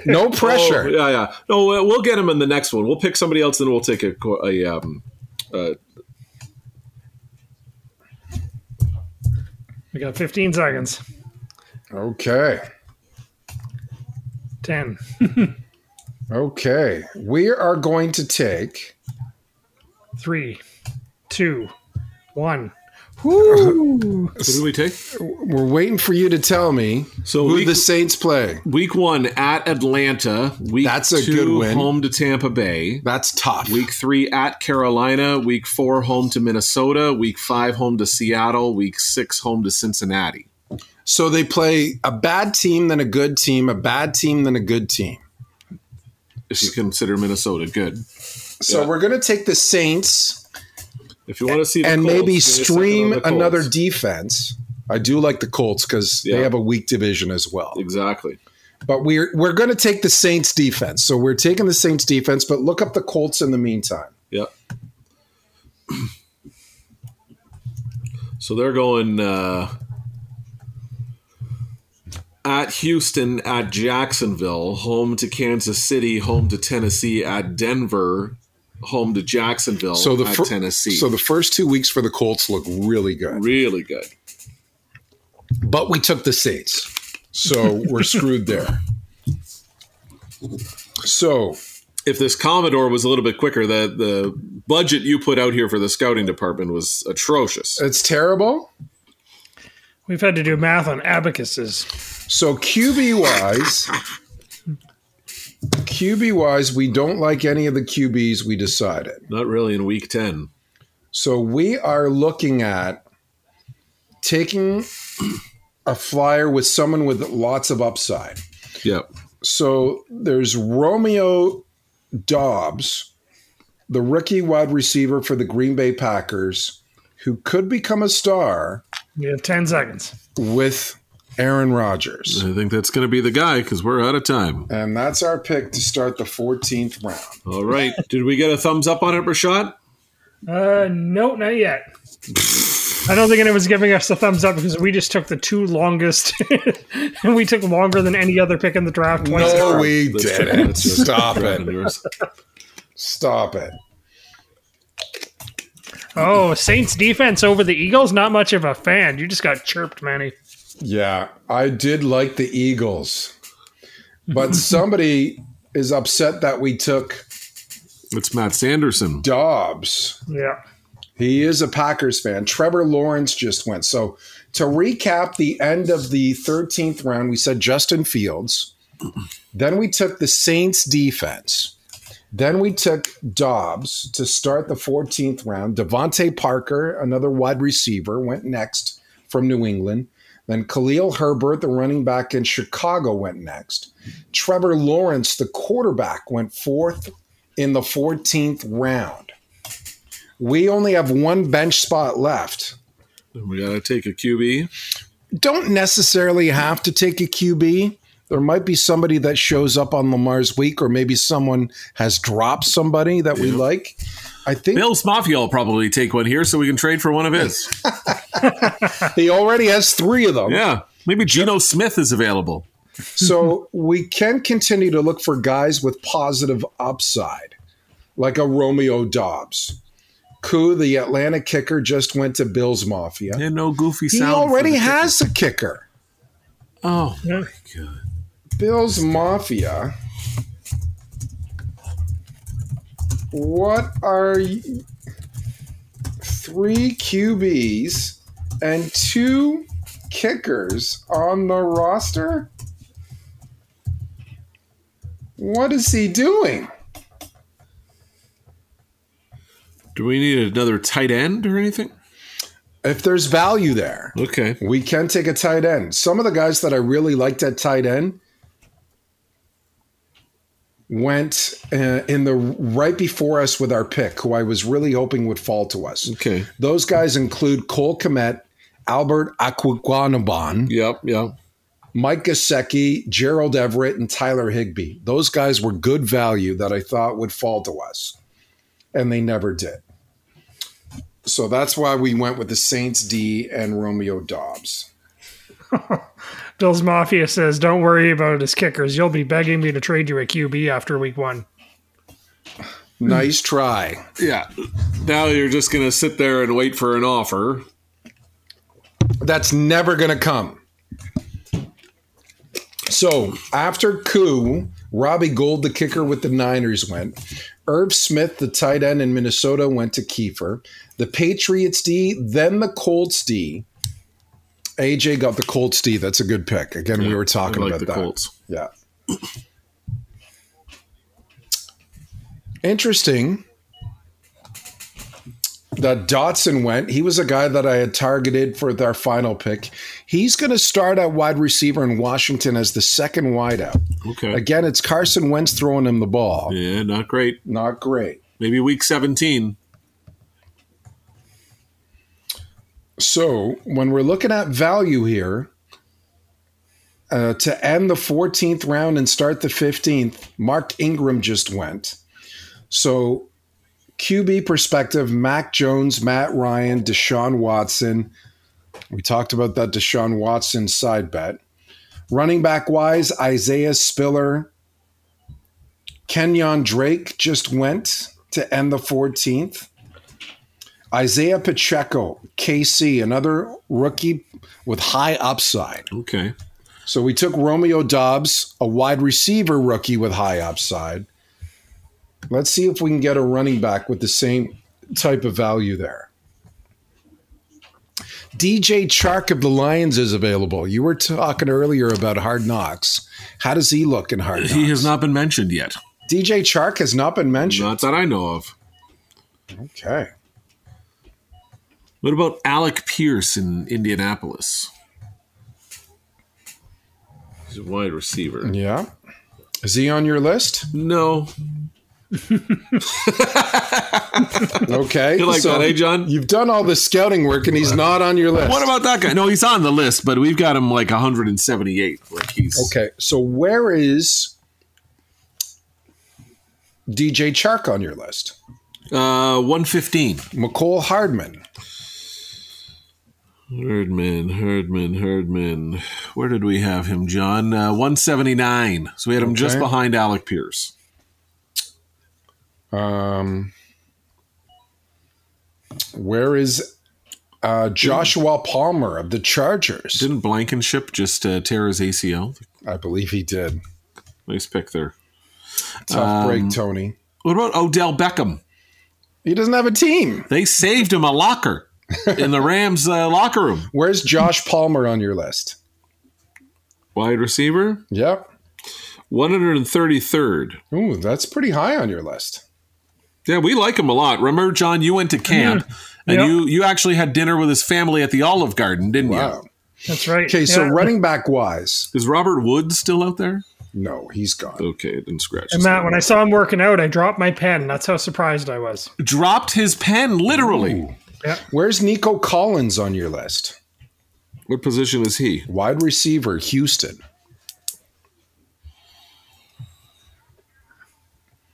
Speaker 5: No
Speaker 6: Oh,
Speaker 5: pressure.
Speaker 6: yeah, yeah. No, uh, we'll get him in the next one. We'll pick somebody else, and we'll take a, qu- a um,
Speaker 7: We got 15 seconds.
Speaker 5: Okay.
Speaker 7: 10.
Speaker 5: Okay. We are going to take
Speaker 7: three, two, one.
Speaker 6: Who do we take?
Speaker 5: we're waiting for you to tell me
Speaker 6: So
Speaker 5: who
Speaker 6: week,
Speaker 5: the Saints play.
Speaker 6: week one at Atlanta. Week
Speaker 5: That's a
Speaker 6: two,
Speaker 5: good win.
Speaker 6: Home to Tampa Bay.
Speaker 5: That's tough.
Speaker 6: Week three at Carolina. Week four home to Minnesota. Week five home to Seattle. Week six home to Cincinnati.
Speaker 5: So they play a bad team, then a good team, a bad team, then a good team.
Speaker 6: If you consider Minnesota good,
Speaker 5: So
Speaker 6: Yeah.
Speaker 5: we're going to take the Saints
Speaker 6: if you want to see the
Speaker 5: and
Speaker 6: Colts,
Speaker 5: maybe
Speaker 6: give me a second
Speaker 5: stream
Speaker 6: on the Colts.
Speaker 5: another defense. I do like the Colts because
Speaker 6: Yeah.
Speaker 5: they have a weak division as well.
Speaker 6: exactly.
Speaker 5: But we're we're going to take the Saints defense. So we're taking the Saints defense, but look up the Colts in the meantime.
Speaker 6: Yep. So they're going uh, at Houston, at Jacksonville, home to Kansas City, home to Tennessee, at Denver, home to Jacksonville,
Speaker 5: So the
Speaker 6: at
Speaker 5: fir-
Speaker 6: Oh, Tennessee.
Speaker 5: So the first two weeks for the Colts look really good,
Speaker 6: really good.
Speaker 5: but we took the Saints, so we're screwed there. So
Speaker 6: If this Commodore was a little bit quicker, the the budget you put out here for the scouting department was atrocious.
Speaker 5: it's terrible.
Speaker 7: We've had to do math on abacuses.
Speaker 5: So QB wise, QB wise, we don't like any of the QBs we decided.
Speaker 6: Not really in week ten.
Speaker 5: So we are looking at taking a flyer with someone with lots of upside.
Speaker 6: Yep.
Speaker 5: So there's Romeo Dobbs, the rookie wide receiver for the Green Bay Packers, who could become a star
Speaker 7: We have 10 seconds.
Speaker 5: with Aaron Rodgers.
Speaker 6: I think that's going to be the guy because we're out of time.
Speaker 5: And that's our pick to start the 14th round.
Speaker 6: All right. Did we get a thumbs up on it, Rashad?
Speaker 7: Uh, no, not yet. I don't think anyone's giving us the thumbs up because we just took the two longest, and we took longer than any other pick in the draft. twice.
Speaker 5: No, we
Speaker 6: Let's take-
Speaker 5: didn't.
Speaker 6: let's just-
Speaker 5: Stop it.
Speaker 6: Yours.
Speaker 5: Stop it.
Speaker 7: Oh, Saints defense over the Eagles. Not much of a fan. You just got chirped, Manny.
Speaker 5: Yeah, I did like the Eagles, but somebody is upset that we took
Speaker 6: It's Matt Sanderson.
Speaker 5: Dobbs.
Speaker 7: Yeah.
Speaker 5: He is a Packers fan. Trevor Lawrence just went. So to recap the end of the 13th round, we said Justin Fields. Then we took the Saints defense. Then we took Dobbs to start the 14th round. Devontae Parker, another wide receiver, went next from New England. Then Khalil Herbert, the running back in Chicago, went next. Trevor Lawrence, the quarterback, went fourth in the 14th round. We only have one bench spot left.
Speaker 6: We got to take a QB.
Speaker 5: Don't necessarily have to take a QB. There might be somebody that shows up on Lamar's week, or maybe someone has dropped somebody that we like. I think
Speaker 6: Bill's Mafia will probably take one here so we can trade for one of his.
Speaker 5: he already has three of them.
Speaker 6: Yeah. Maybe Geno Smith is available.
Speaker 5: So we can continue to look for guys with positive upside, like a Romeo Dobbs. Koo, the Atlanta kicker, just went to Bills Mafia.
Speaker 6: And no goofy
Speaker 5: he
Speaker 6: sound. for
Speaker 5: already
Speaker 6: the-
Speaker 5: has a kicker.
Speaker 6: Oh,
Speaker 7: Yeah.
Speaker 6: God.
Speaker 5: Bills Mafia. What are you? three QBs and two kickers on the roster? What is he doing?
Speaker 6: Do we need another tight end or anything?
Speaker 5: If there's value there,
Speaker 6: Okay.
Speaker 5: we can take a tight end. Some of the guys that I really liked at tight end went uh, in the right before us with our pick, who I was really hoping would fall to us.
Speaker 6: Okay.
Speaker 5: Those guys include Cole Komet, Albert Aquiguanaban,
Speaker 6: Yep. Yep.
Speaker 5: Mike Gasecki, Gerald Everett, and Tyler Higby. Those guys were good value that I thought would fall to us, and they never did. So that's why we went with the Saints D and Romeo Dobbs.
Speaker 7: Bill's Mafia says, "Don't worry about his kickers. You'll be begging me to trade you a QB after week one."
Speaker 5: Nice try.
Speaker 6: Yeah. Now you're just going to sit there and wait for an offer.
Speaker 5: That's never going to come. So after coup, Robbie Gold, the kicker with the Niners, went. Irv Smith, the tight end in Minnesota, went to Kiefer. The Patriots D, then the Colts D. AJ got the Colts D. That's a good pick. Again, we were talking
Speaker 6: I like
Speaker 5: about
Speaker 6: the
Speaker 5: that.
Speaker 6: Colts.
Speaker 5: Yeah. Interesting that Dotson went. He was a guy that I had targeted for our final pick. He's going to start at wide receiver in Washington as the second wideout.
Speaker 6: Okay.
Speaker 5: Again, it's Carson Wentz throwing him the ball.
Speaker 6: yeah, not great.
Speaker 5: Not great.
Speaker 6: Maybe week 17.
Speaker 5: So when we're looking at value here, uh, to end the 14th round and start the 15th, Mark Ingram just went. So QB perspective, Mac Jones, Matt Ryan, Deshaun Watson. We talked about that Deshaun Watson side bet. Running back wise, Isaiah Spiller, Kenyon Drake just went to end the 14th. Isaiah Pacheco, KC, another rookie with high upside.
Speaker 6: Okay.
Speaker 5: So we took Romeo Dobbs, a wide receiver rookie with high upside. Let's see if we can get a running back with the same type of value there. DJ Chark of the Lions is available. You were talking earlier about Hard Knocks. How does he look in Hard Knocks?
Speaker 6: He has not been mentioned yet.
Speaker 5: DJ Chark has not been mentioned.
Speaker 6: Not that I know of.
Speaker 5: Okay.
Speaker 6: What about Alec Pierce in Indianapolis? He's a wide receiver.
Speaker 5: Yeah. Is he on your list?
Speaker 6: No.
Speaker 5: Okay.
Speaker 6: You like
Speaker 5: so-
Speaker 6: that, eh, John?
Speaker 5: You've done all this scouting work and he's not on your list.
Speaker 6: What about that guy? No, he's on the list, but we've got him like 178. Like he's
Speaker 5: Okay, so where is DJ Chark on your list?
Speaker 6: uh 115.
Speaker 5: McCole Hardman.
Speaker 6: Herdman, Herdman, Herdman. Where did we have him, John? Uh, 179. So we had him just
Speaker 5: Okay.
Speaker 6: behind Alec Pierce.
Speaker 5: Um, where is uh, Joshua Palmer of the Chargers?
Speaker 6: Didn't Blankenship just uh, tear his ACL?
Speaker 5: I believe he did.
Speaker 6: Nice pick there.
Speaker 5: Tough
Speaker 6: Um,
Speaker 5: break, Tony.
Speaker 6: What about Odell Beckham?
Speaker 5: He doesn't have a team.
Speaker 6: They saved him a locker in the Rams uh, locker room.
Speaker 5: Where's Josh Palmer on your list?
Speaker 6: Wide receiver,
Speaker 5: Yep.
Speaker 6: 133rd.
Speaker 5: Ooh, that's pretty high on your list.
Speaker 6: Yeah, we like him a lot. Remember, John, you went to camp and
Speaker 7: Yeah.
Speaker 6: you you actually had dinner with his family at the Olive Garden, didn't
Speaker 5: Wow.
Speaker 6: you?
Speaker 7: That's right.
Speaker 5: Okay, so
Speaker 7: Yeah.
Speaker 5: running back wise,
Speaker 6: Is Robert Wood still out there?
Speaker 5: no, he's gone.
Speaker 6: Okay, it didn't scratch.
Speaker 7: And
Speaker 6: his
Speaker 7: Matt,
Speaker 6: name.
Speaker 7: when I saw him working out, I dropped my pen. That's how surprised I was.
Speaker 6: dropped his pen, literally.
Speaker 5: Where's Nico Collins on your list?
Speaker 6: What position is he?
Speaker 5: Wide receiver, Houston.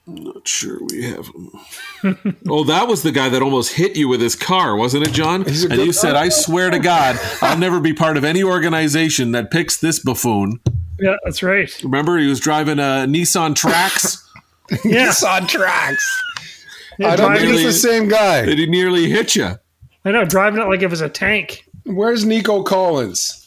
Speaker 6: Not sure we have him. oh, that was the guy that almost hit you with his car, wasn't it, John?
Speaker 5: He's a
Speaker 6: And
Speaker 5: good
Speaker 6: you said, I swear to God, I'll never be part of any organization that picks this buffoon.
Speaker 7: Yeah, that's right.
Speaker 6: Remember, he was driving a Nissan Trax
Speaker 7: Yeah,
Speaker 5: He's on tracks.
Speaker 7: yeah,
Speaker 5: I don't think
Speaker 7: driving,
Speaker 5: it's
Speaker 6: really-
Speaker 5: the same guy.
Speaker 6: and he nearly hit you.
Speaker 7: I know, driving it like it was a tank.
Speaker 5: Where's Nico Collins?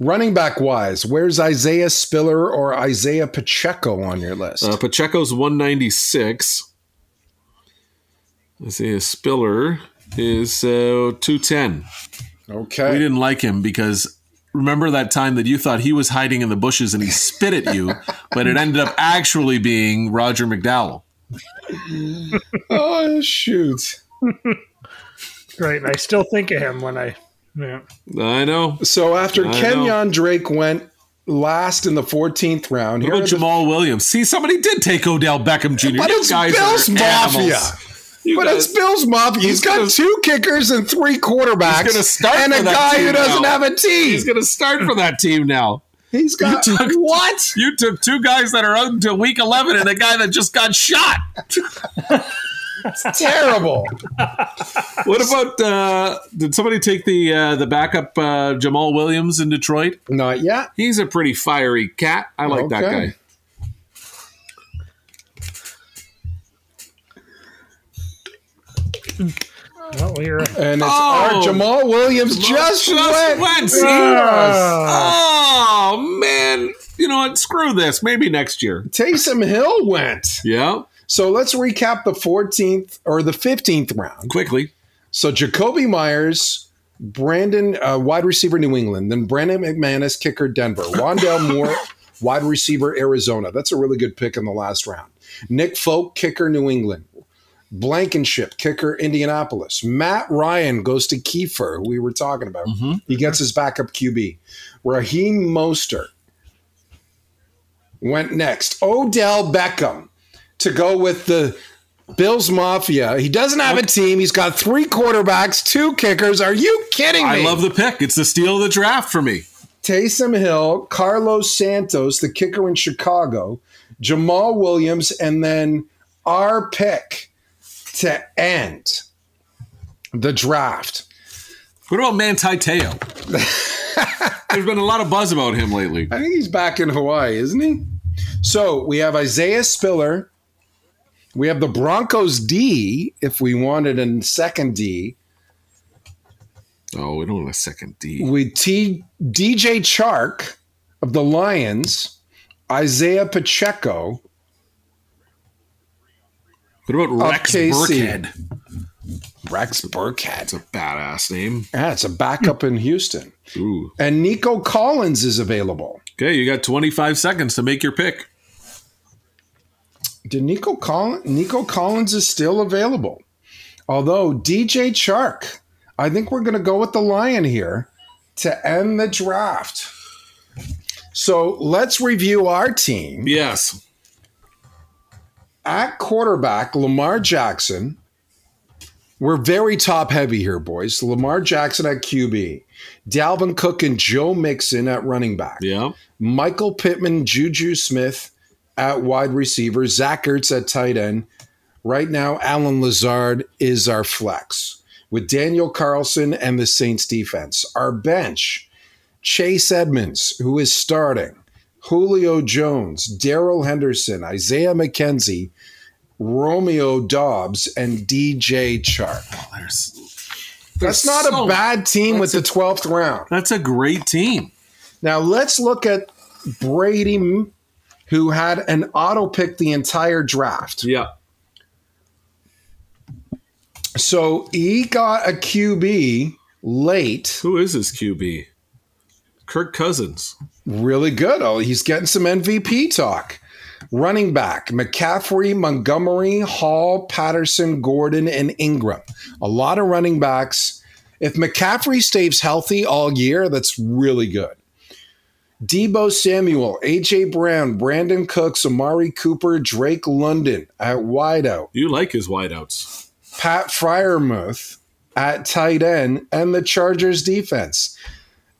Speaker 5: Running back wise, where's Isaiah Spiller or Isaiah Pacheco on your list?
Speaker 6: Uh, Pacheco's 196. Let's see, Spiller is uh, 210. We
Speaker 5: okay.
Speaker 6: didn't like him because remember that time that you thought he was hiding in the bushes and he spit at you, but it ended up actually being Roger McDowell.
Speaker 5: Oh, shoot.
Speaker 7: Right, and I still think of him when I. Yeah.
Speaker 6: I know.
Speaker 5: So after
Speaker 6: I
Speaker 5: Kenyon
Speaker 6: know.
Speaker 5: Drake went last in the 14th round, here
Speaker 6: What
Speaker 5: are
Speaker 6: about
Speaker 5: the-
Speaker 6: Jamal Williams? See, somebody did take Odell Beckham Jr.
Speaker 5: But
Speaker 6: You
Speaker 5: it's
Speaker 6: guys
Speaker 5: Bills
Speaker 6: are
Speaker 5: Mafia.
Speaker 6: animals. You
Speaker 5: But
Speaker 6: guys-
Speaker 5: it's Bills Mafia. He's got
Speaker 6: gonna-
Speaker 5: two kickers and three quarterbacks,
Speaker 6: He's gonna start
Speaker 5: and
Speaker 6: for
Speaker 5: a
Speaker 6: that
Speaker 5: guy
Speaker 6: team
Speaker 5: who doesn't
Speaker 6: now.
Speaker 5: have a team.
Speaker 6: he's going to start for that team now.
Speaker 5: he's got
Speaker 6: took-
Speaker 5: what?
Speaker 6: You took two guys that are up to week 11 and a guy that just got shot.
Speaker 5: Terrible.
Speaker 6: What about uh, did somebody take the uh, the backup uh, Jamal Williams in Detroit?
Speaker 5: Not yet.
Speaker 6: He's a pretty fiery cat. I like that
Speaker 5: Okay.
Speaker 6: guy.
Speaker 7: Well, we were
Speaker 5: And it's
Speaker 6: Oh.
Speaker 5: our Jamal Williams just,
Speaker 6: Just
Speaker 5: went.
Speaker 6: Wentz. He-
Speaker 7: Ah,
Speaker 6: Oh man. You know what? Screw this. Maybe next year.
Speaker 5: Taysom Hill went.
Speaker 6: Yeah.
Speaker 5: So let's recap the 14th or the 15th round.
Speaker 6: Quickly.
Speaker 5: So Jacoby Myers, Brandon, uh, wide receiver, New England. Then Brandon McManus, kicker, Denver. Wandell Moore, wide receiver, Arizona. That's a really good pick in the last round. Nick Folk, kicker, New England. Blankenship, kicker, Indianapolis. Matt Ryan goes to Kiefer, who we were talking about.
Speaker 6: Mm-hmm.
Speaker 5: He gets his backup QB. Raheem Mostert went next. Odell Beckham to go with the Bills Mafia. He doesn't have a team. He's got three quarterbacks, two kickers. Are you kidding me?
Speaker 6: I love the pick. It's the steal of the draft for me.
Speaker 5: Taysom Hill, Carlos Santos, the kicker in Chicago, Jamal Williams, and then our pick to end the draft.
Speaker 6: What about Manti Te'o? There's been a lot of buzz about him lately.
Speaker 5: I think he's back in Hawaii, isn't he? So we have Isaiah Spiller. We have the Broncos D, if we wanted a second D,
Speaker 6: Oh, we don't want a second D.
Speaker 5: with T- DJ Chark of the Lions, Isaiah Pacheco,
Speaker 6: What about Rex
Speaker 5: KC.
Speaker 6: Burkhead?
Speaker 5: Rex Burkhead.
Speaker 6: It's a badass name.
Speaker 5: Yeah, it's a backup in Houston.
Speaker 6: Ooh.
Speaker 5: And Nico Collins is available.
Speaker 6: Okay, you got 25 seconds to make your pick.
Speaker 5: Did Nico Collins Nico Collins is still available. Although DJ Chark, I think we're gonna go with the Lion here to end the draft. So let's review our team.
Speaker 6: Yes.
Speaker 5: At quarterback, Lamar Jackson. We're very top heavy here, boys. Lamar Jackson at QB, Dalvin Cook and Joe Mixon at running back.
Speaker 6: Yeah.
Speaker 5: Michael Pittman, Juju Smith at wide receiver, Zach Ertz at tight end. Right now, Alan Lazard is our flex with Daniel Carlson and the Saints defense. Our bench, Chase Edmonds, who is starting, Julio Jones, Daryl Henderson, Isaiah McKenzie, Romeo Dobbs, and DJ Chark. That's not a bad team with the 12th round.
Speaker 6: That's a great team.
Speaker 5: Now let's look at Brady, who had an auto pick the entire draft.
Speaker 6: Yeah.
Speaker 5: So he got a QB late,
Speaker 6: Who is his QB? Kirk Cousins.
Speaker 5: really good. Oh, he's getting some MVP talk. Running back McCaffrey, Montgomery, Hall, Patterson, Gordon, and Ingram. A lot of running backs. If McCaffrey stays healthy all year, that's really good. Debo Samuel, AJ Brown, Brandon Cooks, Amari Cooper, Drake London at wideout,
Speaker 6: You like his wideouts.
Speaker 5: Pat Fryermuth at tight end, and the Chargers defense.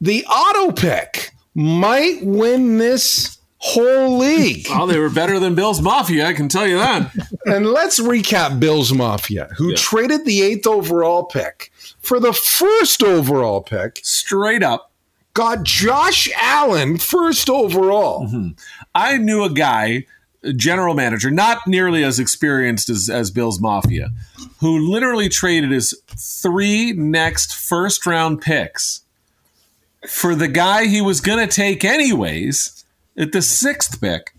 Speaker 5: The auto pick might win this whole league.
Speaker 6: Oh, they were better than Bill's Mafia, I can tell you that.
Speaker 5: And let's recap Bills Mafia, who
Speaker 6: Yeah.
Speaker 5: traded the eighth overall pick for the first overall pick,
Speaker 6: Straight up.
Speaker 5: got Josh Allen first overall.
Speaker 6: Mm-hmm. I knew a guy, a general manager, not nearly as experienced as, as Bill's Mafia, who literally traded his three next first round picks for the guy he was going to take anyways at the sixth pick,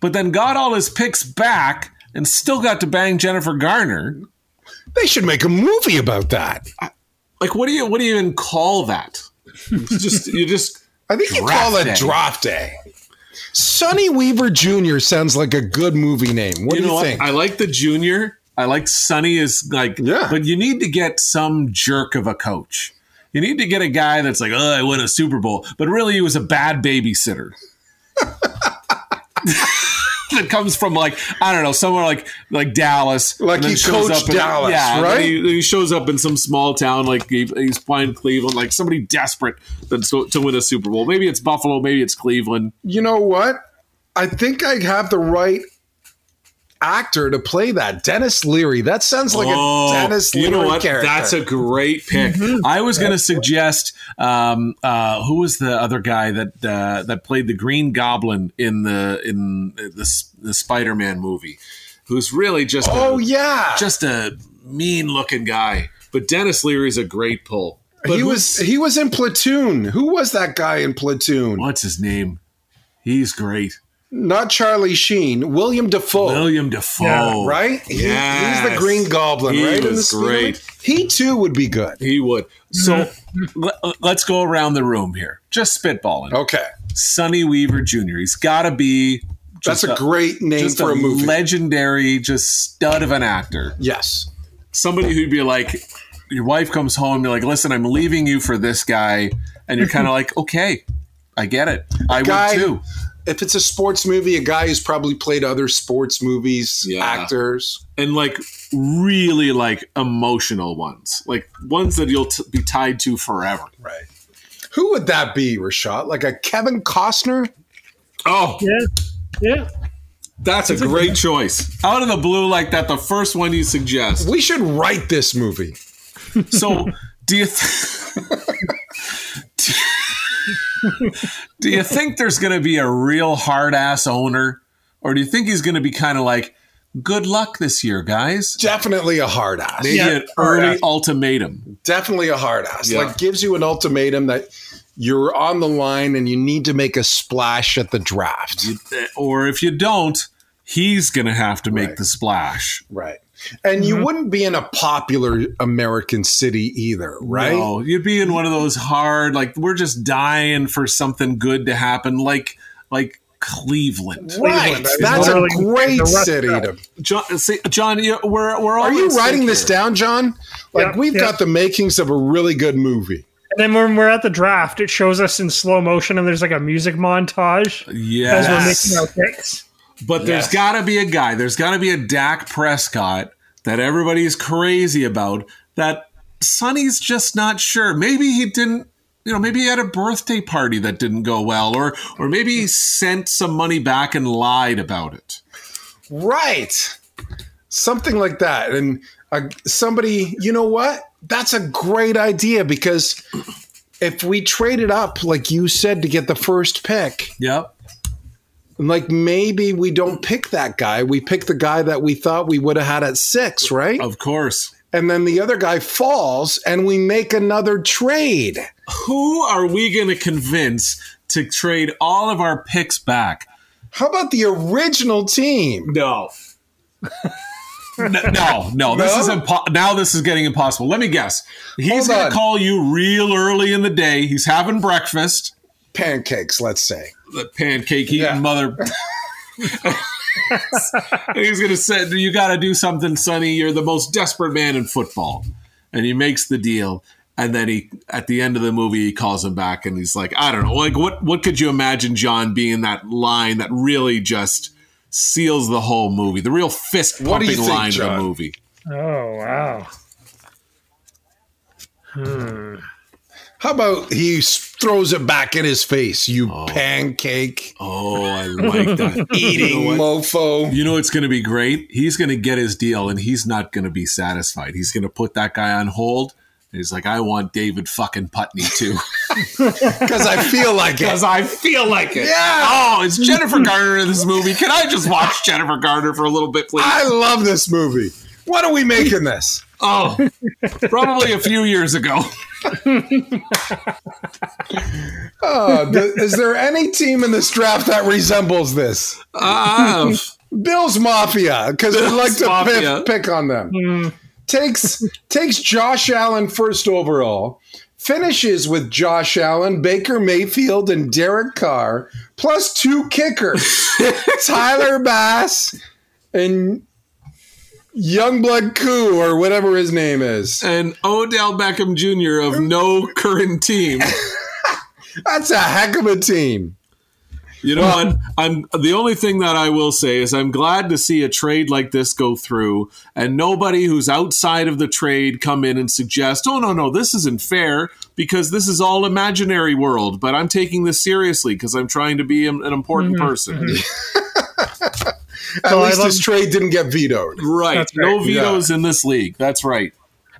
Speaker 6: but then got all his picks back and still got to bang Jennifer Garner.
Speaker 5: They should make a movie about that.
Speaker 6: Like, what do you what do you even call that? It's just you just
Speaker 5: I think you
Speaker 6: Draft
Speaker 5: call it
Speaker 6: Day.
Speaker 5: Draft Day. Sonny Weaver Jr. sounds like a good movie name. What
Speaker 6: you
Speaker 5: do you
Speaker 6: know what?
Speaker 5: think?
Speaker 6: I like the junior. I like Sonny is like,
Speaker 5: Yeah.
Speaker 6: but you need to get some jerk of a coach. You need to get a guy that's like, oh, I won a Super Bowl, but really he was a bad babysitter. that comes from like I don't know somewhere like like Dallas,
Speaker 5: Like
Speaker 6: and then
Speaker 5: he
Speaker 6: shows
Speaker 5: coached
Speaker 6: up in-
Speaker 5: Dallas,
Speaker 6: yeah, and then
Speaker 5: right?
Speaker 6: he, then he shows up in some small town, like he, he's playing Cleveland, like somebody desperate that's to, to win a Super Bowl. Maybe it's Buffalo, maybe it's Cleveland.
Speaker 5: you know what? I think I have the right actor to play that. Dennis Leary. That sounds like a Dennis Leary
Speaker 6: Oh, you know what?
Speaker 5: character. Mm-hmm.
Speaker 6: That's a great pick. I was going to suggest um, uh, who was the other guy that uh, that played the Green Goblin in the in the, the Spider-Man movie, who's really just
Speaker 5: Oh
Speaker 6: a,
Speaker 5: yeah.
Speaker 6: just a mean-looking guy. But Dennis Leary's a great pull. But
Speaker 5: he
Speaker 6: who-
Speaker 5: was he was in Platoon. Who was that guy in Platoon?
Speaker 6: what's his name? He's great.
Speaker 5: Not Charlie Sheen. William Defoe.
Speaker 6: William Defoe,
Speaker 7: Yeah,
Speaker 5: Oh. Right? He- he's
Speaker 6: Yes.
Speaker 5: the Green Goblin,
Speaker 6: He
Speaker 5: right? in
Speaker 6: was
Speaker 5: the Spider-Man?
Speaker 6: great.
Speaker 5: He too would be good.
Speaker 6: He would. So
Speaker 5: Mm-hmm.
Speaker 6: le- uh, let's go around the room here. Just spitballing.
Speaker 5: Okay.
Speaker 6: Sonny Weaver Jr. He's got to be
Speaker 5: That's
Speaker 6: just
Speaker 5: a, great name
Speaker 6: just
Speaker 5: for a, movie.
Speaker 6: legendary, just stud of an actor.
Speaker 5: yes.
Speaker 6: Somebody who'd be like, your wife comes home, you're like, listen, I'm leaving you for this guy, and you're kind of like, okay, I get it, I
Speaker 5: Guy-
Speaker 6: would too.
Speaker 5: If it's a sports movie, a guy who's probably played other sports movies,
Speaker 6: Yeah.
Speaker 5: actors.
Speaker 6: And like really like emotional ones, like ones that you'll t- be tied to forever.
Speaker 5: Right. Who would that be, Rashad? Like a Kevin Costner?
Speaker 6: Oh,
Speaker 7: Yeah. Yeah.
Speaker 6: that's a great choice. Out of the blue like that, the first one you suggest.
Speaker 5: We should write this movie.
Speaker 6: So, do you th- do you think there's going to be a real hard ass owner, or do you think he's going to be kind of like, "Good luck this year, guys"?
Speaker 5: Definitely a hard ass.
Speaker 6: Maybe
Speaker 7: Yeah,
Speaker 6: an early
Speaker 5: hard-ass.
Speaker 6: ultimatum.
Speaker 5: Definitely a hard ass.
Speaker 6: Yeah.
Speaker 5: Like gives you an ultimatum that you're on the line and you need to make a splash at the draft.
Speaker 6: Or if you don't, he's going to have to make
Speaker 5: Right.
Speaker 6: the splash.
Speaker 5: Right. And
Speaker 7: Mm-hmm.
Speaker 5: you wouldn't be in a popular American city either, right?
Speaker 6: No, you'd be in one of those hard, like we're just dying for something good to happen, like like Cleveland.
Speaker 5: Right.
Speaker 7: Cleveland,
Speaker 5: That's a
Speaker 7: literally
Speaker 5: great
Speaker 7: the Rust
Speaker 5: city
Speaker 7: Belt.
Speaker 5: to
Speaker 6: John, see, John, you, we're we're all
Speaker 5: Are you
Speaker 6: in
Speaker 5: writing
Speaker 6: sync
Speaker 5: this
Speaker 6: here.
Speaker 5: down, John? Like
Speaker 7: Yeah,
Speaker 5: we've
Speaker 7: yeah.
Speaker 5: got the makings of a really good movie.
Speaker 7: And then when we're at the draft, it shows us in slow motion and there's like a music montage
Speaker 6: Yes.
Speaker 7: as we're making our picks.
Speaker 6: But there's
Speaker 5: Yes.
Speaker 6: got to be a guy. There's got to be a Dak Prescott that everybody's crazy about. That Sonny's just not sure. Maybe he didn't. You know, maybe he had a birthday party that didn't go well, or or maybe he sent some money back and lied about it.
Speaker 5: Right. Something like that. And uh, somebody, you know what? That's a great idea because if we traded up, like you said, to get the first pick,
Speaker 6: Yep.
Speaker 5: and like maybe we don't pick that guy, we pick the guy that we thought we would have had at six, right?
Speaker 6: Of course.
Speaker 5: And then the other guy falls and we make another trade.
Speaker 6: Who are we going to convince to trade all of our picks back?
Speaker 5: How about the original team?
Speaker 6: No. N- no, no, this
Speaker 5: No?
Speaker 6: is impo- now this is getting impossible. Let me guess. He's
Speaker 5: Hold
Speaker 6: going
Speaker 5: on.
Speaker 6: to call you real early in the day. He's having breakfast,
Speaker 5: Pancakes, let's say.
Speaker 6: the pancake eating
Speaker 5: Yeah.
Speaker 6: mother. and he's going to say, "You got to do something, Sonny. You're the most desperate man in football." And he makes the deal. And then he, at the end of the movie, he calls him back, and he's like, "I don't know. Like, what? What could you imagine, John, being that line that really just seals the whole movie? The real fist
Speaker 5: What do
Speaker 6: pumping
Speaker 5: you think,
Speaker 6: line of
Speaker 5: John?
Speaker 6: the movie."
Speaker 7: Oh wow.
Speaker 5: How about he s- throws it back in his face, you pancake
Speaker 6: Oh, I like that.
Speaker 5: eating mofo?
Speaker 6: You know it's going to be great. He's going to get his deal, and he's not going to be satisfied. He's going to put that guy on hold. And he's like, I want David fucking Putney too,
Speaker 5: Because I feel like it.
Speaker 6: because I feel like it.
Speaker 5: Yeah,
Speaker 6: Oh, it's Jennifer Garner in this movie. Can I just watch Jennifer Garner for a little bit, please?
Speaker 5: I love this movie. What are we making this?
Speaker 6: Oh, probably a few years ago.
Speaker 5: Uh, th- is there any team in this draft that resembles this?
Speaker 6: Ah,
Speaker 5: Bill's Mafia, because we like to
Speaker 6: Mafia.
Speaker 5: pick, pick on them. Takes takes Josh Allen first overall. Finishes with Josh Allen, Baker Mayfield, and Derek Carr, plus two kickers, Tyler Bass and Youngblood Koo or whatever his name is.
Speaker 6: and Odell Beckham Jr. of no current team.
Speaker 5: That's a heck of a team.
Speaker 6: You know what? I'm the only thing that I will say is I'm glad to see a trade like this go through and nobody who's outside of the trade come in and suggest, "Oh no, no, this isn't fair because this is all imaginary world, but I'm taking this seriously because I'm trying to be an an important
Speaker 7: Mm-hmm.
Speaker 6: person."
Speaker 5: At
Speaker 7: So I
Speaker 5: least
Speaker 7: love-
Speaker 5: this trade didn't get vetoed.
Speaker 6: Right.
Speaker 7: That's right.
Speaker 6: No vetoes in this league. That's right.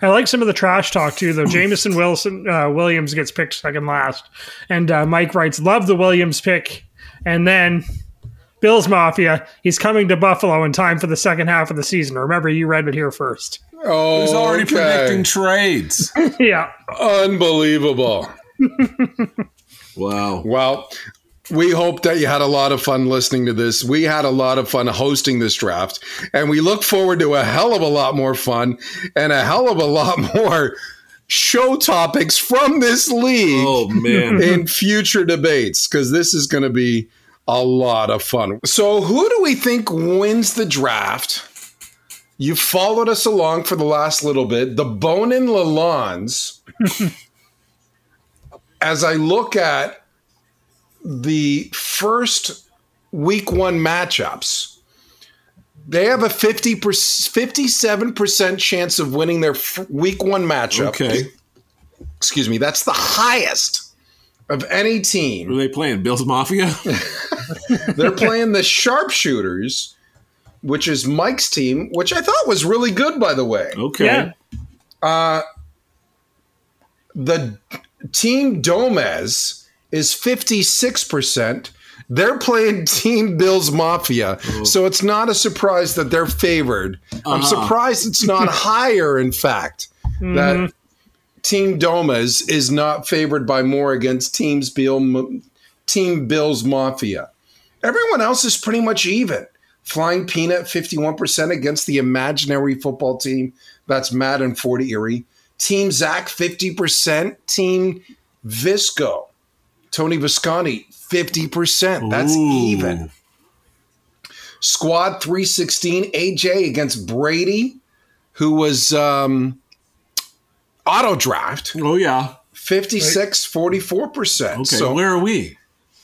Speaker 7: I like some of the trash talk too, though. Jameson Wilson uh, Williams gets picked second last, and uh, Mike writes, "Love the Williams pick." And then Bills Mafia, he's coming to Buffalo in time for the second half of the season. Remember, you read it here first.
Speaker 5: Oh,
Speaker 6: He's already
Speaker 5: okay.
Speaker 6: predicting trades.
Speaker 7: yeah,
Speaker 5: Unbelievable.
Speaker 6: wow.
Speaker 5: Well, we hope that you had a lot of fun listening to this. We had a lot of fun hosting this draft, and we look forward to a hell of a lot more fun and a hell of a lot more show topics from this league
Speaker 6: Oh man.
Speaker 5: in future debates because this is going to be a lot of fun. So, who do we think wins the draft? You followed us along for the last little bit. The Bonin Lalons. As I look at the first week one matchups, they have a 50 57% chance of winning their f- week one matchup.
Speaker 6: Okay.
Speaker 5: Excuse me. That's the highest of any team.
Speaker 6: Who are they playing? Bills Mafia?
Speaker 5: They're playing the Sharpshooters, which is Mike's team, which I thought was really good, by the way.
Speaker 6: Okay.
Speaker 7: Yeah.
Speaker 5: The team Domez is 56%. They're playing Team Bills Mafia. So it's not a surprise that they're favored. I'm surprised it's not higher, in fact, that Team Domez is not favored by more against teams Bill, Team Bills Mafia. Everyone else is pretty much even. Flying Peanut, 51% against the imaginary football team. That's Matt and Fort Erie. Team Zach, 50%. Team Visco, Tony Visconti, 50%. That's
Speaker 6: Ooh.
Speaker 5: even. Squad 316, AJ against Brady, who was um, auto draft,
Speaker 6: Oh yeah.
Speaker 5: 56, 44%.
Speaker 6: Okay.
Speaker 5: So
Speaker 6: Where are we?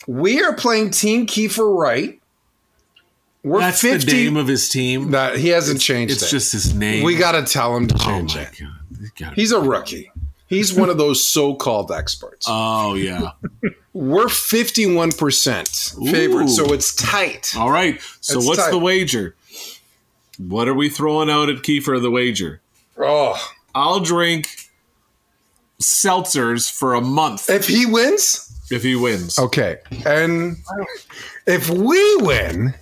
Speaker 5: we are playing Team Kiefer Wright. We're
Speaker 6: That's
Speaker 5: 50.
Speaker 6: the name of his team.
Speaker 5: that he hasn't changed
Speaker 6: It's
Speaker 5: it.
Speaker 6: just his name.
Speaker 5: we got to tell him to
Speaker 6: Oh
Speaker 5: change
Speaker 6: my
Speaker 5: it.
Speaker 6: god! They got-
Speaker 5: He's a rookie. He's one of those so-called experts.
Speaker 6: oh yeah.
Speaker 5: We're 51% favored,
Speaker 6: Ooh.
Speaker 5: so it's tight.
Speaker 6: All right. So
Speaker 5: It's
Speaker 6: what's
Speaker 5: tight.
Speaker 6: the wager? What are we throwing out at Kiefer? The wager.
Speaker 5: Oh,
Speaker 6: I'll drink seltzers for a month
Speaker 5: if he wins,
Speaker 6: if he wins.
Speaker 5: okay. And if we win,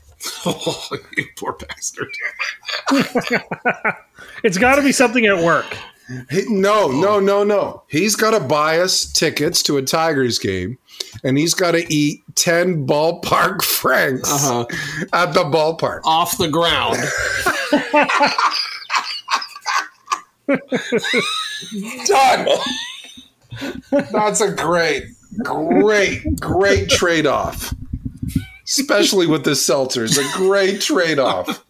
Speaker 6: Oh, you poor bastard.
Speaker 7: it's got to be something at work.
Speaker 5: He-
Speaker 6: Oh.
Speaker 5: no, no, no, no. He's got to buy us tickets to a Tigers game, and he's got to eat 10 ballpark franks
Speaker 6: Uh-huh.
Speaker 5: at the ballpark.
Speaker 6: Off the ground.
Speaker 5: Done. That's a great, great, great trade off. Especially with the seltzers, a great trade off.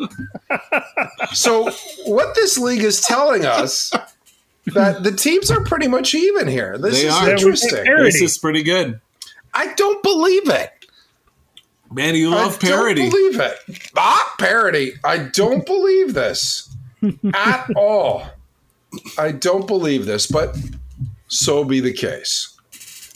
Speaker 5: So, what this league is telling us that the teams are pretty much even here. This
Speaker 6: They
Speaker 5: is
Speaker 6: are.
Speaker 5: interesting.
Speaker 6: this
Speaker 7: Parody.
Speaker 6: is pretty good.
Speaker 5: I don't believe it.
Speaker 6: Man, you love
Speaker 5: I
Speaker 6: parody.
Speaker 5: don't believe it. Ah, parody. I don't believe this at all. I don't believe this, but so be the case.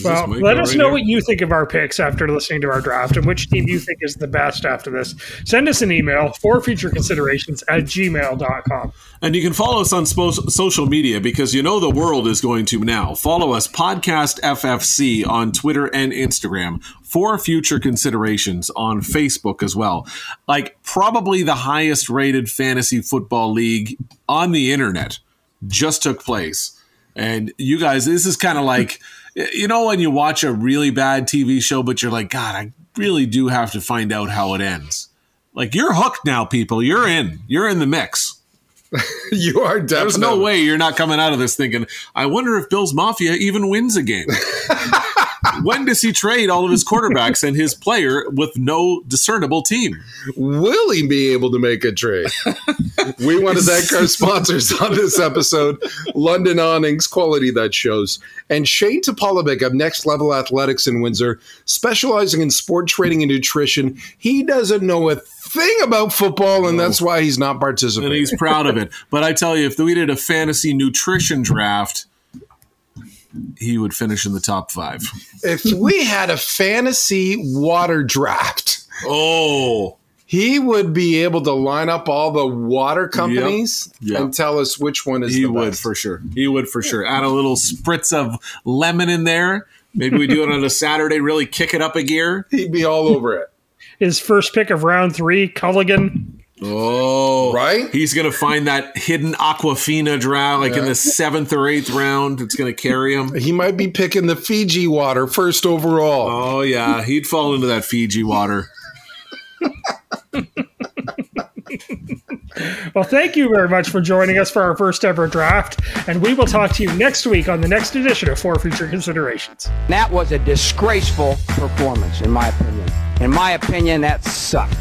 Speaker 7: Well,
Speaker 6: Mike
Speaker 7: let
Speaker 6: Bell
Speaker 7: us
Speaker 6: right
Speaker 7: know
Speaker 6: here?
Speaker 7: what you think of our picks after listening to our draft and which team you think is the best after this. Send us an email for future considerations at gmail.com.
Speaker 6: And you can follow us on spo- social media because you know the world is going to now. Follow us, Podcast FFC, on Twitter and Instagram for future considerations on Facebook as well. Like, probably the highest rated fantasy football league on the internet just took place. And you guys, this is kind of like, you know, when you watch a really bad TV show, but you're like, God, I really do have to find out how it ends. Like, you're hooked now, people. You're in. You're in the mix.
Speaker 5: You are definitely.
Speaker 6: There's no way you're not coming out of this thinking, I wonder if Bill's Mafia even wins a game. when does he trade all of his quarterbacks and his player with no discernible team?
Speaker 5: Will he be able to make a trade? we want to thank our sponsors on this episode London Awnings, quality that shows, and Shane Topolovic of Next Level Athletics in Windsor, specializing in sport training and nutrition. He doesn't know a thing about football, and that's why he's not
Speaker 6: And
Speaker 5: participating.
Speaker 6: he's proud of it. But I tell you, if we did a fantasy nutrition draft, he would finish in the top five.
Speaker 5: if we had a fantasy water draft,
Speaker 6: Oh,
Speaker 5: he would be able to line up all the water companies
Speaker 6: Yep.
Speaker 5: and tell us which one is
Speaker 6: he
Speaker 5: the
Speaker 6: would
Speaker 5: best.
Speaker 6: for sure. He would for sure. Add a little spritz of lemon in there. Maybe we do it on a Saturday, really kick it up a gear.
Speaker 5: He'd be all over it.
Speaker 7: His first pick of round three, Culligan.
Speaker 6: Oh,
Speaker 5: Right?
Speaker 6: He's gonna find that hidden Aquafina draft, like in the seventh or eighth round. It's gonna carry him.
Speaker 5: He might be picking the Fiji water first overall.
Speaker 6: Oh yeah, he'd fall into that Fiji water.
Speaker 7: Well, thank you very much for joining us for our first ever draft, and we will talk to you next week on the next edition of For Future Considerations.
Speaker 8: That was a disgraceful performance, in my opinion. In my opinion, that sucked.